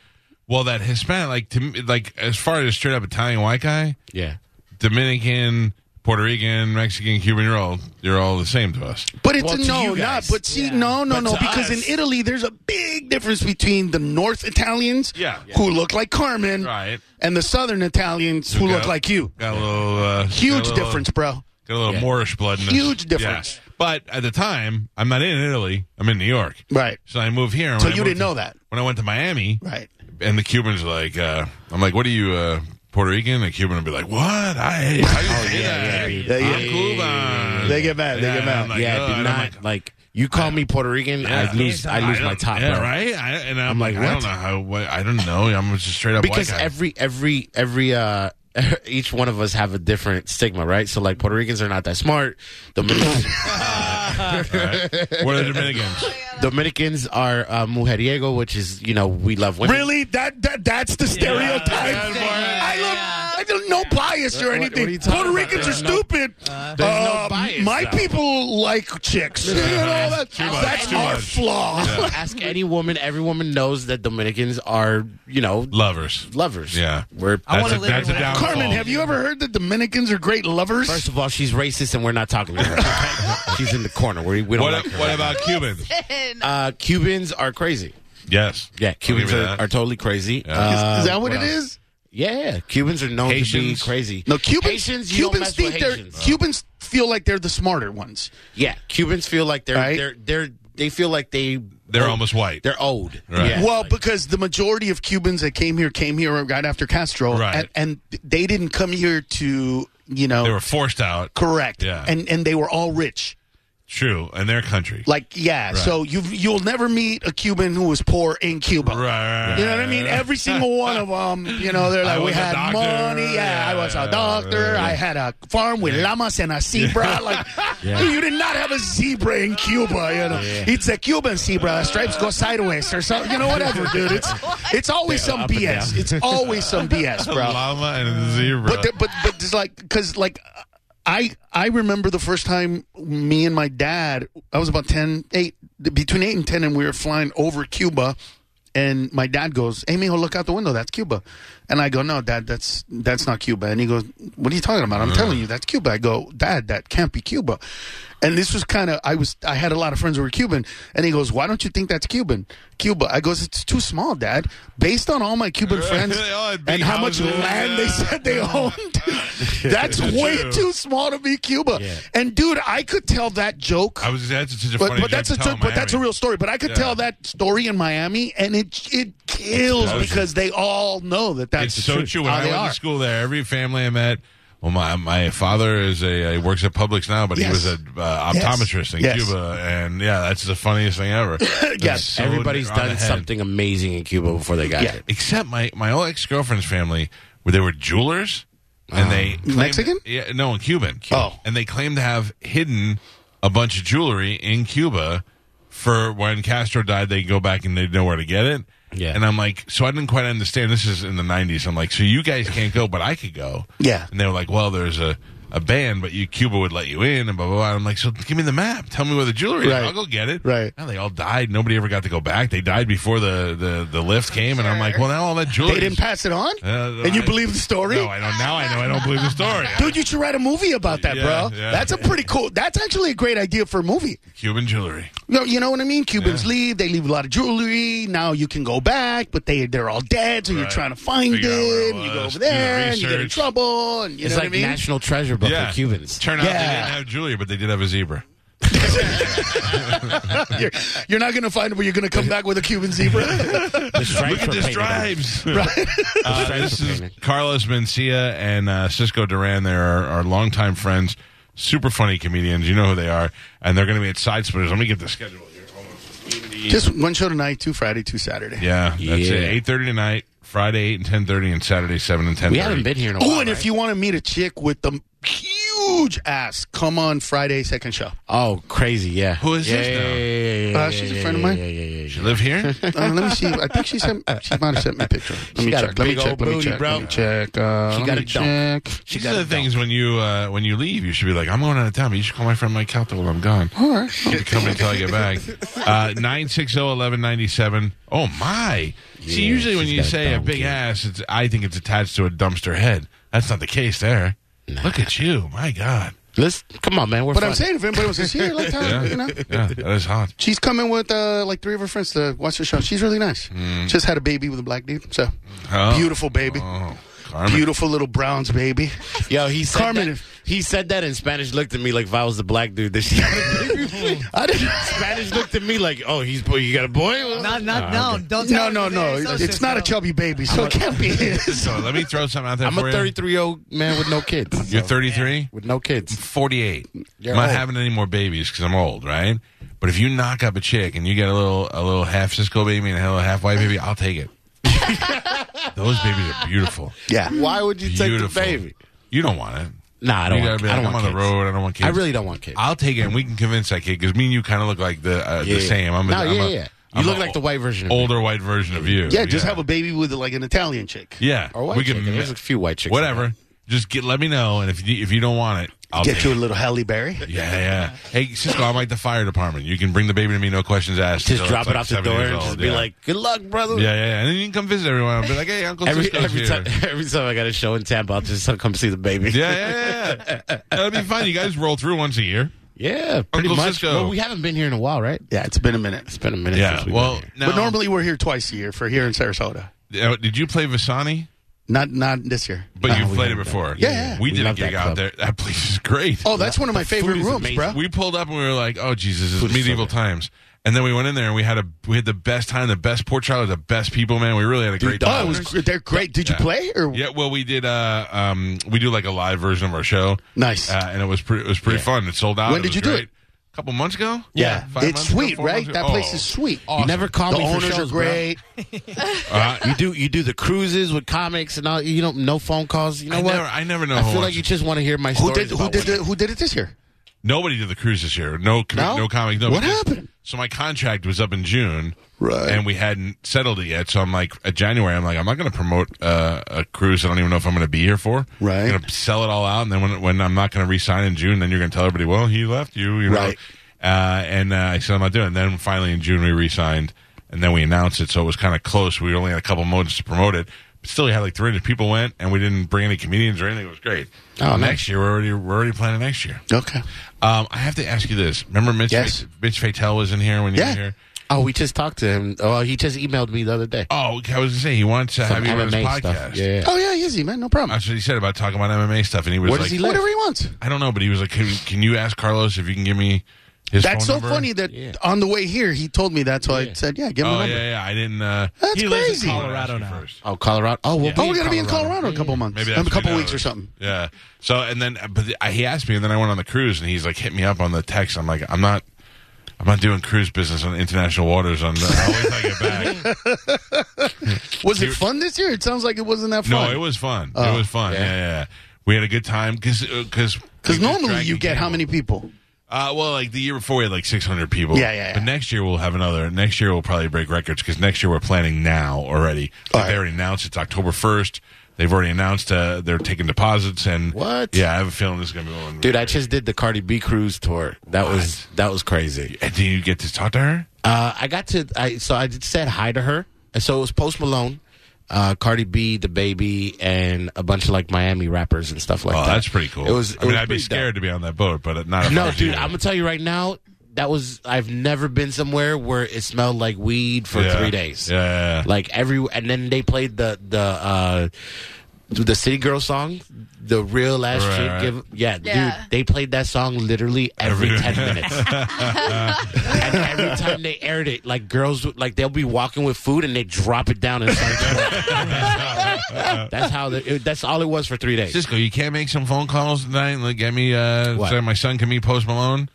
Speaker 1: Well, that Hispanic, like to me, like as far as a straight up Italian white guy,
Speaker 2: Yeah.
Speaker 1: Dominican, Puerto Rican, Mexican, Cuban, you're all you're all the same to us.
Speaker 5: But it's
Speaker 2: Well, to
Speaker 5: no,
Speaker 2: you
Speaker 5: not.
Speaker 2: guys.
Speaker 5: But see, no, no,
Speaker 2: But
Speaker 5: no.
Speaker 2: to
Speaker 5: Because
Speaker 2: us-
Speaker 5: in Italy, there's a big difference between the North Italians,
Speaker 1: Yeah.
Speaker 5: who look like Carmen,
Speaker 1: Right.
Speaker 5: and the Southern Italians, who look
Speaker 1: Got-
Speaker 5: like you.
Speaker 1: Got a little uh,
Speaker 5: Huge
Speaker 1: got a little-
Speaker 5: difference, bro.
Speaker 1: Got a little
Speaker 2: Yeah.
Speaker 1: Moorish blood in us.
Speaker 5: Huge difference.
Speaker 1: Yeah. But at the time, I'm not in Italy. I'm in New York.
Speaker 5: Right.
Speaker 1: So I moved here. and
Speaker 5: So
Speaker 1: when I
Speaker 5: you
Speaker 1: moved
Speaker 5: didn't
Speaker 1: to-
Speaker 5: know that.
Speaker 1: when I went to Miami,
Speaker 5: Right.
Speaker 1: and the Cubans are like, uh, I'm like, what are you, uh, Puerto Rican? The Cuban would be like, what? I, I didn't say that.
Speaker 2: yeah,
Speaker 5: yeah.
Speaker 1: I'm Cuban.
Speaker 5: They get mad, they
Speaker 1: Yeah,
Speaker 5: get mad.
Speaker 1: I'm like,
Speaker 2: yeah.
Speaker 1: "Oh," and
Speaker 2: Do
Speaker 1: I'm
Speaker 2: not
Speaker 1: like,
Speaker 2: like, you call me Puerto Rican.
Speaker 1: Yeah.
Speaker 2: I lose. I lose
Speaker 1: I
Speaker 2: my
Speaker 1: don't-
Speaker 2: top.
Speaker 1: Yeah,
Speaker 2: bro.
Speaker 1: right. I, and I'm,
Speaker 2: I'm
Speaker 1: like,
Speaker 2: like,
Speaker 1: I
Speaker 2: what?
Speaker 1: don't know how. What, I don't know. I'm just a straight up
Speaker 2: because
Speaker 1: white guy.
Speaker 2: every every every uh [LAUGHS] each one of us have a different stigma right so like puerto ricans are not that smart Dominican,
Speaker 1: We're the
Speaker 5: [LAUGHS]
Speaker 1: Dominicans.
Speaker 2: [LAUGHS] dominicans are uh, mujeriego which is you know we love women
Speaker 5: Really? That, that that's the stereotype.
Speaker 1: Yeah, yeah,
Speaker 5: I love. I don't no bias or
Speaker 2: What- what
Speaker 5: anything.
Speaker 2: are you talking
Speaker 5: Puerto
Speaker 2: about?
Speaker 5: Ricans
Speaker 2: There's
Speaker 5: are
Speaker 2: no-
Speaker 5: stupid.
Speaker 2: there's no
Speaker 5: Uh,
Speaker 2: bias,
Speaker 5: my
Speaker 2: though.
Speaker 5: people like chicks. You know, that-
Speaker 1: Too much,
Speaker 5: that's
Speaker 1: too
Speaker 5: our
Speaker 1: much.
Speaker 5: flaw.
Speaker 2: ask any woman every woman knows that dominicans are you know
Speaker 1: Lovers.
Speaker 2: lovers
Speaker 1: Yeah.
Speaker 2: we're
Speaker 6: I
Speaker 1: That's
Speaker 6: wanna
Speaker 1: a,
Speaker 6: live
Speaker 1: that's a
Speaker 6: with-
Speaker 1: downfall.
Speaker 5: Carmen, have you ever heard that Dominicans are great lovers?
Speaker 2: First of all, she's racist, and we're not talking
Speaker 1: [LAUGHS]
Speaker 2: to her. She's in the corner. We, we don't
Speaker 1: What,
Speaker 2: like her.
Speaker 1: what about Cubans?
Speaker 4: [LAUGHS]
Speaker 2: Uh, Cubans are crazy.
Speaker 1: Yes.
Speaker 2: Yeah,
Speaker 1: I'll
Speaker 2: Cubans
Speaker 1: give you
Speaker 2: are,
Speaker 1: that.
Speaker 2: are totally crazy.
Speaker 1: Yeah.
Speaker 5: is,
Speaker 2: Uh,
Speaker 5: is that what, it
Speaker 2: else?
Speaker 5: is?
Speaker 2: Yeah, Cubans are known
Speaker 1: Haitians.
Speaker 2: to be crazy.
Speaker 5: No, Cubans.
Speaker 2: Haitians, you
Speaker 5: Cubans
Speaker 2: don't mess with
Speaker 5: think they're
Speaker 2: Haitians.
Speaker 5: Cubans feel like they're the smarter ones.
Speaker 2: Yeah, Cubans feel like they're
Speaker 5: Right.
Speaker 2: they're they're they feel like they
Speaker 1: They're almost white.
Speaker 2: they're old.
Speaker 1: Right.
Speaker 2: Yeah.
Speaker 5: well, because the majority of Cubans that came here came here right after Castro,
Speaker 1: Right.
Speaker 5: and, and they didn't come here to you know
Speaker 1: They were forced out.
Speaker 5: correct,
Speaker 1: Yeah.
Speaker 5: and and they were all rich.
Speaker 1: True. In their country.
Speaker 5: Like yeah, so you you'll never meet a Cuban who was poor in Cuba.
Speaker 1: Right, right, right,
Speaker 5: You know what I mean?
Speaker 1: right.
Speaker 5: Every single one of them, you know, they're
Speaker 1: I
Speaker 5: like, we
Speaker 1: was a
Speaker 5: had
Speaker 1: doctor."
Speaker 5: money. Yeah,
Speaker 1: Yeah,
Speaker 5: I was
Speaker 1: yeah,
Speaker 5: a doctor.
Speaker 1: yeah.
Speaker 5: I had a farm with llamas and a zebra.
Speaker 1: [LAUGHS]
Speaker 5: Like, dude, you did not have a zebra in Cuba. You know, it's a Cuban zebra. The stripes go sideways or something. You know, whatever,
Speaker 1: [LAUGHS]
Speaker 5: dude. It's it's always some
Speaker 2: up and
Speaker 5: BS.
Speaker 2: down.
Speaker 5: It's always some
Speaker 1: [LAUGHS]
Speaker 5: BS,
Speaker 1: a
Speaker 5: bro.
Speaker 1: llama and a zebra.
Speaker 5: But the, but but just like because like I I remember the first time me and my dad I was about 10, 8, between eight and ten, and we were flying over Cuba. And my dad goes, "Hey, mijo, look out the window. That's Cuba." And I go, "No, dad, that's that's not Cuba." And he goes, "What are you talking about? I'm telling you, that's Cuba." I go, "Dad, that can't be Cuba." And this was kind of I was I had a lot of friends who were Cuban, and he goes, "Why don't you think that's Cuban?" Cuba. I goes, "It's too small, dad. Based on all my Cuban friends
Speaker 1: They all had big
Speaker 5: and how much
Speaker 1: houses.
Speaker 5: land they
Speaker 1: Yeah.
Speaker 5: said they owned.
Speaker 1: [LAUGHS]
Speaker 5: That's way
Speaker 1: True.
Speaker 5: too small to be Cuba.
Speaker 2: Yeah.
Speaker 5: And dude, I could tell that joke.
Speaker 1: I was that's such a
Speaker 5: but,
Speaker 1: funny
Speaker 5: but that's a
Speaker 1: joke to tell
Speaker 5: t-
Speaker 1: in
Speaker 5: but that's a
Speaker 1: Miami.
Speaker 5: real story. But I could
Speaker 1: Yeah.
Speaker 5: tell that story in Miami, and it it kills
Speaker 1: Explosion.
Speaker 5: because they all know that that's
Speaker 1: It's
Speaker 5: the
Speaker 1: so
Speaker 5: truth,
Speaker 1: true. When
Speaker 5: how
Speaker 1: I
Speaker 5: they
Speaker 1: went
Speaker 5: are.
Speaker 1: to school there, every family I met. Well, my my father is a he works at Publix now, but he
Speaker 5: Yes.
Speaker 1: was a uh,
Speaker 5: Yes.
Speaker 1: optometrist in
Speaker 5: Yes.
Speaker 1: Cuba, and yeah, that's the funniest thing
Speaker 5: [LAUGHS]
Speaker 1: ever. That's so
Speaker 2: Everybody's
Speaker 1: on the
Speaker 2: done
Speaker 1: head.
Speaker 2: something amazing in Cuba before they got
Speaker 5: Yeah.
Speaker 2: here.
Speaker 1: except my my old ex girlfriend's family, where they were jewelers, and they claimed-
Speaker 5: Uh, Mexican?
Speaker 1: yeah, no, Cuban.
Speaker 5: Oh.
Speaker 1: and they claimed to have hidden a bunch of jewelry in Cuba for when Castro died. They go back and they know where to get it.
Speaker 2: Yeah.
Speaker 1: and I'm like, so I didn't quite understand. This is in the '90s. I'm like, so you guys can't go, but I could go.
Speaker 5: Yeah.
Speaker 1: and they were like, well, there's a. A ban, but you Cuba would let you in, and blah blah blah. And I'm like, so give me the map. Tell me where the jewelry is.
Speaker 5: Right.
Speaker 1: I'll go get it.
Speaker 5: Right.
Speaker 1: Now they all died. Nobody ever got to go back. They died before the the, the lift came, and I'm like, well, now all that jewelry.
Speaker 5: They didn't pass it on,
Speaker 1: Uh,
Speaker 5: and you
Speaker 1: I-
Speaker 5: believe the story.
Speaker 1: No, I don't. Now I know. I don't believe the
Speaker 5: [LAUGHS]
Speaker 1: story.
Speaker 5: Dude, you should write a movie about that,
Speaker 1: Yeah,
Speaker 5: bro.
Speaker 1: yeah.
Speaker 5: That's a pretty cool. That's actually a great idea for a movie.
Speaker 1: Cuban jewelry.
Speaker 5: No, you know what I mean. Cubans leave; they leave a lot of jewelry. Now you can go back, but they they're all dead, so you're
Speaker 1: Right.
Speaker 5: trying to find
Speaker 1: Figure out where it
Speaker 5: it. And you go
Speaker 1: was,
Speaker 5: over
Speaker 1: do the
Speaker 5: there, and you get in
Speaker 1: research.
Speaker 5: trouble, and you
Speaker 2: it's
Speaker 5: know
Speaker 2: like
Speaker 5: what I mean.
Speaker 2: national treasure book for Cubans.
Speaker 1: Turn out they
Speaker 5: Yeah.
Speaker 1: didn't have jewelry, but they did have a zebra.
Speaker 5: you're, you're not going to find it, but you're
Speaker 2: [LAUGHS]
Speaker 5: going to come back with a Cuban zebra.
Speaker 1: Look at this
Speaker 5: [LAUGHS]
Speaker 1: drives. Uh, this is
Speaker 2: painted.
Speaker 1: Carlos Mencia and uh, Cisco Duran. They are our longtime friends, super funny comedians. You know who they are, and they're going to be at Side Splitters. Let me get the schedule here. Hold on.
Speaker 5: Just one show tonight, two Friday, two Saturday.
Speaker 1: yeah, that's
Speaker 2: Yeah.
Speaker 1: it. Eight thirty tonight, Friday eight and ten thirty, and Saturday seven and ten.
Speaker 2: We haven't been here in a while.
Speaker 5: Oh, and
Speaker 2: right?
Speaker 5: if you want to meet a chick with the huge ass, come on Friday, second
Speaker 2: [LAUGHS]
Speaker 5: show.
Speaker 2: Oh, crazy, yeah.
Speaker 1: Who is
Speaker 2: yeah,
Speaker 1: this now?
Speaker 2: Yeah, yeah, yeah,
Speaker 5: Uh,
Speaker 2: yeah,
Speaker 5: she's a
Speaker 2: yeah,
Speaker 5: friend of
Speaker 2: yeah,
Speaker 5: mine.
Speaker 2: Yeah, yeah, yeah,
Speaker 1: You live here?
Speaker 5: Uh, let me see. I think she sent. She might have sent me a picture. Let me
Speaker 2: got a
Speaker 5: check. Let me
Speaker 2: big
Speaker 5: check.
Speaker 2: old
Speaker 5: Let me
Speaker 2: booty,
Speaker 5: check.
Speaker 2: bro.
Speaker 5: Let me check. Uh,
Speaker 2: She got
Speaker 5: let me
Speaker 2: a dump.
Speaker 5: check.
Speaker 2: [LAUGHS] She
Speaker 1: These
Speaker 2: got
Speaker 1: are the
Speaker 2: it
Speaker 1: things when you uh, when you leave, you should be like, I'm going out of town. But you should call my friend Mike Calto while I'm gone. All right, I'll be coming until I get
Speaker 2: [LAUGHS]
Speaker 1: back. Uh, Nine six zero eleven ninety seven. Oh my! See,
Speaker 2: Yeah,
Speaker 1: usually when
Speaker 2: she's
Speaker 1: you
Speaker 2: got a
Speaker 1: say a
Speaker 2: dumb
Speaker 1: big
Speaker 2: kid.
Speaker 1: ass, it's I think it's attached to a dumpster head. That's not the case there. Look at you, my
Speaker 2: [LAUGHS]
Speaker 1: God!
Speaker 2: done. Let's come on, man. We're
Speaker 5: But
Speaker 2: fun.
Speaker 5: I'm saying, if anybody wants to see
Speaker 2: [LAUGHS]
Speaker 5: her, like,
Speaker 1: Yeah,
Speaker 5: you know,
Speaker 1: yeah, that is hot.
Speaker 5: she's coming with uh, like three of her friends to watch the show. She's really nice. Just had a baby with a black dude. So
Speaker 1: Oh.
Speaker 5: beautiful baby,
Speaker 1: Oh, Carmen.
Speaker 5: beautiful little Browns baby.
Speaker 2: Yo, he said
Speaker 5: Carmen,
Speaker 2: that-
Speaker 5: if-
Speaker 2: he said that in Spanish. Looked at me like if I was the black dude that she.
Speaker 1: [LAUGHS]
Speaker 5: I didn't.
Speaker 2: Spanish looked at me like, oh, he's boy. You got a boy? Well,
Speaker 6: Not, not, no, don't
Speaker 5: No,
Speaker 6: tell
Speaker 5: no,
Speaker 6: me
Speaker 5: no.
Speaker 6: that.
Speaker 5: It's,
Speaker 6: so
Speaker 5: not a
Speaker 6: sick,
Speaker 5: chubby baby, so it can't be his.
Speaker 1: So let me throw something out there
Speaker 2: I'm
Speaker 1: for
Speaker 2: a
Speaker 1: you.
Speaker 2: 33 year old man with no kids.
Speaker 1: You're
Speaker 2: so-
Speaker 1: 33.
Speaker 2: with no kids.
Speaker 1: 48. I'm
Speaker 2: You're
Speaker 1: not
Speaker 2: old.
Speaker 1: having any more babies because I'm old, right? But if you knock up a chick and you get a little a little half Cisco baby and a little half white baby, I'll take
Speaker 2: [LAUGHS]
Speaker 1: it. Those babies are beautiful.
Speaker 5: Yeah.
Speaker 2: Why would you
Speaker 1: Beautiful.
Speaker 2: take the baby?
Speaker 1: You don't want it.
Speaker 2: Nah, I don't
Speaker 1: you
Speaker 2: want.
Speaker 1: gotta be
Speaker 2: I
Speaker 1: like,
Speaker 2: don't
Speaker 1: I'm
Speaker 2: want
Speaker 1: on the
Speaker 2: kids.
Speaker 1: road. I don't want kids.
Speaker 2: I really don't want kids.
Speaker 1: I'll take it, and we can convince that kid because me and you kind of look like the uh,
Speaker 2: Yeah.
Speaker 1: the same. I'm a,
Speaker 2: No,
Speaker 1: I'm
Speaker 2: yeah,
Speaker 1: a-
Speaker 2: yeah. You
Speaker 1: I'm
Speaker 2: look
Speaker 1: a
Speaker 2: like the white version of me.
Speaker 1: older white version of you.
Speaker 5: Yeah, just have a baby with like an Italian chick.
Speaker 1: yeah.
Speaker 2: Or white
Speaker 1: we
Speaker 2: chick.
Speaker 1: can
Speaker 2: There's a few white chicks.
Speaker 1: whatever. Just get let me know, and if you, if you don't want it, I'll
Speaker 5: Get
Speaker 1: take
Speaker 5: you
Speaker 1: it.
Speaker 5: a little Halle Berry.
Speaker 1: Yeah, yeah. Hey, Cisco, I'm like the fire department. You can bring the baby to me, no questions asked.
Speaker 2: Just
Speaker 1: until it's
Speaker 2: drop it
Speaker 1: like
Speaker 2: off the
Speaker 1: seven
Speaker 2: door
Speaker 1: years
Speaker 2: and just
Speaker 1: old,
Speaker 2: be
Speaker 1: yeah.
Speaker 2: like, "Good luck, brother."
Speaker 1: yeah, yeah, yeah. And then you can come visit everyone. I'll be like, hey, Uncle
Speaker 2: Every
Speaker 1: Cisco's
Speaker 2: every
Speaker 1: here.
Speaker 2: time, [LAUGHS] every time I got a show in Tampa, I'll just come see the
Speaker 1: [LAUGHS]
Speaker 2: baby.
Speaker 1: Yeah, yeah, yeah, yeah. That'll be fun. You guys roll through once a year.
Speaker 2: yeah, pretty
Speaker 1: Uncle
Speaker 2: much.
Speaker 1: Cisco.
Speaker 2: Well, we haven't been here in a while, right?
Speaker 5: Yeah, it's been a minute.
Speaker 2: It's been a minute.
Speaker 1: Yeah.
Speaker 2: since we've
Speaker 1: Well,
Speaker 2: been here.
Speaker 1: now,
Speaker 5: But normally we're here twice a year for here in Sarasota.
Speaker 1: uh, did you play Visani?
Speaker 5: Not not this year.
Speaker 1: But
Speaker 2: No,
Speaker 1: you've
Speaker 2: we
Speaker 1: played it
Speaker 2: haven't
Speaker 1: before.
Speaker 5: Yeah, yeah.
Speaker 1: We,
Speaker 2: We
Speaker 1: did a
Speaker 2: love that
Speaker 1: gig out
Speaker 2: club.
Speaker 1: there. That place is great.
Speaker 5: Oh, that's one of my favorite
Speaker 2: food is
Speaker 5: rooms, bro.
Speaker 1: We pulled up and we were like, "Oh Jesus, this
Speaker 2: Food
Speaker 1: is
Speaker 2: is so
Speaker 1: medieval
Speaker 2: good.
Speaker 1: times." And then we went in there and we had a we had the best time, the best pork chowder, the best people, man. We really had a great
Speaker 5: Oh,
Speaker 1: time.
Speaker 5: it was, gr- they're great. Did you
Speaker 1: Yeah.
Speaker 5: play or
Speaker 1: Yeah, well, we did. Uh, um, we do like a live version of our show.
Speaker 5: Nice.
Speaker 1: uh, and it was pretty. It was pretty fun. It sold out.
Speaker 5: When did
Speaker 1: was
Speaker 5: you do
Speaker 1: great.
Speaker 5: it?
Speaker 1: A couple months ago.
Speaker 2: Yeah.
Speaker 1: Five
Speaker 5: it's
Speaker 1: months ago,
Speaker 5: sweet,
Speaker 1: four
Speaker 5: right?
Speaker 1: months ago?
Speaker 5: That place
Speaker 1: Oh.
Speaker 5: is sweet.
Speaker 2: You never call
Speaker 5: the
Speaker 2: me for
Speaker 5: owners
Speaker 2: shows,
Speaker 5: are
Speaker 2: bro.
Speaker 5: great.
Speaker 1: Uh,
Speaker 2: You do you do the cruises with comics and all. You don't no phone calls. You know
Speaker 1: Oh. I
Speaker 2: what?
Speaker 1: never- I never know
Speaker 2: I
Speaker 1: who
Speaker 2: feel
Speaker 1: wants
Speaker 2: like you
Speaker 1: to-
Speaker 2: just want to hear my
Speaker 5: Who
Speaker 2: stories.
Speaker 5: did who
Speaker 2: about
Speaker 5: did the,
Speaker 2: women.
Speaker 5: who did it this year?
Speaker 1: Nobody did the cruise this year. No, com-
Speaker 5: No?
Speaker 1: no, comic. No.
Speaker 5: What
Speaker 1: because-
Speaker 5: happened?
Speaker 1: So my contract was up in June,
Speaker 5: Right.
Speaker 1: And we hadn't settled it yet. So I'm like, at January, I'm like, I'm not going to promote uh, a cruise. I don't even know if I'm going to be here for.
Speaker 5: Right.
Speaker 1: I'm going to sell it all out, and then when when I'm not going to re-sign in June, then you're going to tell everybody, well, he left you, you know.
Speaker 5: Right.
Speaker 1: Uh, and uh, I said I'm not doing. it. Then finally in June we re-signed, and then we announced it. So it was kind of close. We only had a couple months to promote it. But still, we had like 300 people went, and we didn't bring any comedians or anything. It was great.
Speaker 2: Oh, nice.
Speaker 1: next year we're already we're already planning next year.
Speaker 5: Okay.
Speaker 1: Um, I have to ask you this. Remember, Mitch,
Speaker 5: Yes.
Speaker 1: Mitch Fatel was in here when you
Speaker 5: Yeah.
Speaker 1: were here.
Speaker 2: Oh, we just talked to him. Oh, he just emailed me the other day.
Speaker 1: Oh, I was gonna say he wants to Oh, have you on his podcast.
Speaker 2: Yeah.
Speaker 5: Oh yeah, easy man, no problem.
Speaker 1: That's what he said about talking about MMA stuff, and he was
Speaker 2: Where
Speaker 1: like,
Speaker 2: does he live?
Speaker 5: Whatever he wants.
Speaker 1: "I don't know," but he was like, "Can, can you ask Carlos if you can give me his?"
Speaker 5: That's so
Speaker 1: phone number?
Speaker 5: funny that
Speaker 2: Yeah.
Speaker 5: on the way here he told me that, so I
Speaker 2: Yeah.
Speaker 5: said, "Yeah, give him
Speaker 1: Oh
Speaker 5: a
Speaker 1: yeah,
Speaker 5: number."
Speaker 1: yeah. I didn't. Uh,
Speaker 5: That's
Speaker 3: He lives in
Speaker 5: crazy.
Speaker 3: Colorado. now.
Speaker 1: First.
Speaker 2: Oh, Colorado. Oh, well,
Speaker 5: Oh, we're gonna be in Colorado in a couple months,
Speaker 1: Maybe
Speaker 5: maybe
Speaker 1: that's
Speaker 5: a couple
Speaker 1: what he
Speaker 5: weeks or
Speaker 1: knows.
Speaker 5: something.
Speaker 1: Yeah. So and then, but the- he asked me, and then I went on the cruise, and he's like, "Hit me up on the text." I'm like, "I'm not." I'm not doing cruise business on international waters. On the, I'll wait till I get
Speaker 3: [LAUGHS]
Speaker 1: back.
Speaker 5: Was it fun this year? It sounds like it wasn't that fun.
Speaker 1: No, it was fun. it was fun. Yeah. yeah, yeah. We had a good time uh, because because
Speaker 5: because normally you get how many people?
Speaker 1: Uh, well, like the year before we had like 600 people.
Speaker 5: Yeah, yeah, yeah.
Speaker 1: But next year we'll have another. Next year we'll probably break records because next year we're planning now already. Like, They already announced it's October 1st. They've already announced uh, they're taking deposits and
Speaker 2: What?
Speaker 1: Yeah, I have a feeling this is gonna be one.
Speaker 2: Dude, I just did the Cardi B cruise tour. That was that was crazy.
Speaker 1: And do you get to talk to her?
Speaker 2: Uh, I got to I so I just said hi to her, and so it was Post Malone, uh, Cardi B, the baby, and a bunch of like Miami rappers and stuff like
Speaker 1: Oh,
Speaker 2: that.
Speaker 1: that's pretty cool.
Speaker 2: It was.
Speaker 1: I
Speaker 2: it
Speaker 1: mean,
Speaker 2: was
Speaker 1: I'd be
Speaker 2: pretty dope.
Speaker 1: scared to be on that boat, but not. if I
Speaker 2: No,
Speaker 1: was
Speaker 2: dude,
Speaker 1: you.
Speaker 2: I'm gonna tell you right now. That was I've never been somewhere where it smelled like weed for
Speaker 1: Yeah.
Speaker 2: three days.
Speaker 1: Yeah, yeah, yeah.
Speaker 2: Like every and then they played the the uh the City Girl song, the real last
Speaker 1: Right,
Speaker 2: chick.
Speaker 1: right.
Speaker 2: Give, yeah,
Speaker 4: Yeah.
Speaker 2: dude, they played that song literally every
Speaker 1: Every-
Speaker 2: ten
Speaker 1: [LAUGHS]
Speaker 2: minutes. and every time they aired it, like girls, would- like they'll be walking with food and they drop it down and start. that's how. The, it, that's all it was for three days.
Speaker 1: Cisco, you can't make some phone calls tonight and like, get me, uh,
Speaker 2: What?
Speaker 1: so my son can meet Post Malone?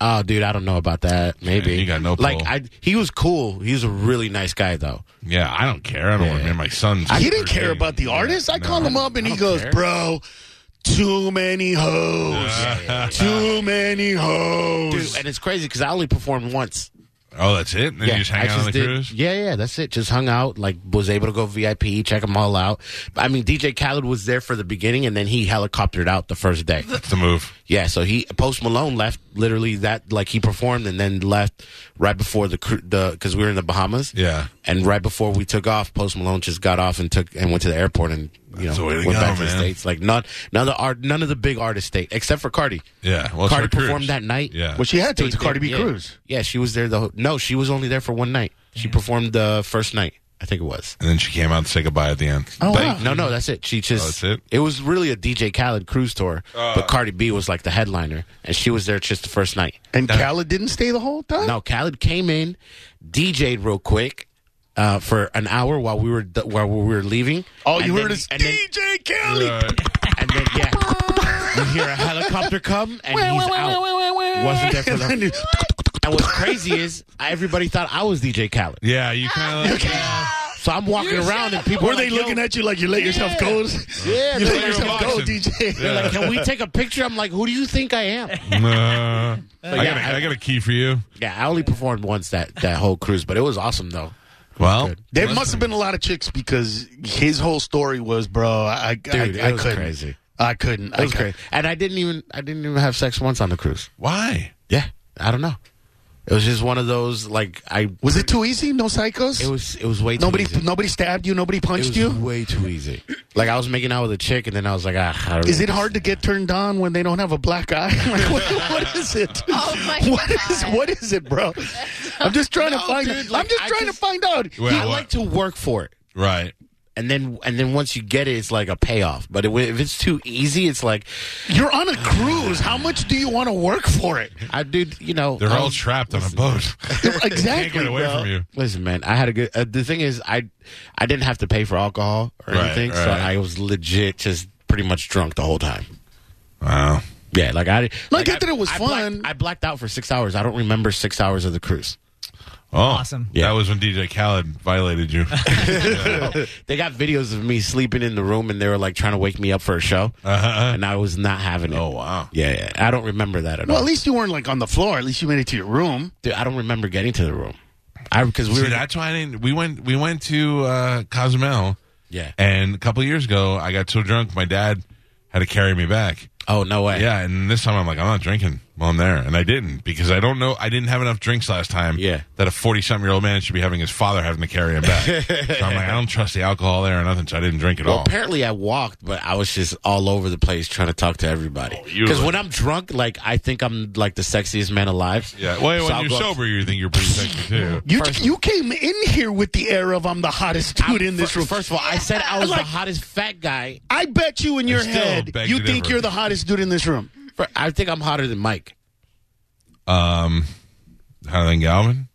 Speaker 2: Oh, dude, I don't know about that. Maybe
Speaker 1: Yeah, you got no pull.
Speaker 2: Like, I, he was cool. He was a really nice guy, though.
Speaker 1: Yeah, I don't care. I don't want to meet my son's.
Speaker 5: He didn't care about the artist. I called him up and he goes, bro, too many hoes. Too many
Speaker 2: Dude,
Speaker 5: hoes.
Speaker 2: and it's crazy because I only performed once.
Speaker 1: Oh, that's it? Then you just hang
Speaker 2: I
Speaker 1: out on the
Speaker 2: did-
Speaker 1: cruise?
Speaker 2: Yeah, yeah, that's it. Just hung out, like was able to go VIP, check them all out. I mean, DJ Khaled was there for the beginning, and then he helicoptered out the first day.
Speaker 1: That's the move.
Speaker 2: yeah, so he Post Malone left literally that like he performed and then left right before the cru- the because we were in the Bahamas.
Speaker 1: Yeah.
Speaker 2: and right before we took off, Post Malone just got off and took and went to the airport and you
Speaker 1: That's the
Speaker 2: know
Speaker 1: way to
Speaker 2: went
Speaker 1: go,
Speaker 2: back to the
Speaker 1: man.
Speaker 2: states. Like none none of the art none of the big artists stayed except for Cardi.
Speaker 1: Yeah. Well, it's
Speaker 2: Cardi
Speaker 1: her cruise.
Speaker 2: performed that night.
Speaker 1: Yeah.
Speaker 5: Well, she had to. It's
Speaker 2: Stayed
Speaker 5: Cardi B
Speaker 2: there, yeah.
Speaker 5: Cruz.
Speaker 2: Yeah, she was there the whole, no, she was only there for one night. She performed the first night, I think it was.
Speaker 1: and then she came out to say goodbye at the end.
Speaker 5: Oh,
Speaker 1: Like,
Speaker 5: wow.
Speaker 2: No, no, that's it. She just
Speaker 1: Oh, that's it? Oh.
Speaker 2: was really a DJ Khaled cruise tour, but Cardi B was like the headliner, and she was there just the first night.
Speaker 5: And Khaled didn't stay the whole time?
Speaker 2: Now Khaled came in, DJ'd real quick. Uh, for an hour while we were while we were leaving.
Speaker 5: All
Speaker 2: And
Speaker 5: Oh, you
Speaker 2: then-
Speaker 5: heard is
Speaker 2: and then-
Speaker 5: DJ Khaled.
Speaker 2: and then yeah, you hear a helicopter come and he's out. Wasn't
Speaker 5: [LAUGHS]
Speaker 2: there for the.
Speaker 5: And then-
Speaker 2: And what's crazy is everybody thought I was DJ Khaled,
Speaker 1: Yeah, you kind of like.
Speaker 2: so I'm walking around and people
Speaker 5: Were
Speaker 2: are
Speaker 5: they
Speaker 2: like, "Yo,
Speaker 5: looking at you like you let yourself [LAUGHS] go?
Speaker 2: Yeah,
Speaker 5: you
Speaker 2: they're
Speaker 5: let
Speaker 2: like,
Speaker 5: yourself go,
Speaker 1: boxing.
Speaker 5: DJ.
Speaker 1: Yeah.
Speaker 2: like, can we take a picture? I'm like, who do you think I
Speaker 5: [LAUGHS]
Speaker 2: am?
Speaker 1: [LAUGHS] Nah. I, got
Speaker 2: yeah,
Speaker 1: a, I got a key for you.
Speaker 2: Yeah, I only performed once that that whole cruise, but it was awesome though.
Speaker 1: Well,
Speaker 5: There must have been a lot of chicks because his whole story was, bro, I,
Speaker 2: Dude,
Speaker 5: I, I
Speaker 2: it was
Speaker 5: couldn't.
Speaker 2: crazy.
Speaker 5: I couldn't.
Speaker 2: It was
Speaker 5: I
Speaker 2: great, uh, and I didn't even I didn't even have sex once on the cruise.
Speaker 1: why?
Speaker 2: Yeah, I don't know. It was just one of those like I.
Speaker 5: Was it too easy? No psychos?
Speaker 2: It was it was way too
Speaker 5: nobody
Speaker 2: easy.
Speaker 5: nobody stabbed you, nobody
Speaker 2: it
Speaker 5: punched
Speaker 2: was
Speaker 5: you?
Speaker 2: way too easy. Like I was making out with a chick, and then I was like, ah, I don't
Speaker 5: Is
Speaker 2: know.
Speaker 5: it hard to get turned on when they don't have a black eye? [LAUGHS] Like, what,
Speaker 2: [LAUGHS]
Speaker 5: what is it?
Speaker 4: Oh, my
Speaker 5: [LAUGHS] What is
Speaker 4: God.
Speaker 5: what is it, bro? I'm just trying to
Speaker 2: No,
Speaker 5: find.
Speaker 2: dude, like,
Speaker 5: I'm just
Speaker 2: I
Speaker 5: trying
Speaker 2: just-
Speaker 5: to find out.
Speaker 1: Wait,
Speaker 2: I
Speaker 1: what?
Speaker 2: like to work for it.
Speaker 1: right.
Speaker 2: And then, and then once you get it, it's like a payoff. But it, if it's too easy, it's like,
Speaker 5: You're on a cruise. How much do you want to work
Speaker 2: [LAUGHS]
Speaker 5: for it?
Speaker 2: I dude, you know,
Speaker 1: They're
Speaker 2: I
Speaker 1: all
Speaker 2: was-
Speaker 1: trapped on a boat. [LAUGHS] Can't
Speaker 5: Oh, Exactly,
Speaker 1: get away
Speaker 5: bro.
Speaker 1: from you.
Speaker 2: Listen, man, I had a good. Uh, the thing is, I I didn't have to pay for alcohol or
Speaker 1: Right,
Speaker 2: anything, so
Speaker 1: right.
Speaker 2: I was legit just pretty much drunk the whole time.
Speaker 1: Wow.
Speaker 2: Yeah, like I
Speaker 5: No, I get that it was
Speaker 2: I
Speaker 5: fun.
Speaker 2: Blacked, I blacked out for six hours. I don't remember six hours of the cruise.
Speaker 1: Oh,
Speaker 6: Awesome.
Speaker 1: That was when DJ Khaled violated you.
Speaker 5: [LAUGHS]
Speaker 1: [LAUGHS]
Speaker 2: They got videos of me sleeping in the room, and they were like trying to wake me up for a show,
Speaker 1: Uh-huh.
Speaker 2: and I was not having it.
Speaker 1: Oh, wow.
Speaker 2: Yeah, yeah. I don't remember that at
Speaker 5: Well, at
Speaker 2: all.
Speaker 5: least you weren't like on the floor. At least you made it to your room.
Speaker 2: Dude, I don't remember getting to the room. I because we
Speaker 1: See,
Speaker 2: were
Speaker 1: that's why I didn't. We went. We went to uh, Cozumel,
Speaker 2: yeah.
Speaker 1: and a couple years ago, I got so drunk, my dad had to carry me back.
Speaker 2: Oh no way.
Speaker 1: Yeah, and this time I'm like, I'm not drinking while I'm there, and I didn't because I don't know. I didn't have enough drinks last time.
Speaker 2: Yeah.
Speaker 1: that a 40 something year old man should be having his father having to carry him back. so I'm like, I don't trust the alcohol there or nothing, so I didn't drink at
Speaker 2: Well,
Speaker 1: all.
Speaker 2: apparently I walked, but I was just all over the place trying to talk to everybody.
Speaker 1: Oh, you
Speaker 2: Because
Speaker 1: were-
Speaker 2: when I'm drunk, like I think I'm like the sexiest man alive.
Speaker 1: yeah, well,
Speaker 2: So
Speaker 1: when
Speaker 2: I'll
Speaker 1: you're
Speaker 2: go up-
Speaker 1: sober, you think you're pretty sexy too.
Speaker 5: You you came in here with the air of I'm the hottest dude in this
Speaker 2: Fir-
Speaker 5: room.
Speaker 2: First of all, I said I was the hottest fat guy.
Speaker 5: I bet you in your
Speaker 1: still
Speaker 5: head
Speaker 1: beg
Speaker 5: you
Speaker 1: to
Speaker 5: think
Speaker 1: differ.
Speaker 5: you're the hottest dude in this room.
Speaker 2: Fir- I think I'm hotter than Mike.
Speaker 1: Um, hotter than Galvin?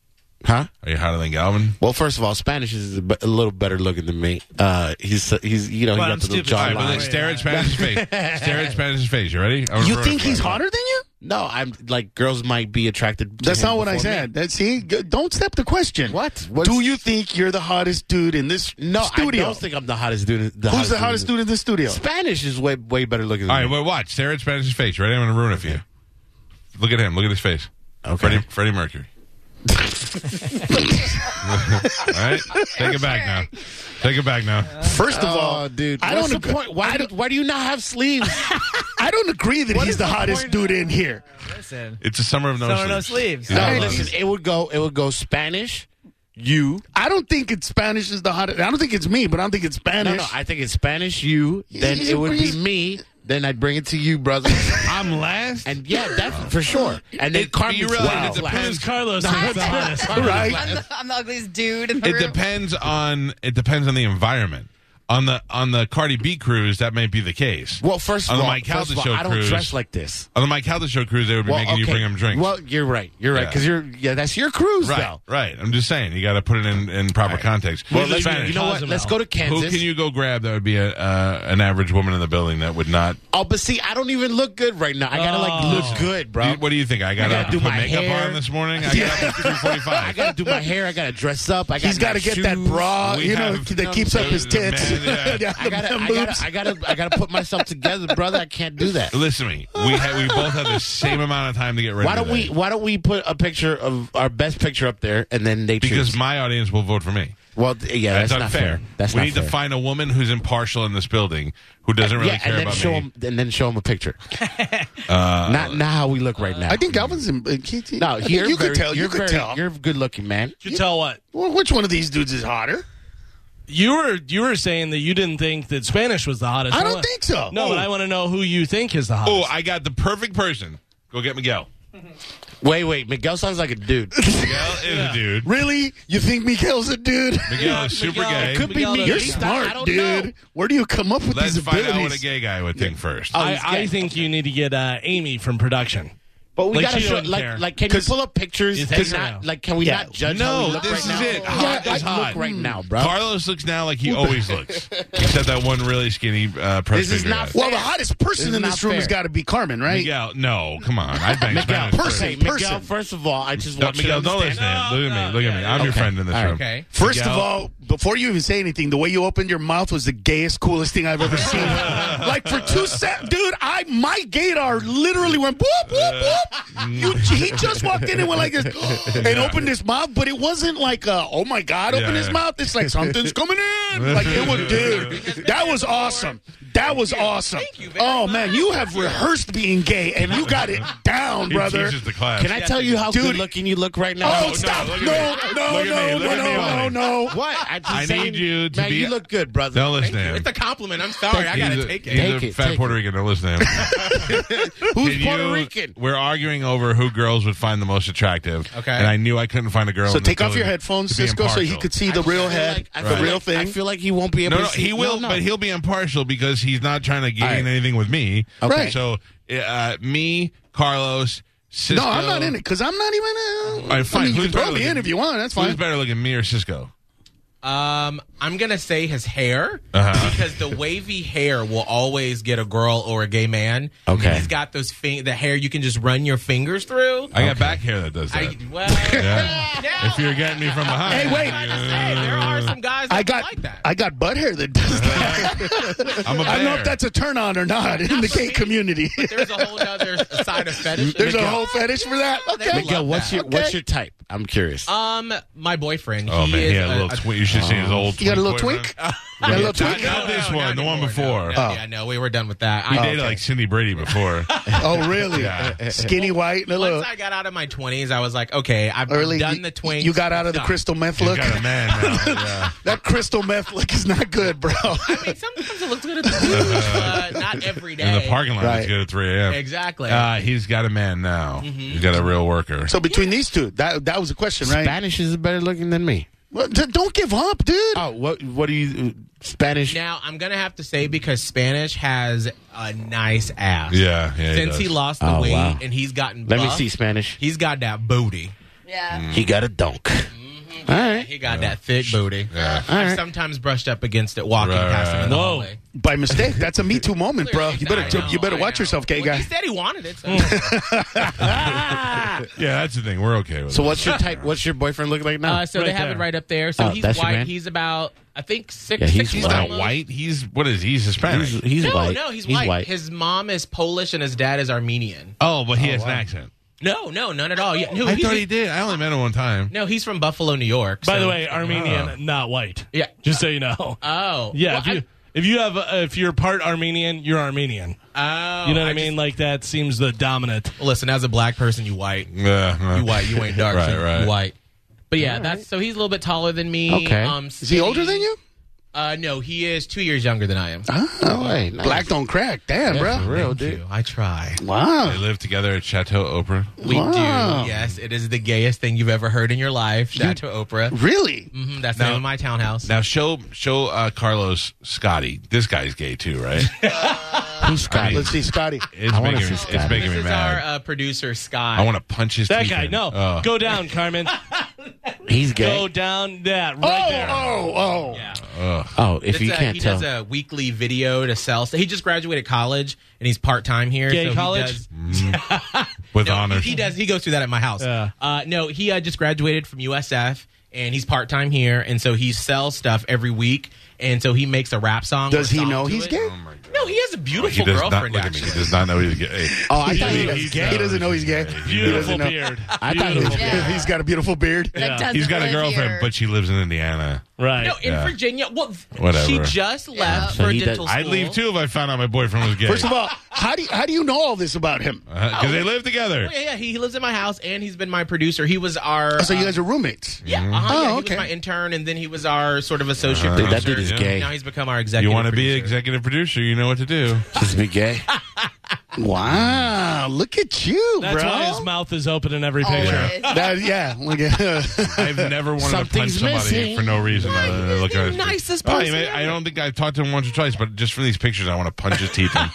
Speaker 2: Huh?
Speaker 1: Are you hotter than Galvin?
Speaker 2: Well, first of all, Spanish is a, b- a little better looking than me. Uh, he's he's you know
Speaker 6: Well,
Speaker 2: he
Speaker 6: I'm
Speaker 2: got the little
Speaker 6: stupid.
Speaker 1: All right,
Speaker 6: Well,
Speaker 1: well, then
Speaker 2: jawline.
Speaker 6: Wait,
Speaker 1: stare at Spanish's face. Stare at Spanish's face. You ready? I'm
Speaker 5: You
Speaker 1: reverse
Speaker 5: think he's
Speaker 1: one.
Speaker 5: hotter than you?
Speaker 2: No, I'm like girls might be attracted. To
Speaker 5: That's
Speaker 2: him
Speaker 5: not what I
Speaker 2: before
Speaker 5: said. That see, g- don't step the question.
Speaker 2: What? What's-
Speaker 5: Do you think you're the hottest dude in this
Speaker 2: me. No,
Speaker 5: studio?
Speaker 2: I don't think I'm the hottest dude. in- The
Speaker 5: Who's the hottest dude in this studio?
Speaker 2: Spanish is way way better looking. Than
Speaker 1: All right,
Speaker 2: me.
Speaker 1: well, watch. Stare at Spanish's face. You ready? I'm going to ruin it for you. Look at him. Look at his face.
Speaker 2: Okay.
Speaker 1: Freddie, Freddie
Speaker 2: [LAUGHS]
Speaker 1: Mercury. All right, take it back now. Take it back now.
Speaker 5: First of
Speaker 2: Oh,
Speaker 5: all,
Speaker 2: dude,
Speaker 5: I
Speaker 2: what's
Speaker 5: don't
Speaker 2: the
Speaker 5: ag-
Speaker 2: point? Why,
Speaker 5: I
Speaker 2: do,
Speaker 5: don't-
Speaker 2: why do you not have [LAUGHS] sleeves?
Speaker 5: I don't agree that he's the, hottest dude in here.
Speaker 6: Listen.
Speaker 1: It's a summer of no
Speaker 6: Summer of no sleeves.
Speaker 1: Yeah,
Speaker 2: [LAUGHS] No,
Speaker 1: I love
Speaker 2: listen,
Speaker 1: it.
Speaker 2: it would go. It would go Spanish. You.
Speaker 5: I don't think it's Spanish is the hottest. I don't think it's me, but I don't think it's Spanish.
Speaker 2: No, no. I think it's Spanish. You. Then
Speaker 5: He's-
Speaker 2: it would be
Speaker 5: he's-
Speaker 2: me. Then I'd bring it to you, [LAUGHS] brother.
Speaker 1: I'm last.
Speaker 2: and yeah, that's for sure. And then Carmen.
Speaker 1: you realize
Speaker 2: Wow.
Speaker 1: it depends.
Speaker 3: Carlos
Speaker 4: I'm
Speaker 3: is
Speaker 4: the-
Speaker 3: honest.
Speaker 4: I'm the-
Speaker 5: Right.
Speaker 4: I'm the, I'm the ugliest dude in the
Speaker 1: It
Speaker 4: room.
Speaker 1: depends on it depends on the environment. On the on the Cardi B cruise, that may be the case.
Speaker 2: Well, first
Speaker 1: on
Speaker 2: of
Speaker 1: the
Speaker 2: all,
Speaker 1: Mike
Speaker 2: first
Speaker 1: Calda
Speaker 2: of all,
Speaker 1: show
Speaker 2: I don't
Speaker 1: cruise,
Speaker 2: dress like this.
Speaker 1: on the Mike Calda show cruise, they would be
Speaker 2: Well,
Speaker 1: making you
Speaker 2: okay.
Speaker 1: bring them drinks.
Speaker 2: Well, you're right. You're right
Speaker 1: Yeah.
Speaker 2: because you're yeah. That's your cruise
Speaker 1: right,
Speaker 2: though.
Speaker 1: right. I'm just saying you got to put it in in proper context.
Speaker 2: Well, let's,
Speaker 1: Spanish.
Speaker 2: you know what? Let's go to
Speaker 1: Who
Speaker 2: Kansas.
Speaker 1: can you go grab? That would be a uh, an average woman in the building that would not.
Speaker 2: Oh, but see, I don't even look good right now. I gotta like
Speaker 5: Oh.
Speaker 2: look good, bro.
Speaker 1: what do you think? I got
Speaker 2: gotta
Speaker 1: to
Speaker 2: do
Speaker 1: put
Speaker 2: my
Speaker 1: makeup
Speaker 2: hair.
Speaker 1: on this morning.
Speaker 2: [LAUGHS]
Speaker 1: I got up at three forty
Speaker 2: I
Speaker 1: five.
Speaker 2: gotta do my hair. I gotta dress up. I got
Speaker 5: He's got to get that bra, you know, that keeps up his tits. [LAUGHS] Yeah,
Speaker 2: I gotta,
Speaker 5: the
Speaker 2: I
Speaker 5: boobs.
Speaker 2: gotta, I gotta, I gotta put myself together, brother. I can't do that.
Speaker 1: Listen to me. We have, we both have the same amount of time to get ready.
Speaker 2: Why don't we?
Speaker 1: today.
Speaker 2: Why don't we put a picture of our best picture up there, and then they
Speaker 1: Because
Speaker 2: choose?
Speaker 1: my audience will vote for me.
Speaker 2: well, th- yeah, that's,
Speaker 1: That's,
Speaker 2: not
Speaker 1: unfair.
Speaker 2: fair. That's
Speaker 1: we
Speaker 2: not
Speaker 1: need
Speaker 2: fair. Uh,
Speaker 1: to find a woman who's impartial in this building who doesn't really
Speaker 2: yeah,
Speaker 1: care
Speaker 2: and then
Speaker 1: about
Speaker 2: show
Speaker 1: me.
Speaker 2: him, and then show him a
Speaker 5: [LAUGHS]
Speaker 2: picture. not not how we look right now.
Speaker 5: I think Galvin's in. He, he,
Speaker 2: no.
Speaker 5: I think
Speaker 2: you're
Speaker 5: you
Speaker 2: very-
Speaker 5: could tell.
Speaker 2: You're
Speaker 5: You could
Speaker 2: very-
Speaker 5: tell.
Speaker 2: You're good looking, man.
Speaker 3: You tell what
Speaker 5: Well, which one of these dudes is hotter?
Speaker 3: you were you were saying that you didn't think that Spanish was the hottest.
Speaker 5: I don't
Speaker 3: wanna-
Speaker 5: think so. Oh.
Speaker 3: No, but I want to know who you think is the
Speaker 1: Oh,
Speaker 3: hottest.
Speaker 1: I got the perfect person. Go get Miguel.
Speaker 2: Wait, wait. Miguel sounds like a dude.
Speaker 1: Miguel is a dude.
Speaker 5: Really? You think Miguel's a dude?
Speaker 1: Miguel
Speaker 5: [LAUGHS]
Speaker 1: is super
Speaker 3: Miguel.
Speaker 1: gay.
Speaker 3: Could be Miguel me. does.
Speaker 5: You're
Speaker 3: He's
Speaker 2: I
Speaker 5: smart,
Speaker 2: don't
Speaker 5: dude.
Speaker 2: know.
Speaker 5: Where do you come up with
Speaker 1: Let's
Speaker 5: these
Speaker 1: find
Speaker 5: abilities?
Speaker 1: out what a gay guy would think first.
Speaker 2: Oh,
Speaker 3: I, I think you need to get uh, Amy from production.
Speaker 2: But we
Speaker 3: Like,
Speaker 2: gotta
Speaker 3: she
Speaker 2: show,
Speaker 3: doesn't care.
Speaker 2: like, like, can you pull up pictures?
Speaker 3: It's
Speaker 2: Cause
Speaker 3: hanging
Speaker 2: not,
Speaker 3: around.
Speaker 2: like, can we
Speaker 5: Yeah.
Speaker 2: not judge how we
Speaker 1: no,
Speaker 2: look
Speaker 1: this
Speaker 2: right
Speaker 1: is
Speaker 2: now?
Speaker 1: it.
Speaker 2: Yeah,
Speaker 1: Hot
Speaker 2: I
Speaker 1: is hot.
Speaker 2: look right now, bro.
Speaker 1: Carlos looks now like he always looks, except that one really skinny uh, press
Speaker 2: This is
Speaker 1: figure
Speaker 2: not
Speaker 1: guy.
Speaker 5: well, the hottest person
Speaker 2: This is
Speaker 5: in this
Speaker 2: not
Speaker 5: room
Speaker 2: fair.
Speaker 5: has got to be Carmen, right?
Speaker 1: Miguel, no, come on. I bang Spanish first.
Speaker 5: person.
Speaker 2: Hey, Miguel,
Speaker 5: person.
Speaker 2: first of all, I just
Speaker 1: No,
Speaker 2: want
Speaker 1: Miguel,
Speaker 2: you to
Speaker 1: don't listen to
Speaker 2: understand.
Speaker 1: him. Look at me.
Speaker 3: No,
Speaker 1: Look at
Speaker 3: no,
Speaker 1: me.
Speaker 3: yeah,
Speaker 1: I'm your
Speaker 2: okay.
Speaker 1: friend in this
Speaker 2: All right.
Speaker 1: room.
Speaker 3: Okay.
Speaker 5: First
Speaker 1: Miguel-
Speaker 5: of all, before you even say anything, the way you opened your mouth was the gayest, coolest thing I've
Speaker 1: [LAUGHS]
Speaker 5: ever seen. like for two sec, dude, I my gator literally went whoop whoop whoop. You, he just walked in and went like this, [GASPS] and opened his mouth, but it wasn't like a, oh my god, open
Speaker 1: Yeah,
Speaker 5: his
Speaker 1: yeah.
Speaker 5: mouth. It's like something's coming in. Like it was, dude. That was awesome. That was awesome. Oh man, you have rehearsed being gay and you got it down,
Speaker 1: He
Speaker 5: brother.
Speaker 1: teaches the class.
Speaker 2: Can I tell you how
Speaker 5: Dude.
Speaker 2: good looking you look right now?
Speaker 5: Oh,
Speaker 1: no,
Speaker 5: stop!
Speaker 1: look
Speaker 5: No,
Speaker 1: at me.
Speaker 5: no, no,
Speaker 1: Look at me. Look at me
Speaker 5: no, no,
Speaker 1: only.
Speaker 5: no.
Speaker 2: What? I, just
Speaker 1: I
Speaker 2: saying,
Speaker 1: need you to
Speaker 2: man,
Speaker 1: be-
Speaker 2: you look good, brother.
Speaker 1: Don't listen to him.
Speaker 7: It's a compliment. I'm sorry. I
Speaker 1: He's
Speaker 7: gotta
Speaker 1: a-
Speaker 7: take
Speaker 1: He's
Speaker 7: it.
Speaker 2: Take
Speaker 1: a
Speaker 2: it,
Speaker 1: fat
Speaker 2: take
Speaker 1: Puerto Rican. Don't listen to him.
Speaker 2: Who's
Speaker 1: Can
Speaker 2: Puerto
Speaker 1: you-
Speaker 2: Rican?
Speaker 1: We're arguing over who girls would find the most attractive.
Speaker 7: Okay.
Speaker 1: And I knew I couldn't find a girl.
Speaker 5: So
Speaker 1: in this
Speaker 5: take off your
Speaker 1: building
Speaker 5: headphones,
Speaker 1: Oh, to be
Speaker 5: Cisco, so he
Speaker 1: impartial.
Speaker 5: could see the
Speaker 2: I
Speaker 5: real
Speaker 2: feel
Speaker 5: head,
Speaker 2: like- I
Speaker 5: the
Speaker 2: feel
Speaker 5: real
Speaker 2: like-
Speaker 5: thing.
Speaker 2: I feel like he won't be able
Speaker 1: No, no,
Speaker 2: to see.
Speaker 1: he will,
Speaker 2: no.
Speaker 1: but he'll be impartial because he's not trying to gain
Speaker 2: All right.
Speaker 1: anything with me.
Speaker 2: Okay. Right.
Speaker 1: So, uh, me, Carlos, Cisco.
Speaker 5: no, I'm not in it because I'm not even. Uh,
Speaker 1: right, fine.
Speaker 5: I mean, you
Speaker 1: Who's
Speaker 5: can throw
Speaker 1: better
Speaker 5: me
Speaker 1: than-
Speaker 5: in if you want. That's
Speaker 1: Who's
Speaker 5: fine.
Speaker 1: better looking, me or Cisco?
Speaker 7: Um, I'm gonna say his hair
Speaker 1: Uh-huh.
Speaker 7: because the wavy hair will always get a girl or a gay man.
Speaker 2: Okay.
Speaker 7: He's got those fin- the hair you can just run your fingers through.
Speaker 1: I got back hair that does that.
Speaker 7: I, well,
Speaker 1: [LAUGHS] Yeah.
Speaker 7: yeah.
Speaker 1: If you're getting me from behind.
Speaker 5: Hey, wait.
Speaker 7: I'm trying to say, there are some guys that
Speaker 5: I got,
Speaker 7: like that.
Speaker 5: I got butt hair that does that.
Speaker 1: I'm a
Speaker 5: I don't know
Speaker 1: bear.
Speaker 5: if that's a turn on or not in the gay community.
Speaker 7: There's a whole other side of fetish.
Speaker 5: [LAUGHS] There's a whole fetish for that. Okay.
Speaker 2: Miguel, what's your
Speaker 5: Okay.
Speaker 2: what's your type? I'm curious.
Speaker 7: Um, my boyfriend.
Speaker 1: Oh
Speaker 7: he
Speaker 1: man,
Speaker 7: is
Speaker 1: he had a little
Speaker 7: a- a-
Speaker 1: twink. You should see his old.
Speaker 5: You got a little
Speaker 1: boyfriend.
Speaker 5: twink? You got a little
Speaker 1: Not,
Speaker 5: twink?
Speaker 1: not this one, the one
Speaker 7: anymore,
Speaker 1: before.
Speaker 7: No,
Speaker 1: He
Speaker 7: no, Yeah, no, we were done with that. I,
Speaker 1: dated like Cindy Brady before.
Speaker 5: Oh, really?
Speaker 1: Yeah.
Speaker 5: Skinny white. and a
Speaker 7: once
Speaker 5: little
Speaker 7: I got out of my twenties, I was like, okay, I've
Speaker 5: Early.
Speaker 7: done the twink.
Speaker 5: You got out of the crystal meth [LAUGHS] look.
Speaker 1: He's got a man
Speaker 5: [LAUGHS]
Speaker 1: now. Yeah.
Speaker 5: That crystal meth look is not good, bro.
Speaker 7: I mean, sometimes it looks good at the beach,
Speaker 1: [LAUGHS]
Speaker 7: uh, not every day.
Speaker 1: In the parking lot,
Speaker 5: Right. Mm-hmm.
Speaker 1: it's good at 3 a.m.
Speaker 7: Exactly.
Speaker 1: Uh, he's got a man now. He's got a real worker.
Speaker 5: So between these two, that that was a question, right?
Speaker 2: Spanish is better looking than me.
Speaker 5: Well, d- don't give up, dude.
Speaker 2: Oh, what what do you Spanish?
Speaker 7: now I'm gonna have to say because Spanish has a nice ass.
Speaker 1: yeah, yeah.
Speaker 7: Since
Speaker 1: does.
Speaker 7: he, lost the
Speaker 2: Oh,
Speaker 7: weight
Speaker 2: wow.
Speaker 7: and he's gotten
Speaker 2: Let me
Speaker 7: buff,
Speaker 2: see Spanish.
Speaker 7: He's got that booty.
Speaker 4: yeah.
Speaker 2: He got a dunk.
Speaker 5: Mm-hmm.
Speaker 2: All right.
Speaker 7: He got that thick booty.
Speaker 1: Yeah.
Speaker 2: All
Speaker 7: I've
Speaker 2: right.
Speaker 7: sometimes brushed up against it walking
Speaker 1: Right,
Speaker 7: past him in the
Speaker 3: right.
Speaker 7: hallway.
Speaker 5: By mistake, that's a Me Too moment, bro. You better
Speaker 7: I know,
Speaker 5: you better
Speaker 7: I
Speaker 5: watch
Speaker 7: know.
Speaker 5: yourself, gay
Speaker 7: Well, He
Speaker 5: guy.
Speaker 7: said he wanted it. So.
Speaker 2: Mm.
Speaker 1: yeah, that's the thing. We're okay with
Speaker 2: So
Speaker 1: it.
Speaker 2: what's your type? What's your boyfriend look like now?
Speaker 7: Uh, so they have it
Speaker 3: there.
Speaker 7: right up there. So
Speaker 2: Oh,
Speaker 7: he's
Speaker 2: that's your
Speaker 7: white.
Speaker 2: man?
Speaker 7: He's about I think six.
Speaker 2: Yeah, he's
Speaker 7: six
Speaker 1: He's
Speaker 2: Wow.
Speaker 1: not
Speaker 7: almost.
Speaker 1: white. He's what is he? He's Hispanic.
Speaker 2: He's, he's
Speaker 7: No,
Speaker 2: white.
Speaker 7: no, he's, white. His mom is Polish and his dad is Armenian.
Speaker 1: oh, but he has an accent.
Speaker 7: No, no, none at all. Yeah, no,
Speaker 1: I
Speaker 7: he's,
Speaker 1: thought he did. I only met him one time.
Speaker 7: no, he's from Buffalo, New York.
Speaker 3: By
Speaker 7: so-
Speaker 3: the way, uh,
Speaker 1: Oh.
Speaker 3: Armenian, not white.
Speaker 7: Yeah.
Speaker 3: just so you know.
Speaker 7: oh,
Speaker 3: yeah,
Speaker 7: well,
Speaker 3: if you if you have uh, if you're part Armenian, you're Armenian.
Speaker 7: I, oh,
Speaker 3: You know what I,
Speaker 7: just-
Speaker 3: mean? like that seems the dominant.
Speaker 7: listen, as a black person, you white,
Speaker 1: Yeah, uh, yeah.
Speaker 7: you white, you ain't dark,
Speaker 1: Right,
Speaker 7: so you
Speaker 1: right.
Speaker 7: white. But yeah, that's so he's a little bit taller than me.
Speaker 2: Okay.
Speaker 7: um,
Speaker 5: Is he older than you?
Speaker 7: Uh, no, he is two years younger than I am.
Speaker 2: Oh, hey, nice.
Speaker 5: Black don't crack. Damn,
Speaker 2: Yeah,
Speaker 5: bro.
Speaker 2: for real,
Speaker 7: Thank
Speaker 2: dude.
Speaker 7: you. I try.
Speaker 1: They
Speaker 5: Wow.
Speaker 1: live together at Chateau Oprah.
Speaker 7: We
Speaker 5: Wow.
Speaker 7: do. Yes, it is the gayest thing you've ever heard in your life. Shout out to Oprah.
Speaker 2: [LAUGHS]
Speaker 5: Really?
Speaker 7: hmm that's the name of my townhouse.
Speaker 1: Now show show uh, Carlos Scotty. This guy's gay too, right?
Speaker 2: Who's Scotty?
Speaker 5: Let's see, Scotty.
Speaker 1: It's
Speaker 2: I wanna
Speaker 1: making
Speaker 2: see
Speaker 1: me,
Speaker 2: Scotty.
Speaker 1: it's making
Speaker 7: this
Speaker 1: me
Speaker 7: is
Speaker 1: mad.
Speaker 7: our uh, producer Sky.
Speaker 1: I want to punch his.
Speaker 3: That
Speaker 1: teeth
Speaker 3: guy,
Speaker 1: in.
Speaker 3: no.
Speaker 1: Oh.
Speaker 3: Go down, Carmen.
Speaker 2: He's gay.
Speaker 3: Go down that
Speaker 5: Oh,
Speaker 3: right there.
Speaker 5: oh, oh.
Speaker 7: Yeah.
Speaker 2: oh, if
Speaker 7: It's
Speaker 2: you
Speaker 7: a-
Speaker 2: can't
Speaker 7: he
Speaker 2: tell.
Speaker 7: does a weekly video to sell. So he just graduated college and he's part time here.
Speaker 3: Gay
Speaker 7: so he
Speaker 3: college?
Speaker 7: does-
Speaker 1: with
Speaker 7: No,
Speaker 1: honors.
Speaker 7: He does. He goes through that at my house.
Speaker 3: Yeah.
Speaker 7: Uh, no, he uh, just graduated from USF and he's part time here, and so he sells stuff every week, and so he makes a rap song.
Speaker 5: Does
Speaker 7: or a
Speaker 5: he
Speaker 7: song
Speaker 5: know
Speaker 7: to
Speaker 5: he's
Speaker 7: it.
Speaker 5: gay?
Speaker 7: No, he has a
Speaker 1: He
Speaker 7: beautiful
Speaker 1: does not
Speaker 7: girlfriend.
Speaker 1: look at me. He
Speaker 7: actually,
Speaker 1: does not know he's gay.
Speaker 2: Oh, I thought
Speaker 5: He,
Speaker 2: he
Speaker 5: doesn't-
Speaker 2: was
Speaker 5: he
Speaker 2: gay.
Speaker 5: doesn't know he's gay. He
Speaker 3: Beautiful
Speaker 5: doesn't know.
Speaker 3: beard.
Speaker 2: I thought
Speaker 5: [LAUGHS]
Speaker 2: he was
Speaker 3: Beautiful.
Speaker 2: gay.
Speaker 4: Yeah.
Speaker 5: He's got a beautiful beard.
Speaker 4: That doesn't
Speaker 1: He's got a
Speaker 4: live
Speaker 1: girlfriend,
Speaker 4: here.
Speaker 1: but she lives in Indiana.
Speaker 3: Right.
Speaker 7: no, in
Speaker 1: Yeah.
Speaker 7: Virginia. Well, th-
Speaker 1: Whatever.
Speaker 7: she just left
Speaker 2: So
Speaker 7: for
Speaker 2: he
Speaker 7: dental
Speaker 2: does-
Speaker 7: school.
Speaker 1: I'd leave too if I found out my boyfriend was gay.
Speaker 5: First of all, how do you, how do you know all this about him?
Speaker 1: because they live together.
Speaker 7: Oh, yeah, yeah. He he lives in my house, and he's been my producer. He was our.
Speaker 5: So you
Speaker 7: um,
Speaker 5: guys are roommates.
Speaker 7: Yeah, uh-huh,
Speaker 5: Oh,
Speaker 7: yeah, he
Speaker 5: okay.
Speaker 7: was my intern, and then he was our sort of associate
Speaker 2: Dude, that
Speaker 7: producer.
Speaker 2: dude is
Speaker 1: Yeah.
Speaker 2: gay.
Speaker 7: Now he's become our executive.
Speaker 1: You want to be
Speaker 7: producer.
Speaker 1: executive producer? You know what to do.
Speaker 2: Just be
Speaker 7: [LAUGHS]
Speaker 2: gay.
Speaker 5: Wow, look at you,
Speaker 3: That's
Speaker 5: bro.
Speaker 3: why his mouth is open in every picture.
Speaker 4: Always.
Speaker 5: That- yeah, look at-
Speaker 1: I've never wanted to punch
Speaker 2: Something's
Speaker 1: somebody
Speaker 2: missing.
Speaker 1: for no reason.
Speaker 7: Right,
Speaker 1: other than
Speaker 7: he was
Speaker 1: look
Speaker 7: the
Speaker 1: at his-
Speaker 7: nicest
Speaker 1: Oh, I
Speaker 7: person
Speaker 1: mean, I
Speaker 7: ever.
Speaker 1: don't think I've talked to him once or twice, but just from these pictures, I want to punch his teeth. In.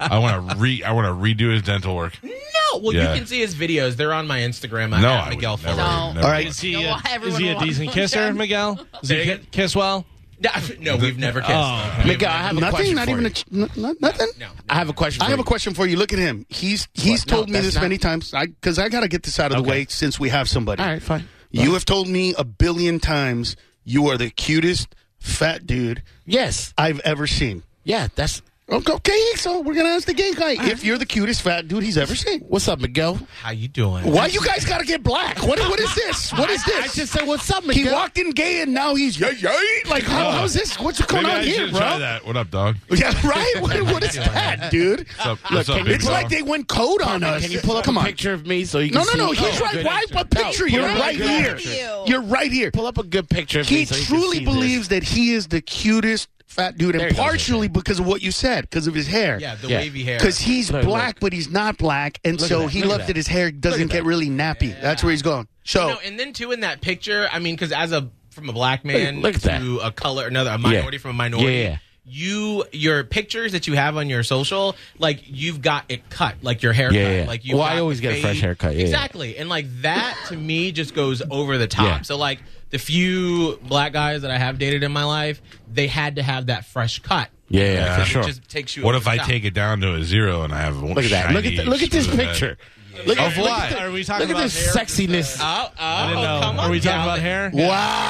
Speaker 1: I want to re. I want to redo his dental work.
Speaker 7: No, well,
Speaker 1: Yeah.
Speaker 7: you can see his videos. They're on my Instagram.
Speaker 1: No,
Speaker 7: No,
Speaker 1: I
Speaker 7: at
Speaker 1: would
Speaker 7: Miguel
Speaker 1: never.
Speaker 7: Fuller.
Speaker 4: Don't.
Speaker 1: never.
Speaker 5: All right.
Speaker 3: Is he,
Speaker 4: Don't
Speaker 3: a,
Speaker 4: want everyone
Speaker 3: is he a
Speaker 4: to want
Speaker 3: decent
Speaker 4: them,
Speaker 3: kisser,
Speaker 4: John.
Speaker 3: Miguel? Does he ki- kiss well?
Speaker 7: [LAUGHS] No, we've never kissed.
Speaker 3: Oh, okay.
Speaker 2: Miguel, I have a
Speaker 5: nothing.
Speaker 2: question
Speaker 5: Not
Speaker 2: for
Speaker 5: even a,
Speaker 2: you.
Speaker 5: ch- n- n- nothing.
Speaker 7: No.
Speaker 2: I have a question.
Speaker 5: I
Speaker 2: for
Speaker 5: have
Speaker 2: you.
Speaker 5: a question for you. Look at him. He's he's
Speaker 2: What? No,
Speaker 5: told me
Speaker 2: that's
Speaker 5: this
Speaker 2: not-
Speaker 5: many times. I because I got to get this out of the way since we have somebody.
Speaker 2: All right, fine.
Speaker 5: You have told me a billion times you are the cutest fat dude
Speaker 2: Yes.
Speaker 5: I've ever seen.
Speaker 2: Yeah. That's
Speaker 5: Okay, Oh, okay, so we're gonna ask the gay guy if you're the cutest fat dude he's ever seen.
Speaker 2: what's up, Miguel.
Speaker 7: How you doing?
Speaker 5: Why you guys gotta get black? What what is this? What is
Speaker 2: I
Speaker 5: this?
Speaker 2: just said what's up,
Speaker 5: He
Speaker 2: Miguel.
Speaker 5: walked in gay and now he's yay yay. Like how, how's this? What's going
Speaker 1: Maybe
Speaker 5: on
Speaker 1: I
Speaker 5: here,
Speaker 1: should
Speaker 5: bro?
Speaker 1: try that. What up, dog?
Speaker 5: Yeah, right. What, what is that, dude?
Speaker 1: What's up, what's up,
Speaker 2: can-
Speaker 1: big
Speaker 5: It's
Speaker 1: dog?
Speaker 5: like they went code on us.
Speaker 2: Can you pull up
Speaker 5: Come
Speaker 2: Oh, a
Speaker 5: on.
Speaker 2: picture of me so you can
Speaker 5: No, no,
Speaker 2: see?
Speaker 5: no. He's
Speaker 2: Oh,
Speaker 5: right.
Speaker 2: good
Speaker 5: Why
Speaker 2: picture.
Speaker 5: a picture?
Speaker 2: No,
Speaker 5: You're
Speaker 2: pull up a
Speaker 5: right
Speaker 2: good
Speaker 5: here.
Speaker 2: picture.
Speaker 4: Ew.
Speaker 5: You're right here.
Speaker 2: Pull up a good picture of
Speaker 5: He
Speaker 2: me. so you can
Speaker 5: truly
Speaker 2: see
Speaker 5: believes that he is the cutest fat dude,
Speaker 2: There
Speaker 5: and
Speaker 2: you go.
Speaker 5: partially because of what you said, because of his hair.
Speaker 7: Yeah, the
Speaker 2: Yeah.
Speaker 7: wavy hair.
Speaker 5: Because he's
Speaker 2: Look, look.
Speaker 5: black, but he's not black, and
Speaker 2: Look at
Speaker 5: so
Speaker 2: that,
Speaker 5: he
Speaker 2: look at
Speaker 5: loved
Speaker 2: that.
Speaker 5: that his hair doesn't get really nappy. That's where he's going. So
Speaker 7: No, and then too in that picture, I mean, because as a from a black man
Speaker 2: Look at that.
Speaker 7: to a color, another a minority from a minority.
Speaker 2: Yeah, yeah.
Speaker 7: You your pictures that you have on your social, like you've got it cut, like your haircut,
Speaker 2: Yeah, yeah.
Speaker 7: like you.
Speaker 2: Well, I always get a fresh haircut, yeah, yeah.
Speaker 7: exactly, and like that to me just goes over the top.
Speaker 2: Yeah.
Speaker 7: So like the few black guys that I have dated in my life, they had to have that fresh cut.
Speaker 2: Yeah, yeah,
Speaker 7: Because
Speaker 1: for
Speaker 7: it
Speaker 1: sure.
Speaker 7: Just takes you.
Speaker 1: What
Speaker 7: over
Speaker 1: if
Speaker 7: the
Speaker 1: I
Speaker 7: top.
Speaker 1: take it down to a zero and I have one
Speaker 2: Look at that. Look at
Speaker 1: shiny,
Speaker 2: th- look at this
Speaker 1: smooth head?
Speaker 2: picture. Look at
Speaker 1: Of
Speaker 2: look
Speaker 1: what?
Speaker 2: at the-
Speaker 3: Are we talking
Speaker 2: look at
Speaker 3: about
Speaker 2: this
Speaker 3: hair?
Speaker 2: sexiness.
Speaker 5: Uh,
Speaker 7: Oh, oh,
Speaker 3: I didn't know.
Speaker 7: come on.
Speaker 3: Are we talking
Speaker 7: down.
Speaker 3: about hair?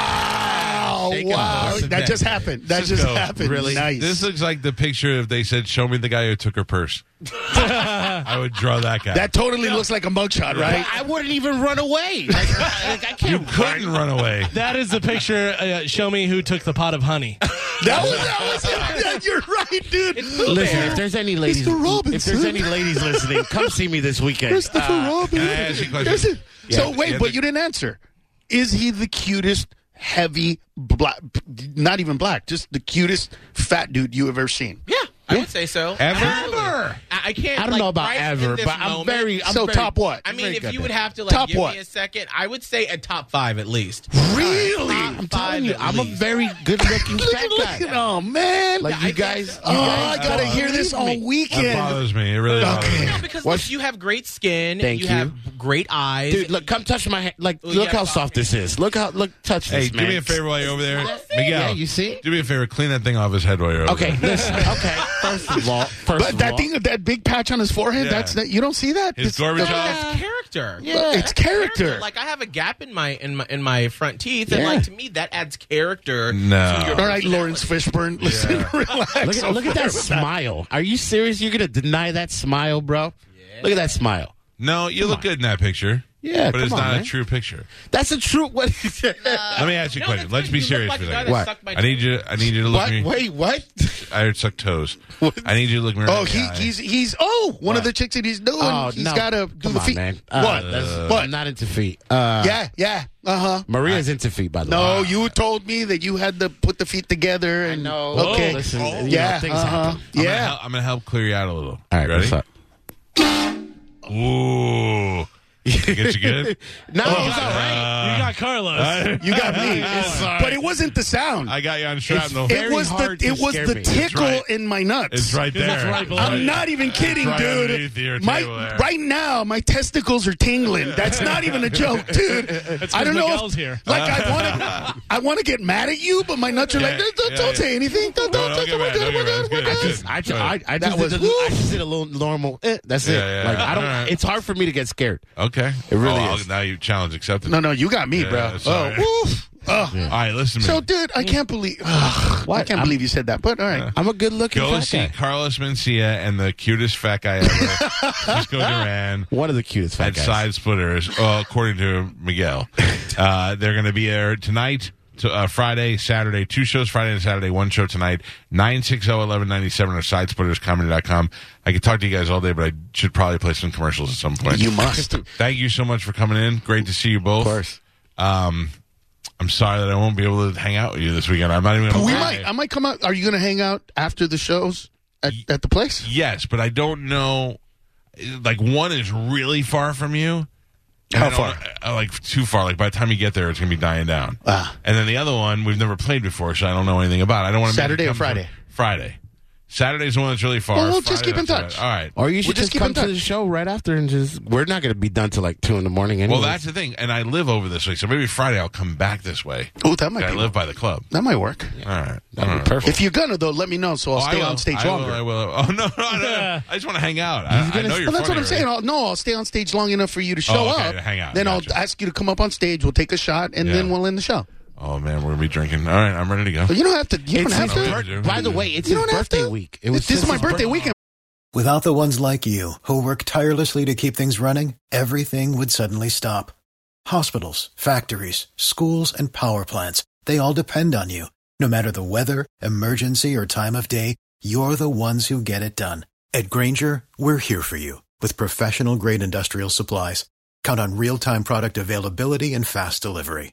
Speaker 5: wow,
Speaker 7: Shake him
Speaker 5: wow,
Speaker 7: off.
Speaker 5: that just happened. That just
Speaker 1: Cisco,
Speaker 5: happened.
Speaker 1: Really?
Speaker 5: nice.
Speaker 1: This looks like the picture if they said, "Show me the guy who took her purse."
Speaker 2: [LAUGHS]
Speaker 1: I would draw that guy.
Speaker 5: that totally looks like a mugshot, right?
Speaker 2: I wouldn't even run away. Like, I, like, I
Speaker 1: you
Speaker 2: can't.
Speaker 1: couldn't run away.
Speaker 3: That is the picture. Uh, show me who took the pot of honey.
Speaker 2: [LAUGHS]
Speaker 5: That was, that was [LAUGHS] that, You're right,
Speaker 2: [LAUGHS]
Speaker 5: dude.
Speaker 2: Listen, if there's any ladies,
Speaker 5: Robinson.
Speaker 2: if there's any ladies listening, come see me this weekend.
Speaker 5: Christopher Robin.
Speaker 1: can I ask you a question?
Speaker 5: There's a-
Speaker 1: Yeah.
Speaker 5: So
Speaker 1: Yeah,
Speaker 5: wait,
Speaker 1: the-
Speaker 5: but you didn't answer. Is he the cutest heavy black? Not even black, just the cutest fat dude you have ever seen.
Speaker 7: Yeah, I would say so.
Speaker 1: Ever?
Speaker 7: Absolutely. I, I can't.
Speaker 2: I don't
Speaker 7: like,
Speaker 2: know about
Speaker 7: right in
Speaker 2: ever,
Speaker 7: this
Speaker 2: but I'm
Speaker 7: moment-
Speaker 2: very. I'm
Speaker 5: so
Speaker 2: very-
Speaker 5: top what?
Speaker 7: I mean,
Speaker 2: very
Speaker 7: if
Speaker 2: good
Speaker 7: you
Speaker 2: at
Speaker 7: would
Speaker 2: it.
Speaker 7: have to like
Speaker 5: Top
Speaker 7: give
Speaker 5: what?
Speaker 7: me a second, I would say a top five
Speaker 2: [LAUGHS]
Speaker 7: at least.
Speaker 5: Really?
Speaker 2: Uh, I'm telling you,
Speaker 7: Five at
Speaker 2: I'm a
Speaker 7: least.
Speaker 2: very good-looking
Speaker 5: [LAUGHS] Look
Speaker 2: fat
Speaker 5: at look at
Speaker 2: guy.
Speaker 5: oh man!
Speaker 2: Like
Speaker 7: I
Speaker 2: you
Speaker 7: think
Speaker 2: guys,
Speaker 5: oh,
Speaker 2: you
Speaker 5: I
Speaker 2: guys
Speaker 5: gotta
Speaker 2: don't
Speaker 5: hear this
Speaker 2: believe
Speaker 5: all
Speaker 2: me.
Speaker 1: That
Speaker 5: weekend.
Speaker 1: bothers me. It really bothers me.
Speaker 5: Okay.
Speaker 7: Because
Speaker 2: What's-
Speaker 7: look, you have great skin.
Speaker 2: Thank
Speaker 7: you,
Speaker 2: you.
Speaker 7: have great eyes.
Speaker 2: Dude, look, come touch my hand. Like, look
Speaker 7: yeah,
Speaker 2: how
Speaker 7: fuck.
Speaker 2: soft this is. Look how, look, touch
Speaker 1: Hey,
Speaker 2: this,
Speaker 1: do
Speaker 2: man.
Speaker 1: me a favor while you're over there, Miguel.
Speaker 2: Yeah, you see?
Speaker 1: Do me a favor, clean that thing off his head while you're over
Speaker 2: Okay, [LAUGHS]
Speaker 1: there.
Speaker 2: listen. Okay, first of all, first
Speaker 5: But
Speaker 2: of
Speaker 5: that
Speaker 2: all,
Speaker 5: thing, that big patch on his forehead,
Speaker 1: Yeah.
Speaker 5: that's that, you don't see that.
Speaker 1: His
Speaker 5: It's-
Speaker 1: garbage
Speaker 7: No,
Speaker 1: off.
Speaker 7: that's character.
Speaker 2: uh, Yeah.
Speaker 5: uh, it's character.
Speaker 7: Like I have a gap in my in my in my front teeth, and
Speaker 2: Yeah.
Speaker 7: like to me that adds character.
Speaker 1: No.
Speaker 7: To your
Speaker 5: all right, Lawrence Fishburne, listen, [LAUGHS] relax.
Speaker 2: look at, look at
Speaker 5: [LAUGHS]
Speaker 2: that smile. Are you serious? You're gonna deny that smile, bro? Look at that smile.
Speaker 1: No, you look good in that picture.
Speaker 2: Yeah,
Speaker 1: but
Speaker 2: come
Speaker 1: it's
Speaker 2: on,
Speaker 1: not
Speaker 2: man.
Speaker 1: a true picture.
Speaker 2: That's a true. What?
Speaker 1: Let me ask you a question.
Speaker 7: no, that's
Speaker 1: Let's
Speaker 7: good.
Speaker 1: be
Speaker 7: You look
Speaker 1: serious
Speaker 7: like
Speaker 1: for a
Speaker 7: the guy
Speaker 1: second.
Speaker 7: that
Speaker 2: What?
Speaker 7: sucked my
Speaker 1: I need you. I need you to look
Speaker 2: what?
Speaker 1: me.
Speaker 2: Wait, what?
Speaker 1: I suck toes. I need you to look me. Right
Speaker 5: Oh,
Speaker 1: in the
Speaker 5: he,
Speaker 1: eye.
Speaker 5: he's he's oh one of the chicks that he's doing.
Speaker 2: Oh,
Speaker 5: he's
Speaker 2: no.
Speaker 5: got to do
Speaker 2: Come
Speaker 5: the
Speaker 2: on,
Speaker 5: feet.
Speaker 2: man. Uh,
Speaker 5: What?
Speaker 2: that's-
Speaker 5: what?
Speaker 2: I'm not into feet. Uh,
Speaker 5: yeah, yeah. Uh huh.
Speaker 2: Maria's into feet, by the
Speaker 5: No,
Speaker 2: way.
Speaker 5: you told me that you had to put the feet together. And Okay.
Speaker 2: Listen, you
Speaker 5: yeah.
Speaker 2: know, things
Speaker 5: uh-huh.
Speaker 1: I'm
Speaker 2: happen.
Speaker 5: Yeah.
Speaker 1: Gonna help, I'm gonna help clear you out a little.
Speaker 2: All right,
Speaker 1: You ready?
Speaker 2: what's up?
Speaker 1: Ooh. Did I get you good?
Speaker 2: No, it's all right.
Speaker 1: Uh,
Speaker 3: you got Carlos.
Speaker 5: You
Speaker 2: [LAUGHS]
Speaker 5: got me. But it wasn't the sound.
Speaker 1: I got you on shrapnel.
Speaker 5: it was the
Speaker 2: hard to
Speaker 5: it was
Speaker 2: scare
Speaker 5: the
Speaker 2: me. It's
Speaker 5: tickle
Speaker 1: right.
Speaker 5: in my nuts.
Speaker 1: It's right there.
Speaker 3: right below
Speaker 5: I'm not even kidding,
Speaker 1: right underneath your
Speaker 5: dude. My
Speaker 1: table there.
Speaker 5: right now, my testicles are tingling. That's not even
Speaker 1: [LAUGHS]
Speaker 5: a joke, dude. I don't know.
Speaker 3: Miguel's
Speaker 5: if-
Speaker 3: here.
Speaker 5: Like I want to, I want to get mad at you, but my nuts are
Speaker 1: Yeah,
Speaker 5: like, don't, don't
Speaker 1: yeah,
Speaker 5: don't
Speaker 1: yeah.
Speaker 5: say anything. Don't,
Speaker 1: No,
Speaker 5: don't,
Speaker 1: don't get
Speaker 5: don't-
Speaker 1: mad,
Speaker 5: don't-
Speaker 1: don't get mad.
Speaker 5: don't-
Speaker 1: It's good, it's
Speaker 5: don't-
Speaker 1: good.
Speaker 2: I, ju-
Speaker 1: Go
Speaker 2: I,
Speaker 1: ahead.
Speaker 2: I just
Speaker 5: That was-
Speaker 2: did a, I just did a little normal. eh, that's it.
Speaker 1: Yeah, yeah.
Speaker 2: Like I don't.
Speaker 1: All right.
Speaker 2: It's hard for me to get scared.
Speaker 1: Okay.
Speaker 2: It really
Speaker 1: Oh,
Speaker 2: is.
Speaker 1: Now you challenge accepted.
Speaker 5: No, no, you got me,
Speaker 1: Yeah,
Speaker 5: bro.
Speaker 1: sorry.
Speaker 5: Oh, woof. Ugh.
Speaker 1: All right, listen to me.
Speaker 5: So, dude, I can't believe. ugh, I
Speaker 2: What?
Speaker 5: can't
Speaker 2: I'm-
Speaker 5: believe you said that. But all right.
Speaker 2: I'm a good looking
Speaker 1: Go
Speaker 2: fat
Speaker 1: see
Speaker 2: guy.
Speaker 1: Carlos Mencia and the cutest fat guy ever, Cisco Duran,
Speaker 2: One of the cutest fat
Speaker 1: at
Speaker 2: guys.
Speaker 1: Side Splitters, uh, according to
Speaker 5: [LAUGHS]
Speaker 1: Miguel. Uh, they're going to be there tonight, to, uh, Friday, Saturday, two shows Friday and Saturday, one show tonight, 960-1197 or sidesplitterscomedy.com. I could talk to you guys all day, but I should probably play some commercials at some point.
Speaker 5: You must.
Speaker 1: [LAUGHS] Thank you so much for coming in. Great to see you both.
Speaker 2: Of course.
Speaker 1: Um, I'm sorry that I won't be able to hang out with you this weekend. I'm not even going to
Speaker 5: We might. I might come out. Are you going to hang out after the shows at, at the place?
Speaker 1: Yes, but I don't know. Like one is really far from you. How far? uh, like too far. Like by the time you get there, it's gonna be dying down.
Speaker 5: Ah.
Speaker 1: And then the other one we've never played before, so I don't know anything about. it. I don't want to
Speaker 5: Saturday or Friday?
Speaker 1: Friday. Saturday's the one that's really far.
Speaker 5: Well, we'll just
Speaker 1: Friday,
Speaker 5: keep in
Speaker 1: that's
Speaker 5: touch.
Speaker 1: All right.
Speaker 2: Or you should
Speaker 5: We'll just
Speaker 2: just,
Speaker 5: keep
Speaker 2: come
Speaker 5: in
Speaker 2: to
Speaker 5: touch.
Speaker 2: the show right after and just. We're not going to be done till like two in the morning. Anyway.
Speaker 1: Well, that's the thing, and I live over this way, so maybe Friday I'll come back this way.
Speaker 5: Oh, that might
Speaker 1: I
Speaker 5: be.
Speaker 1: live by the club.
Speaker 5: that might work.
Speaker 1: All right. All
Speaker 2: That'd
Speaker 1: right.
Speaker 2: be perfect.
Speaker 5: If you're gonna though, let me know so I'll
Speaker 1: Oh, I
Speaker 5: stay
Speaker 1: will.
Speaker 5: on stage
Speaker 1: I will,
Speaker 5: longer.
Speaker 1: I will. [LAUGHS] Oh no, no, no, no.
Speaker 5: [LAUGHS]
Speaker 1: I just want to hang out. I, I know you're.
Speaker 5: Well, that's what
Speaker 1: funny,
Speaker 5: I'm saying.
Speaker 1: right? Oh,
Speaker 5: I'll, no, I'll stay on stage long enough for you to show
Speaker 1: okay,
Speaker 5: up.
Speaker 1: to hang out.
Speaker 5: Then
Speaker 1: Gotcha.
Speaker 5: I'll ask you to come up on stage. We'll take a shot, and
Speaker 1: Yeah.
Speaker 5: then we'll end the show.
Speaker 1: Oh man, we're gonna be drinking. All right, I'm ready to go.
Speaker 5: But you don't have to. You
Speaker 2: It's
Speaker 5: don't have
Speaker 2: his
Speaker 5: to.
Speaker 1: birth-
Speaker 2: birth- by the way, it's
Speaker 5: You
Speaker 2: his
Speaker 5: don't have
Speaker 2: birthday
Speaker 5: to.
Speaker 2: week. It was
Speaker 5: This, this is
Speaker 2: since
Speaker 5: my
Speaker 2: his
Speaker 5: birthday
Speaker 2: birth-
Speaker 5: weekend.
Speaker 8: Without the ones like you, who work tirelessly to keep things running, everything would suddenly stop. Hospitals, factories, schools, and power plants, they all depend on you. No matter the weather, emergency, or time of day, you're the ones who get it done. At Granger, we're here for you with professional grade industrial supplies. Count on real time product availability and fast delivery.